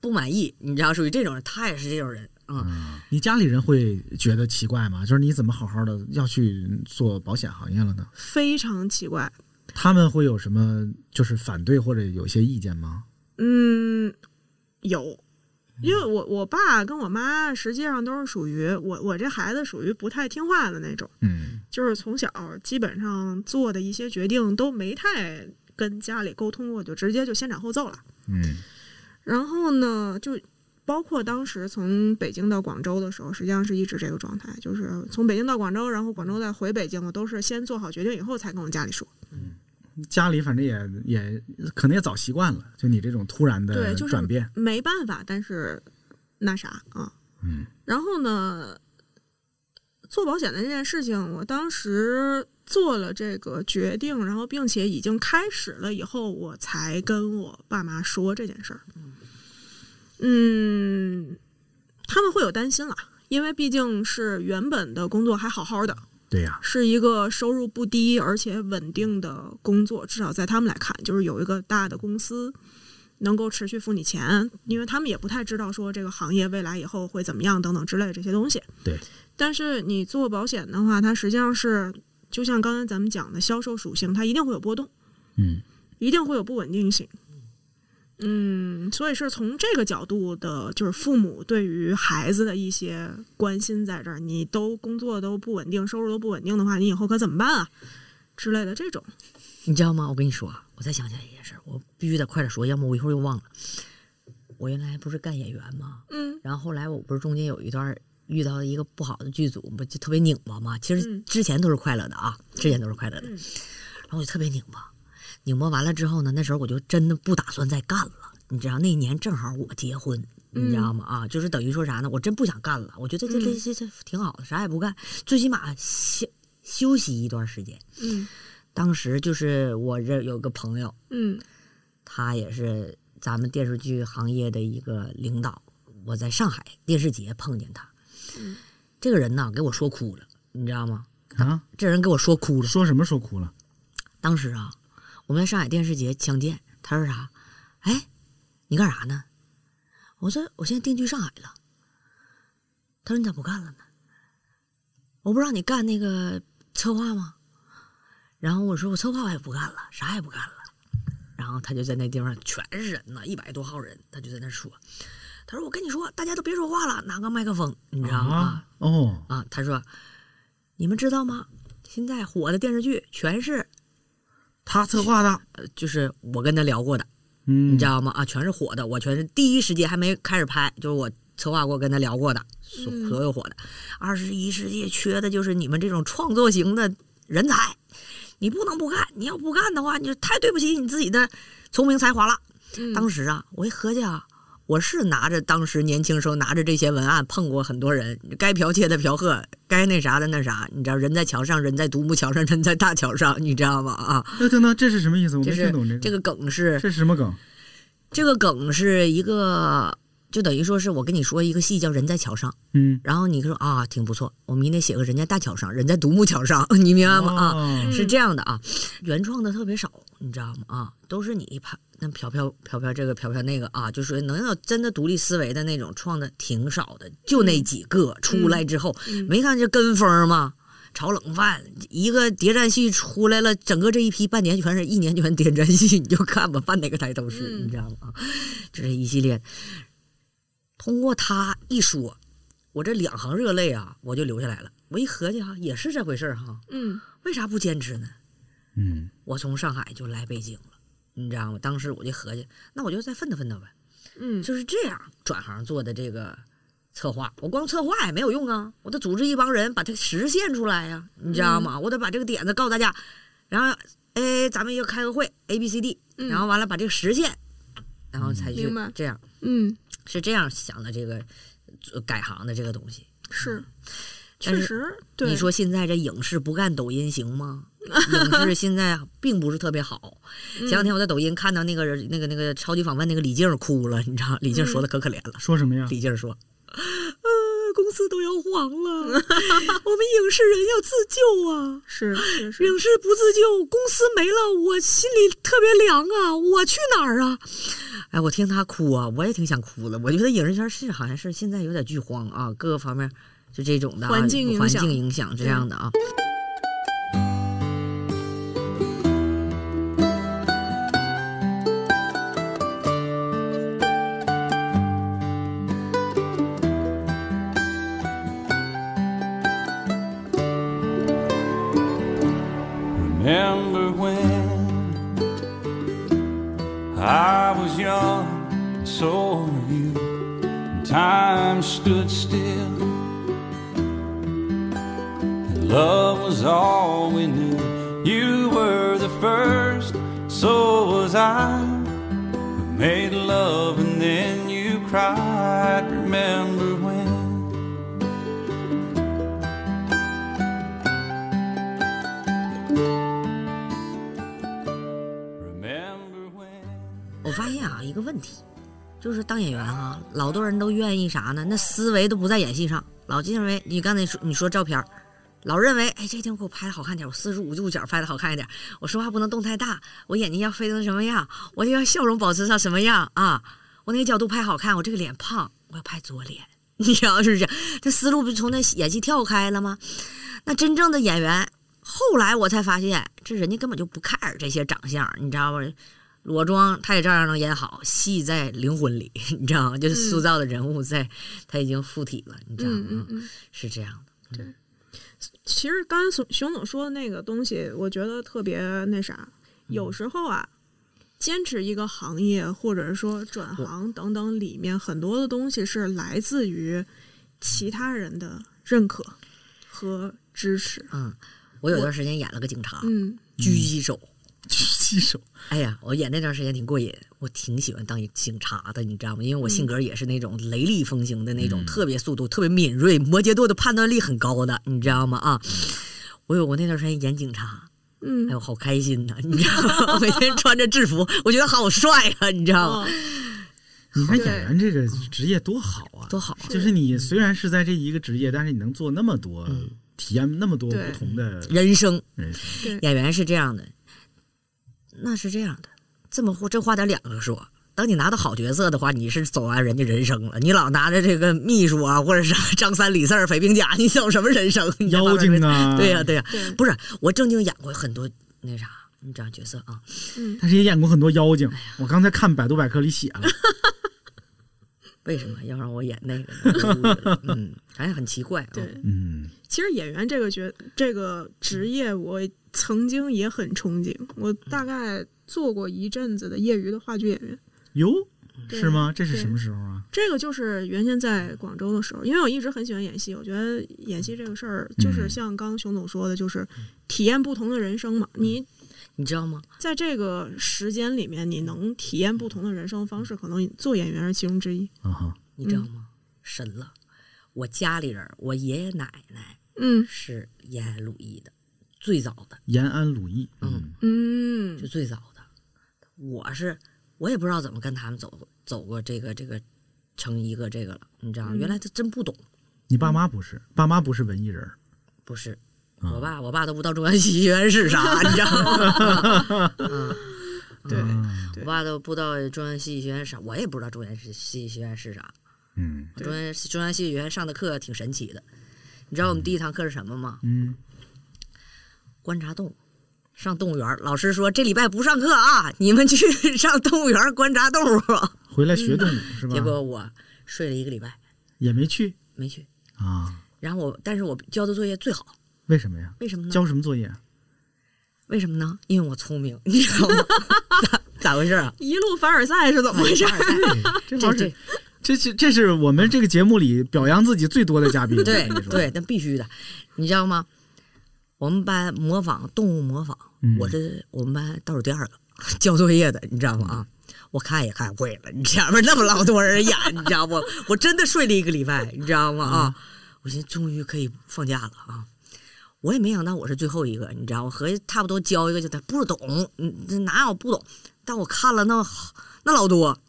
不满意，你知道，属于这种人，他也是这种人，嗯，
你家里人会觉得奇怪吗？就是你怎么好好的要去做保险行业了呢？
非常奇怪。
他们会有什么就是反对或者有些意见吗？
嗯，有，因为我我爸跟我妈实际上都是属于我我这孩子属于不太听话的那种，
嗯
就是从小基本上做的一些决定都没太跟家里沟通过，就直接就先斩后奏了。
嗯
然后呢，就包括当时从北京到广州的时候，实际上是一直这个状态，就是从北京到广州，然后广州再回北京，我都是先做好决定以后才跟我家里说。
家里反正也也可能也早习惯了，就你这种突然的
对，就是
转变，
没办法，但是那啥啊，嗯，然后呢，做保险的这件事情，我当时做了这个决定，然后并且已经开始了以后，我才跟我爸妈说这件事儿。嗯，他们会有担心了，因为毕竟是原本的工作还好好的，
对呀、
是一个收入不低而且稳定的工作，至少在他们来看，就是有一个大的公司能够持续付你钱，因为他们也不太知道说这个行业未来以后会怎么样等等之类这些东西。
对。
但是你做保险的话，它实际上是就像刚才咱们讲的销售属性，它一定会有波动，
嗯，
一定会有不稳定性。嗯，所以是从这个角度的，就是父母对于孩子的一些关心在这儿。你都工作都不稳定，收入都不稳定的话，你以后可怎么办啊？之类的这种，
你知道吗？我跟你说啊，我才想起来一件事儿，我必须得快点说，要么我一会儿又忘了。我原来不是干演员吗？
嗯
然后后来我不是中间有一段儿遇到一个不好的剧组，不就特别拧巴嘛？其实
嗯
之前都是快乐的啊，之前都是快乐的，然后我就特别拧巴，拧巴完了之后呢，那时候我就真的不打算再干了。你知道那一年正好我结婚，你知道吗？啊，就是等于说啥呢？我真不想干了，我觉得这这这这挺好的，啥也不干，最起码休休息一段时间。
嗯
当时就是我这有个朋友，
嗯
他也是咱们电视剧行业的一个领导。我在上海电视节碰见他，这个人呢给我说哭了，你知道吗？
啊，
这人给我说哭了。
说什么说哭了？
当时啊，我们在上海电视节相见，他说啥？哎，你干啥呢？我说我现在定居上海了。他说你咋不干了呢？我不让你干那个策划吗？然后我说我策划我也不干了，啥也不干了。然后他就在那地方全是人呐，一百多号人，他就在那说，他说我跟你说，大家都别说话了，拿个麦克风，你知道吗？
啊，哦，
啊，他说：“你们知道吗？现在火的电视剧全是，
他策划的，
呃就是我跟他聊过的，
嗯，
你知道吗？啊，全是火的，我全是第一时间还没开始拍，就是我策划过跟他聊过的，所
嗯
所有火的。二十一世纪缺的就是你们这种创作型的人才，你不能不干，你要不干的话，你就太对不起你自己的聪明才华了。
嗯
嗯
当时啊，我一合计啊，我是拿着当时年轻时候拿着这些文案碰过很多人，该剽窃的剽窃，该那啥的那啥，你知道人在桥上，人在独木桥上，人在大桥上，你知道吗？啊，
那等等，这是什么意思？我
就
没
是
听懂这
这
个，
个梗是
这是什么梗？
这个梗是一个，就等于说是我跟你说一个戏叫《人在桥上》，
嗯，
然后你说啊挺不错，我们也得写个人在大桥上，人在独木桥上， 你明白吗？啊，
哦
是这样的啊，原创的特别少，你知道吗？啊，都是你拍那飘飘飘飘这个飘飘那个啊，就属于能有真的独立思维的那种创的挺少的，就那几个出来之后，没看这跟风吗？炒冷饭，一个谍战戏出来了，整个这一批半年全是一年全谍战戏，你就看吧，办哪个台都是，
嗯
你知道吗？啊，就这一系列。通过他一说，我这两行热泪啊，我就流下来了。我一合计哈、啊也是这回事儿、哈。
嗯
为啥不坚持呢？
嗯，
我从上海就来北京了，你知道吗？当时我就合计，那我就再奋斗奋斗呗。
嗯
就是这样转行做的这个策划，我光策划也没有用啊，我得组织一帮人把它实现出来呀、你知道吗？
嗯
我得把这个点子告诉大家，然后哎，咱们要开个会，A B C D，
嗯
然后完了把这个实现，然后才去
明白
这样
嗯，
是这样想的这个呃改行的这个东西。
是，
但
确
是
实，对，
你说现在这影视不干抖音行吗？ 影视现在并不是特别好。
嗯
前两天我在抖音看到那个人，那个那个超级访问那个李静哭了，你知道，李静说的可可怜了。
说什么
嗯
呀？
李 静说：“呃，公司都要黄了，我们影视人要自救啊！
是确实，
影视不自救，公司没了，我心里特别凉啊！我去哪儿啊？”哎，我听他哭啊，我也挺想哭的。我觉得影视圈是好像是现在有点剧荒啊，各个方面就这种的、啊、
环境影
环
响
境影响这样的啊。
Remember when I was young, and so were you, and time stood still, and love was all we knew. You were the first, so was I. We made love and then you cried. Remember when
想啊一个问题，就是当演员啊，老多人都愿意啥呢？那思维都不在演戏上，老就认为你刚才说你说照片儿，老认为哎这地方给我拍的好看点儿，我四十五度角拍的好看一点儿，我说话不能动太大，我眼睛要飞成什么样，我就要笑容保持上什么样啊，我那个角度拍好看，我这个脸胖，我要拍左脸。 你知道是不是？这思路不是从那演戏跳开了吗？那真正的演员，后来我才发现，这人家根本就不 care 这些长相，你知道吗？裸妆他也照样能演好，戏在灵魂里， 你知道吗？就是塑造的人物在，他已经附体了，你知道吗？
嗯嗯嗯嗯，
是这样的，
其实刚才熊熊总说的那个东西，我觉得特别那啥。
嗯
有时候啊，坚持一个行业，或者是说转行等等，里面很多的东西是来自于其他人的认可和支持。
嗯。我有段时间演了个警察，
嗯，
狙击手。
洗手，
哎呀，我演那段时间挺过瘾，我挺喜欢当警察的，你知道吗？因为我性格也是那种雷厉风行的那种，特别速度、特别敏锐、摩羯座的判断力很高的，你知道吗？啊，我有过那段时间演警察，
嗯
哎呦，好开心呐、你知道吗？我每天穿着制服，我觉得好帅啊，你知道
哦
吗？
你看演员这个职业多好啊，
多好啊！
就是你虽然是在这一个职业，但是你能做那么多，
嗯
体验那么多
对
不同的
人生
人生。
演员是这样的，那是这样的，这么花这花点两个说。等你拿到好角色的话，你是走完人家人生了。你老拿着这个秘书啊，或者是 张三李四儿匪兵甲，你走什么人生？你在旁
妖
边
精啊，
对呀、对呀、
对
不是我正经演过很多那啥，你知道角色啊，
但是也演过很多妖精。我刚才看百度百科里写了，
为什么要让我演那个呢？我就无语了 嗯，反正很奇怪啊。
对，
嗯，
其实演员这个角这个职业，我曾经也很憧憬。我大概做过一阵子的业余的话剧演员，
哟，
对
嗯是吗？这是
对
什么时候啊？
这个就是原先在广州的时候，因为我一直很喜欢演戏，我觉得演戏这个事儿
嗯
就是像刚刚熊总说的，就是体验不同的人生
嗯
嘛。你
你知道吗？
在这个时间里面，你能体验不同的人生方式，可能做演员是其中之一。
啊哈，
你知道吗？神了！我家里人儿，我爷爷奶奶
嗯
是延安鲁艺的，最早的，
延安鲁艺，
嗯，
嗯
就，最早的。我是我也不知道怎么跟他们走走过这个这个成一个这个了，你知道吗？原
嗯
来他真不懂，
你爸妈不是，爸妈不是文艺人儿，
不是。我爸，我爸都不知道中央戏剧院是啥，你知道吗？嗯，
对
我
啊
对
爸都不知道中央戏剧学院是啥，我也不知道中央戏剧学院是啥。
嗯
对
中央中央戏剧学院上的课挺神奇的，你知道我们第一堂课是什么吗？
嗯，
观察动物，上动物园儿。老师说这礼拜不上课啊，你们去 上动物园儿观察动物。
回来学动物是
嗯
吧
结？果我睡了一个礼拜
也没去
没去，
啊？
然后我但是我交的作业最好，
为什么呀？
为什么呢？
交什么作业？啊
为什么呢？因为我聪明， 你知道吗？咋咋回事啊？
一路凡尔赛是怎么回事？
这玩
这
意儿
这。
这是这是我们这个节目里表扬自己最多的嘉宾。我
对
跟你说
对，，那必须的，你知道吗？我们班模仿动物模仿，
嗯
我这我们班倒数第二个 交作业的，你知道吗？啊，我看也看会了，你前面那么老多人演， 你知道不？我真的睡了一个礼拜，你知道吗？啊，我寻思终于可以放假了啊。我也没想到我是最后一个，你知道吗，我合计差不多交一个就得不懂，嗯，这哪有不懂？但我看了那好那老多，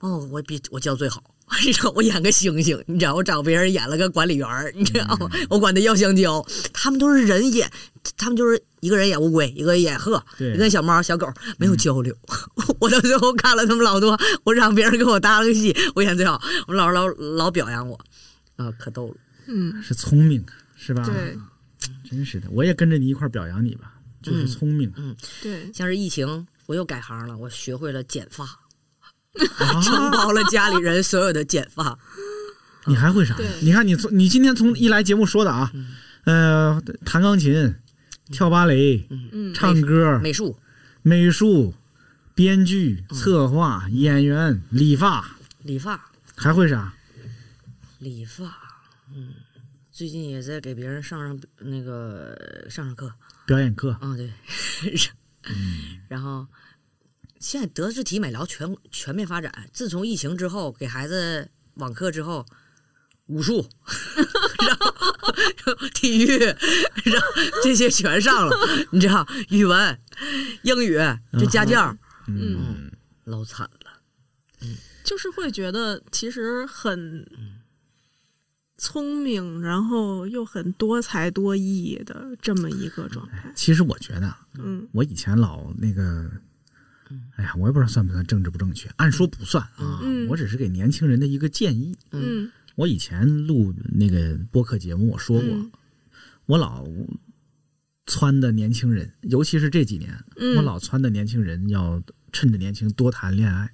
哦，我比我教最好。 你知道我演个猩猩，你知道我找别人演了个管理员儿，你知道吗？我管他要香蕉，他们都是人演，他们就是一个人演乌龟，一个演鹤，
对
一个小猫、小狗，没有交流。 我到最后看了他们老多，我让别人给我搭了个戏，我演最好，我老老老表扬我，啊，可逗了。
嗯，
是聪明是吧？
对
真是的，我也跟着你一块儿表扬你吧，
嗯
就是 聪明、
对，
像是疫情，我又改行了，我学会了剪发，承
啊！
包了家里人所有的剪发。
你还会啥呀？
对
你看你从你今天从一来节目说的啊，
嗯
呃，弹钢琴、跳芭蕾、
嗯
唱歌、
美术，
美术、编剧、
嗯
策划、演员、理发，
理发，
还会啥？
理发，嗯，最近也在给别人上上那个上上课，
表演课
啊、对，
嗯
然后现在德智体美劳全全面发展。自从疫情之后，给孩子网课之后，武术， 然后体育，然后这些全上了，你知道，语文、英语，这家教，
嗯
老惨了。
就是会觉得其实很
嗯
聪明，然后又很多才多艺的这么一个状态。
其实我觉得啊，
嗯
我以前老那个，哎呀，我也不知道算不算政治不正确，按说不算啊，
嗯
我只是给年轻人的一个建议。
嗯
我以前录那个播客节目，我说过，
嗯
我老撺的年轻人，尤其是这几年，
嗯
我老撺的年轻人要趁着年轻多谈恋爱。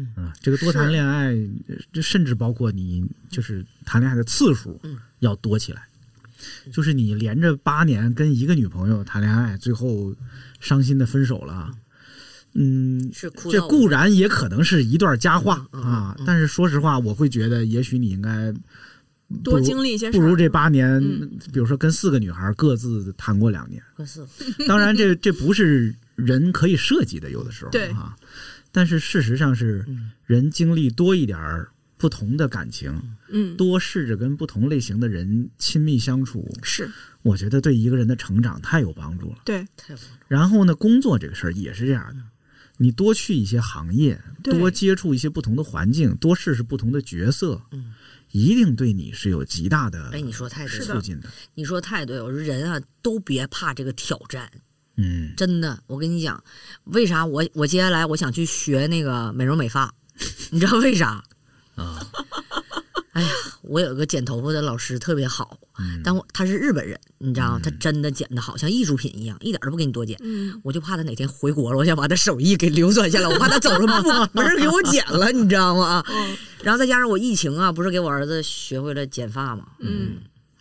嗯
啊，这个多谈恋爱，呃这甚至包括你就是谈恋爱的次数
嗯
要多起来。就是你连着八年跟一个女朋友谈恋爱，最后伤心的分手了，嗯，
是哭
这
到
固然也可能是一段佳话
嗯嗯
啊，但是说实话，我会觉得也许你应该不
多
如
经历一些事
不
儿
如这八年
嗯，
比如说跟四个女孩各自谈过两年。
不是
当然这，这不是人可以设计的，有的时候
对
啊。但是事实上是，人经历多一点儿不同的感情，
嗯，
多试着跟不同类型的人亲密相处，
是
我觉得对一个人的成长太有帮助了。
对，
太不
然后呢，工作这个事儿也是这样的，你多去一些行业，
对
多接触一些不同的环境，多试试不同的角色，
嗯
一定对你是有极大的
哎，你说太对
促
了，
进的。
你说太对了。我说人啊，都别怕这个挑战，
嗯
真的。我跟你讲，为啥我我接下来我想去学那个美容美发， 你知道为啥？
啊，
哎呀，我有一个剪头发的老师特别好，
嗯
但我他是日本人，你知道吗？他真的剪的好像艺术品一样，一点都不给你多剪。
嗯
我就怕他哪天回国了，我想把他手艺给流传下来，我怕他走了 不没人给我剪了，你知道吗？
嗯
然后再加上我疫情啊，不是给我儿子学会了剪发嘛，
嗯，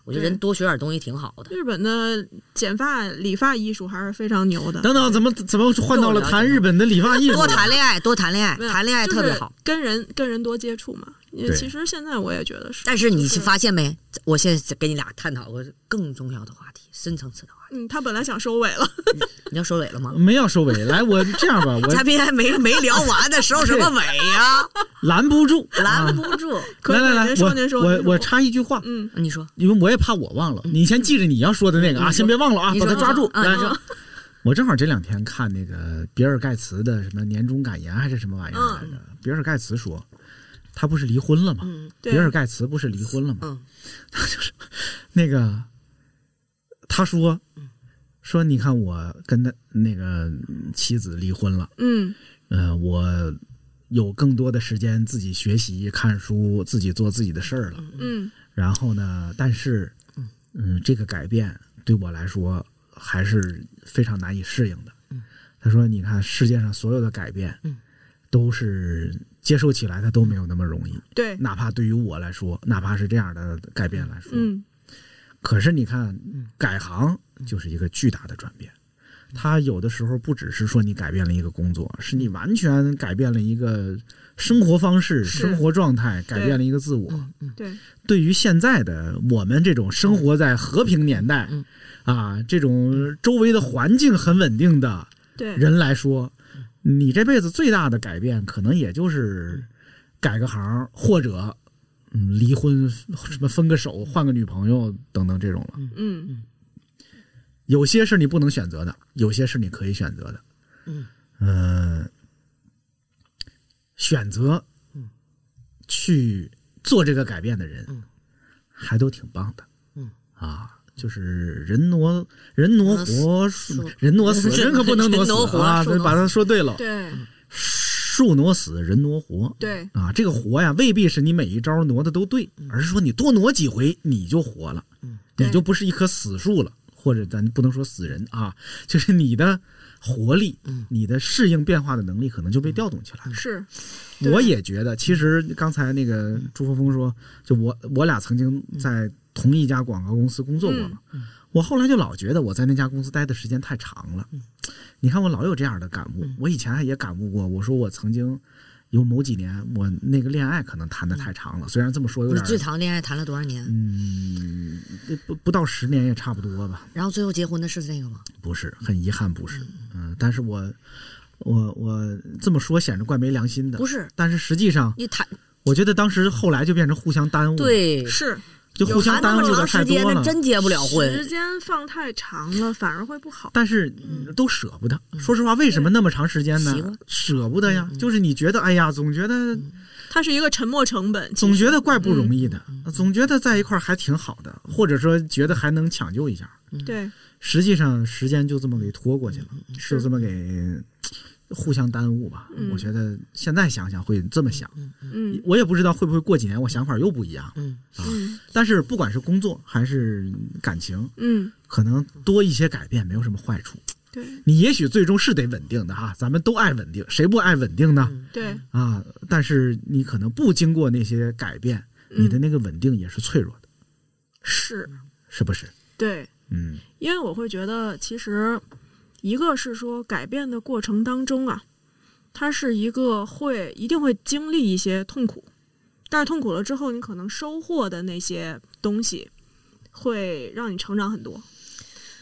我觉得人多学点东西挺好的。
日本的剪发理发艺术还是非常牛的。
等等，怎么怎么换到了谈日本的理发艺术？
多谈恋爱，多谈恋爱，
没有
谈恋爱特别好。，
就是跟人跟人多接触嘛。也
对
其实现在我也觉得是，
但是你
就是
发现没？我现在给你俩探讨个更重要的话题，深层次的话题。
嗯，他本来想收尾了，
你要收尾了吗？
没要收尾，来，我这样吧，
嘉
我
宾还没没聊完呢，收什么尾呀、
拦不住，
拦
啊。
不住。
可以
来来来
您，说您
我
说
我
您说
我插一句话，
嗯
你说，
因为我也怕我忘了，你先记着你要说的那个啊，
嗯
先别忘了啊，
你
把
说
它抓住。
嗯
来
你说，
我正好这两天看那个比尔盖茨的什么年终感言还是什么玩意儿来着？比尔盖茨说，他不是离婚了吗？
嗯，
对
比尔盖茨不是离婚了吗？
嗯
他就是那个，他说
嗯
说你看我跟他那个妻子离婚了，
嗯
呃，我有更多的时间自己学习、看书，自己做自己的事儿了。
嗯
然后呢，但是，嗯，这个改变对我来说还是非常难以适应的。他说：“你看，世界上所有的改变，都是接受起来，它都没有那么容易。
对，
哪怕对于我来说，哪怕是这样的改变来说，
嗯
可是你看，改行就是一个巨大的转变。它有的时候不只是说你改变了一个工作，是你完全改变了一个生活方式、
是
生活状态，改
对
变了一个自我。
对，嗯
对于现在的我们这种生活在和平年代，
嗯
啊，这种周围的环境很稳定的
对嗯
人来说，你这辈子最大的改变，可能也就是
嗯
改个行，或者嗯离婚，什么分个手，换个女朋友等等这种了。
嗯
有些是你不能选择的，有些是你可以选择的。
嗯
呃选择
嗯
去做这个改变的人
嗯，
还都挺棒的。
嗯
啊，就是人挪人挪活，
树
人挪死，
人
人可不能
人
挪
挪
死
活
啊！
树挪
把它说对了，
对
树挪死，人挪活。
对
啊，这个活呀，未必是你每一招挪的都对，而是说你多挪几回，你就活了，你
对
就不是一棵死树了，或者咱不能说死人啊，就是你的活力，你的适应变化的能力可能就被调动起来了。
是，对
我也觉得，其实刚才那个朱峰峰说，就我我俩曾经在同一家广告公司工作过嘛，我后来就老觉得我在那家公司待的时间太长了。你看我老有这样的感悟，我以前还也感悟过，我说我曾经有某几年我那个恋爱可能谈的太长了，虽然这么说有
你
点
最长恋爱谈了多少年？
嗯不不到十年也差不多吧，
然后最后结婚的是那个吗？
不是，很遗憾不是，嗯，但是我我我这么说显着怪没良心的，
不是
但是实际上。
你谈
我觉得当时后来就变成互相耽误。，
对，
是
就互相
有谈
耽
那
误
么
的
长
太
时间，
多
那
嗯了。
真结不了
时
婚。
间放太长了，反而会不好。
但是都舍不得。说实话，为什么那么长时间
嗯习
呢
惯？嗯
舍不得呀，就是你觉得，哎呀，总觉得
它是一个沉没成本，其
总
实
觉得怪不容易
嗯
的，总觉得在一块儿还挺好的，或者说觉得还能抢救一下。
对，
实际上，时间就这么给拖过去
嗯
了，就是这么给互相耽误吧。
嗯
我觉得现在想想会这么想，
嗯
我也不知道会不会过几年我想法又不一样。
嗯，
嗯
但是不管是工作还是感情，
嗯，
可能多一些改变没有什么坏处。
对
你也许最终是得稳定的哈，咱们都爱稳定，谁不爱稳定呢？
对，
啊，但是你可能不经过那些改变，你的
嗯
那个稳定也是脆弱的，
是，
是不是？
对，
嗯
因为我会觉得，其实一个是说改变的过程当中啊，它是一个会一定会经历一些痛苦，但是痛苦了之后，你可能收获的那些东西会让你成长很多。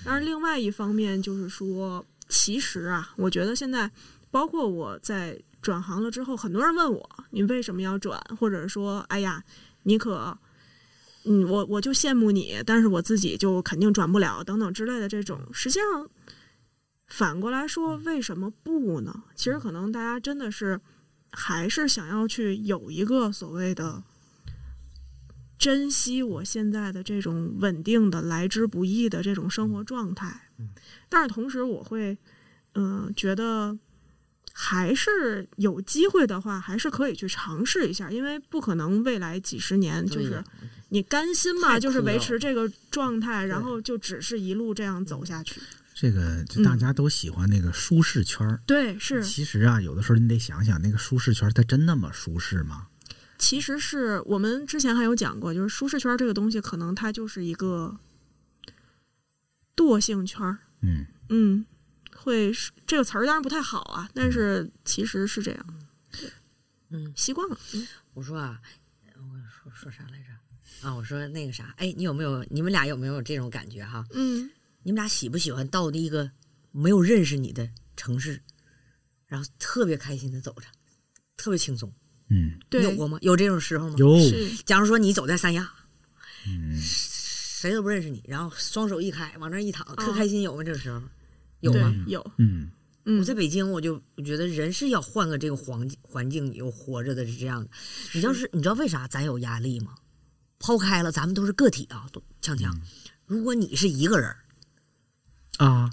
但是另外一方面就是说，其实啊，我觉得现在包括我在转行了之后，很多人问我你为什么要转，或者说哎呀，你可嗯，我我就羡慕你，但是我自己就肯定转不了，等等之类的这种。实际上，反过来
嗯
说，为什么不呢？其实可能大家真的是还是想要去有一个所谓的珍惜我现在的这种稳定的、来之不易的这种生
嗯
活状态。但是同时，我会嗯、呃觉得。还是有机会的话，还是可以去尝试一下，因为不可能未来几十年就
对
是
呀
你甘心
太
嘛，
苛
就是维
了嗯
持这个状态，然后就只是一路这样走下去。
这个
嗯
就大家都喜欢那个舒适圈儿，
对，是，
其实啊，有的时候你得想想，那个舒适圈儿它真那么舒适吗？
其实是我们之前还有讲过，就是舒适圈这个东西，可能它就是一个惰性圈儿。
嗯，
嗯，会是这个词儿当然不太好啊，但是其实是这样。
嗯，
习惯了。嗯
我说啊，我说说啥来着？啊，我说那个啥，哎，你有没有你们俩有没有这种感觉哈？
嗯，
你们俩喜不喜欢到一个没有认识你的城市，然后特别开心的走着，特别轻松？
嗯，
你有
对，
过吗？哦有这种时候吗？
有，
是，
假如说你走在三亚，
嗯，
谁都不认识你，然后双手一开往那儿一躺，特
啊
开心，有吗？这种时候有
对
吗？，
有，
嗯，
嗯
我，在北京，我就我觉得人是要换个这个环境环境，你又活着的是这样的。你要是你知道为啥咱有压力吗？抛开了，咱们都是个体啊，都强
嗯
强。如果你是一个人儿，
啊，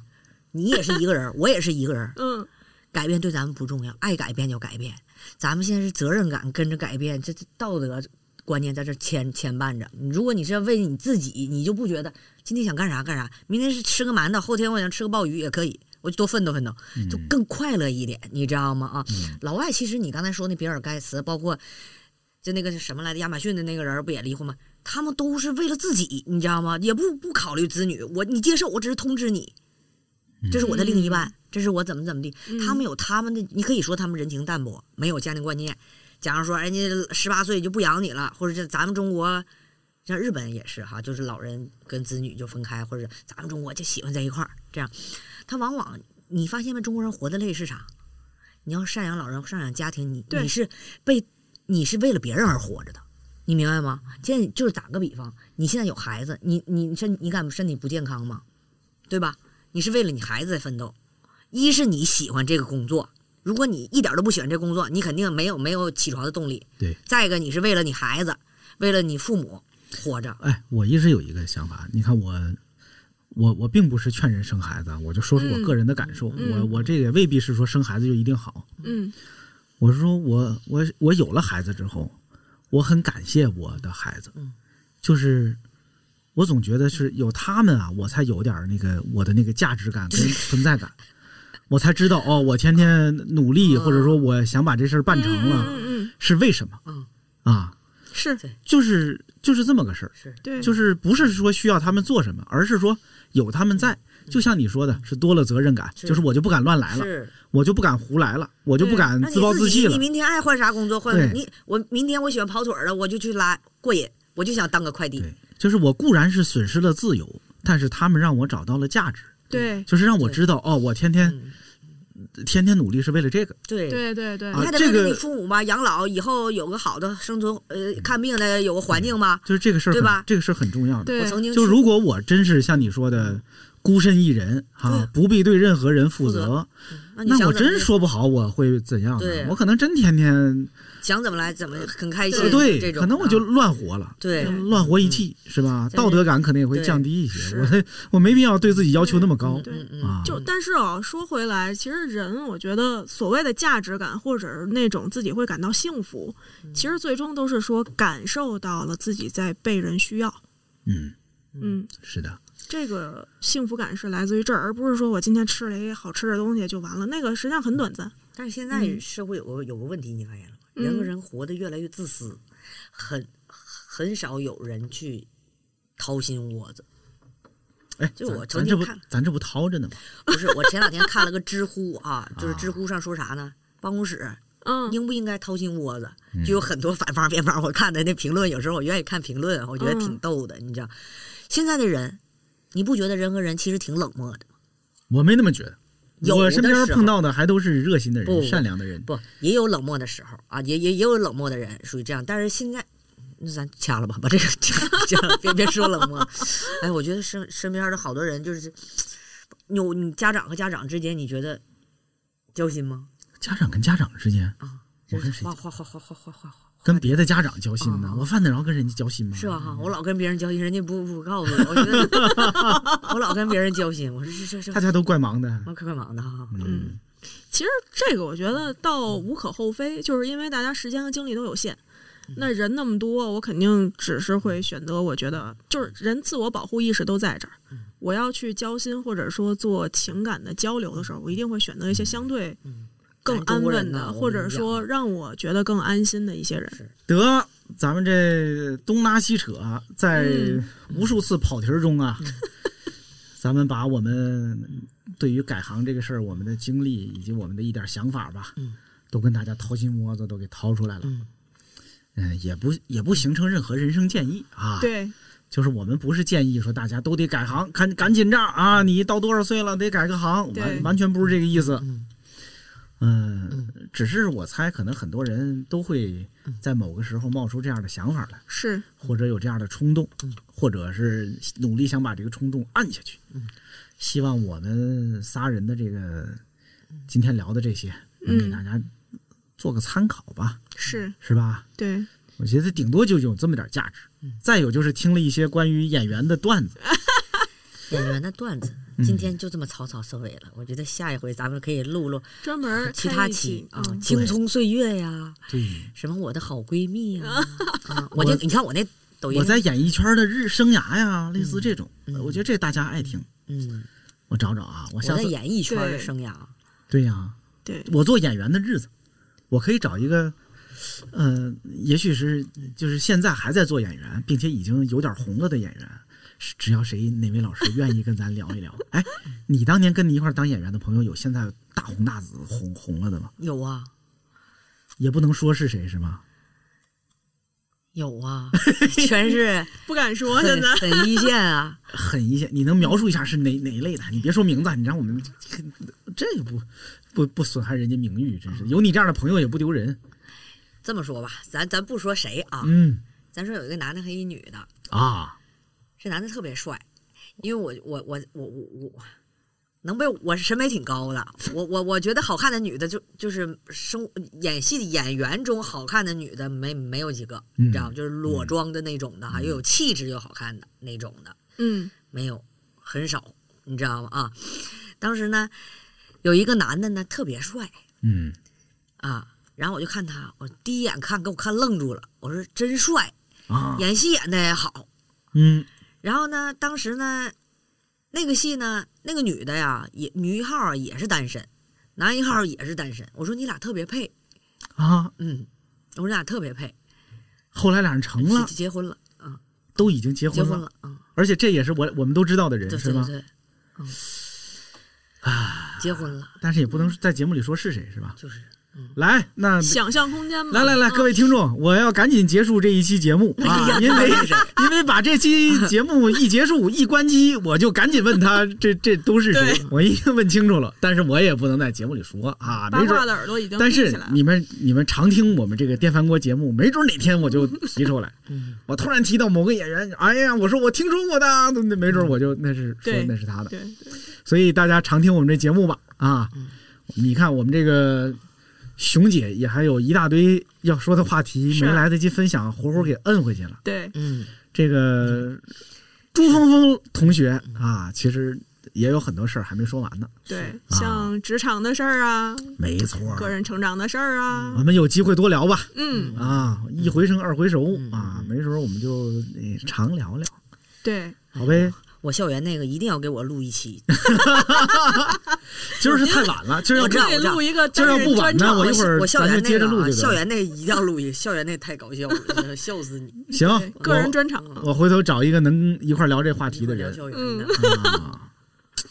你也是一个人儿，我也是一个人儿，
嗯，
改变对咱们不重要，爱改变就改变。咱们现在是责任感跟着改变，这这道德观念在这牵牵绊着。你如果你是要为你自己，你就不觉得今天想干啥干啥，明天是吃个馒头，后天我想吃个鲍鱼也可以，我就多奋斗奋斗，就更快乐一点，你知道吗？啊，老外其实你刚才说那比尔盖茨，包括就那个什么来着，亚马逊的那个人儿不也离婚吗？他们都是为了自己，你知道吗？也不不考虑子女，我你接受，我只是通知你，这是我的另一半，这是我怎么怎么地。他们有他们的，你可以说他们人情淡薄，没有家庭观念。假如说人家十八岁就不养你了，或者是咱们中国，像日本也是哈，就是老人跟子女就分开，或者咱们中国就喜欢在一块儿这样。他往往你发现没，中国人活得累是啥？你要赡养老人、赡养家庭，你
对
你是被你是为了别人而活着的，你明白吗？现在就是打个比方，你现在有孩子，你你身你敢身体不健康吗？对吧？你是为了你孩子在奋斗，一是你喜欢这个工作，如果你一点都不喜欢这工作，你肯定没有没有起床的动力。
对。
再一个，你是为了你孩子，为了你父母活着。
哎，我一直有一个想法，你看我，我我并不是劝人生孩子，啊，我就说说我
嗯
个人的感受，
嗯
我我这个也未必是说生孩子就一定好。
嗯，
我是说我我我有了孩子之后，我很感谢我的孩子，
嗯
就是我总觉得是有他们啊，我才有点儿那个我的那个价值感 跟存在感，我才知道哦，我天天努
嗯
力，或者说我想把这事儿办成了，
嗯嗯，
是为什么
嗯？
啊，
是
就是就是这么个事儿。
是，
对，
就是是不是说需要他们做什么，而是说有他们在，就像你说的，是多了责任感，
嗯是
就是我就不敢乱来了，
是，
我就不敢胡来了，我就不敢
那你
自暴自弃
己
了
你。明天爱换啥工作
对
换你，我明天我喜欢跑腿儿了，我就去拉过瘾，我就想当个快递。
对，就是我固然是损失了自由，但是他们让我找到了价值，
对，
就是让我知道哦，我天天
嗯
天天努力是为了这个。
对
对对对，
啊
你还得
这
为了
个
你父母吧，养老以后有个好的生存，呃，看病的有个环境吧。
就是这个事儿很，
对吧
这个事儿很重要的。
对
我曾经
就
去
如果我真是像你说的孤身一人啊
嗯对，
不必对任何人负
负
责
责，啊那你
那
想
我
怎么
真
地
说不好我会怎样
对
呢？我可能真天天呃
想怎么来怎么很开心，这
啊对，
种
可能我就
啊
乱活了。
对嗯
乱活一气是吧？
是
道德感可能也会降低一些。我的我没必要对自己要求那么高
对
嗯嗯
啊。
就但是啊，说回来，其实人我觉得所谓的价值感，或者是那种自己会感到幸福，其实最终都是说感受到了自己在被人需要。
嗯，
嗯，
是的，
这个幸福感是来自于这儿，而不是说我今天吃了一个好吃的东西就完了，那个实际上很短暂。
但是现在
嗯
社会有个有个问题，你发现了吗？
嗯
人和人活得越来越自私，很很少有人去掏心窝子。
哎，
就
咱
我曾
咱这
经
不
看
咱这不掏着呢吗？
不是，我前两天看了个知乎啊，就是知乎上说啥呢？办公室
嗯，
应不应该掏心窝子？就有很多反方辩方。我看的那评论，有时候我愿意看评论，啊我觉得挺
嗯
逗的。你知道，现在的人，你不觉得人和人其实挺冷漠的？
我没那么觉得。
有
我身
的
边
时
碰
候
到的还都是热心的人、
不
善良的人。
不，也有冷漠的时候啊，也也也有冷漠的人，属于这样。但是现在，那咱掐了吧，把这个 掐掐，别别说冷漠。哎，我觉得身身边的好多人就是，有你家长和家长之间，你觉得交心吗？
家长跟家长之间，
啊，就
我
是
跟谁
哗哗哗哗哗哗哗哗，
跟别的家长交心呢
啊？
我犯得着跟人家交心吗？
是吧？啊哈，我老跟别人交心，人家不不告诉我，我觉得 我老跟别人交心，我说这这这
大，家都怪忙的。
我可快忙的哈。
嗯，
其实这个我觉得倒无可厚非，就是因为大家时间和精力都有限。
嗯
那人那么多，我肯定只是会选择，我觉得就是人自我保护意识都在这儿。
嗯
我要去交心或者说做情感的交流的时候，我一定会选择一些相对
嗯
更安
咱中国人
稳
呐
的，
我
或
跟
者
你讲
说让我觉得更安心的一些人。
得，咱们这东拉西扯，在
嗯
无数次跑题儿中
嗯
啊，咱们把我们对于改行这个事儿，我们的经历以及我们的一点想法吧，
嗯
都跟大家掏心窝子都给掏出来了。
嗯
嗯，也不也不形成任何人生建议啊。
对，
就是我们不是建议说大家都得改行，赶赶紧这儿啊！你到多少岁了得改个行，
对
完完全不是这个意思。
嗯
嗯、只是我猜，可能很多人都会在某个时候冒出这样的想法来，
是
或者有这样的冲动，或者是努力想把这个冲动按下去。希望我们仨人的这个今天聊的这些，能给
嗯
大家做个参考吧，
是，
是吧？
对，
我觉得顶多就有这么点价值。再有就是听了一些关于演员的段子，
演员的段子，
嗯
今天就这么草草收尾了。我觉得下一回咱们可以录录
专门
其
开
他
一
期
期
啊，
嗯
青葱岁月》呀，
对
什么我的好闺蜜 呀，啊，我就你看我那抖音，
我嗯在演艺圈的日生涯呀，类似这种，我觉得这大家爱听。
嗯，
我找找啊，我
我
下
在
次
演艺圈的
对
生涯，
对呀、
对，
我做演员的日子，我可以找一个，呃，也许是就是现在还在做演员，并且已经有点红了的演员。是只要谁哪位老师愿意跟咱聊一聊， 哎，你当年跟你一块儿当演员的朋友有现在大红大紫红红了的吗？
有啊
也不能说是谁是吗？
有 啊，全是
不敢说现
很
在。
很一线啊，
很一些，你能描述一下是哪哪一类的？你别说名字，你让我们 这个不不不损害人家名誉，
啊
真是有你这样的朋友也不丢人。
这么说吧，咱咱不说谁啊，
嗯
咱说有一个男的和一女的，
啊，
这男的特别帅，因为我我我我我我能被我审美挺高的，我我我觉得好看的女的就就是生演戏的演员中好看的女的没没有几个，你知道吗？就是裸妆的那种的哈，又有气质又好看的那种的
嗯
没有，很少，你知道吗？啊，当时呢有一个男的呢特别帅
嗯
啊，然后我就看他，我第一眼看给我看愣住了，我说真帅，
啊，
演戏演的也好，
嗯
然后呢，当时呢，那个戏呢，那个女的呀，也女一号啊也是单身，男一号也是单身。我说你俩特别配，
啊，
嗯，我说你俩特别配，
后来俩人成了，
结结婚了，啊、
都已经结
结
婚
婚
了，
了，嗯，
而且这也是我我们都知道的人
对
是
对
吧？
对，嗯，结婚了，
但是也不能在节目里说是谁是吧？
就是嗯
来，那
想象空间嘛。
来来来，
嗯
各位听众，我要赶紧结束这一期节目
哎
啊，因为 因为把这期节目一结束一关机，我就赶紧问他这这都是谁
对，
我一定问清楚了。但是我也不能在节目里说啊，
八
没准
卦
儿。
的耳朵已经
但
立
是
起来了。
你们你们常听我们这个电饭锅节目，没准哪天我就提出来，
嗯
我突然提到某个演员，哎呀，我说我听说过的，那没准我就那是说
对
那是他的。
对，对
所以大家常听我们这节目吧啊！
嗯
你看我们这个熊姐也还有一大堆要说的话题
是啊
没来得及分享，活活给摁回去了。
对，
嗯，
这个
嗯
朱峰峰同学啊，其实也有很多事儿还没说完呢。
对，
啊
像职场的事儿啊，
没错儿，
个人成长的事儿
我
啊，
们有机会多聊吧。
嗯，
啊，一回生二回熟
嗯
啊
嗯，
没准儿我们就哎常聊聊，
对，
好呗。
我校园那个一定要给我录一期，
今儿是太 晚了，今儿要
我知
这
道
样，
可以
我知道
录一个
今
单
儿要
人
不晚
专
呢，
场
我一会儿
我校
咱就
园
接
那
着
个
录
啊，
这
校
个。
园那个一定要录一，校园那太搞笑了，笑死 你！
行
对，个人
啊我
专场，
我回头找一个能一块儿聊这话
一会
题的
儿聊
人。
校园的，
啊，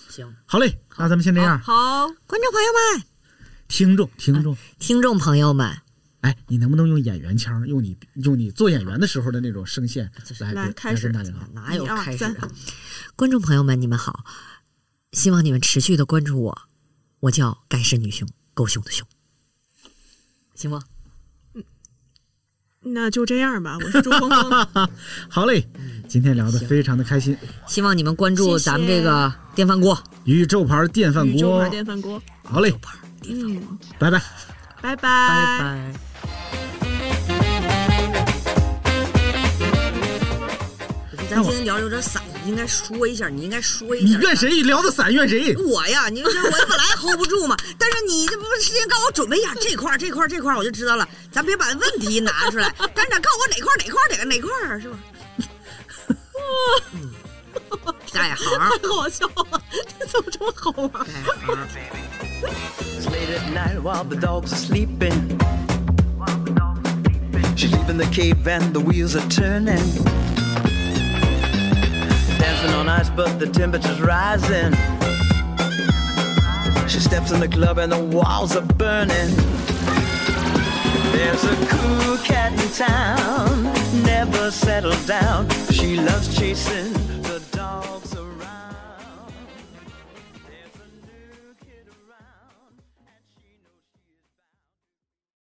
行，
好嘞，那咱们先这样。
好，
观众朋友们、
听众，听众，
听众朋友们，
哎，你能不能用演员腔，用你用你做演员的时候的那种声线来
啊来
跟
开始
跟大家好？
哪有
一二
开始
三
啊？观众朋友们，你们好，希望你们持续的关注我，我叫盖世女雄，狗熊的熊，行吗？
那就这样吧。我是朱峰峰，
好嘞，
嗯
今天聊的非常的开心，
希望你们关
谢
注
谢
咱们这个电饭锅，
宇宙牌电 饭
宇宙
锅
牌，电饭锅，
好嘞，
嗯，
拜拜。
拜
拜
拜
拜。我觉得咱今天聊的有点散，你应该说一下，你应该说一下。
你怨谁？聊的散怨谁？
我呀，你说我本来 hold 不住嘛，但是你这不是事先告诉我准备一下这块儿、这块儿、这块儿，我就知道了。咱别把问题拿出来，但是得告诉我哪块儿、哪块儿、哪个哪块儿是吧？嗯，改行儿，
太好笑了，这怎么这么好玩？
改行儿。
It's late at night while the dogs are sleeping. She's leaving the cave and the wheels are turning. Dancing on ice, but the temperature's rising. She steps in the club and the walls are burning. There's a cool cat in town, never settled down. She loves chasing.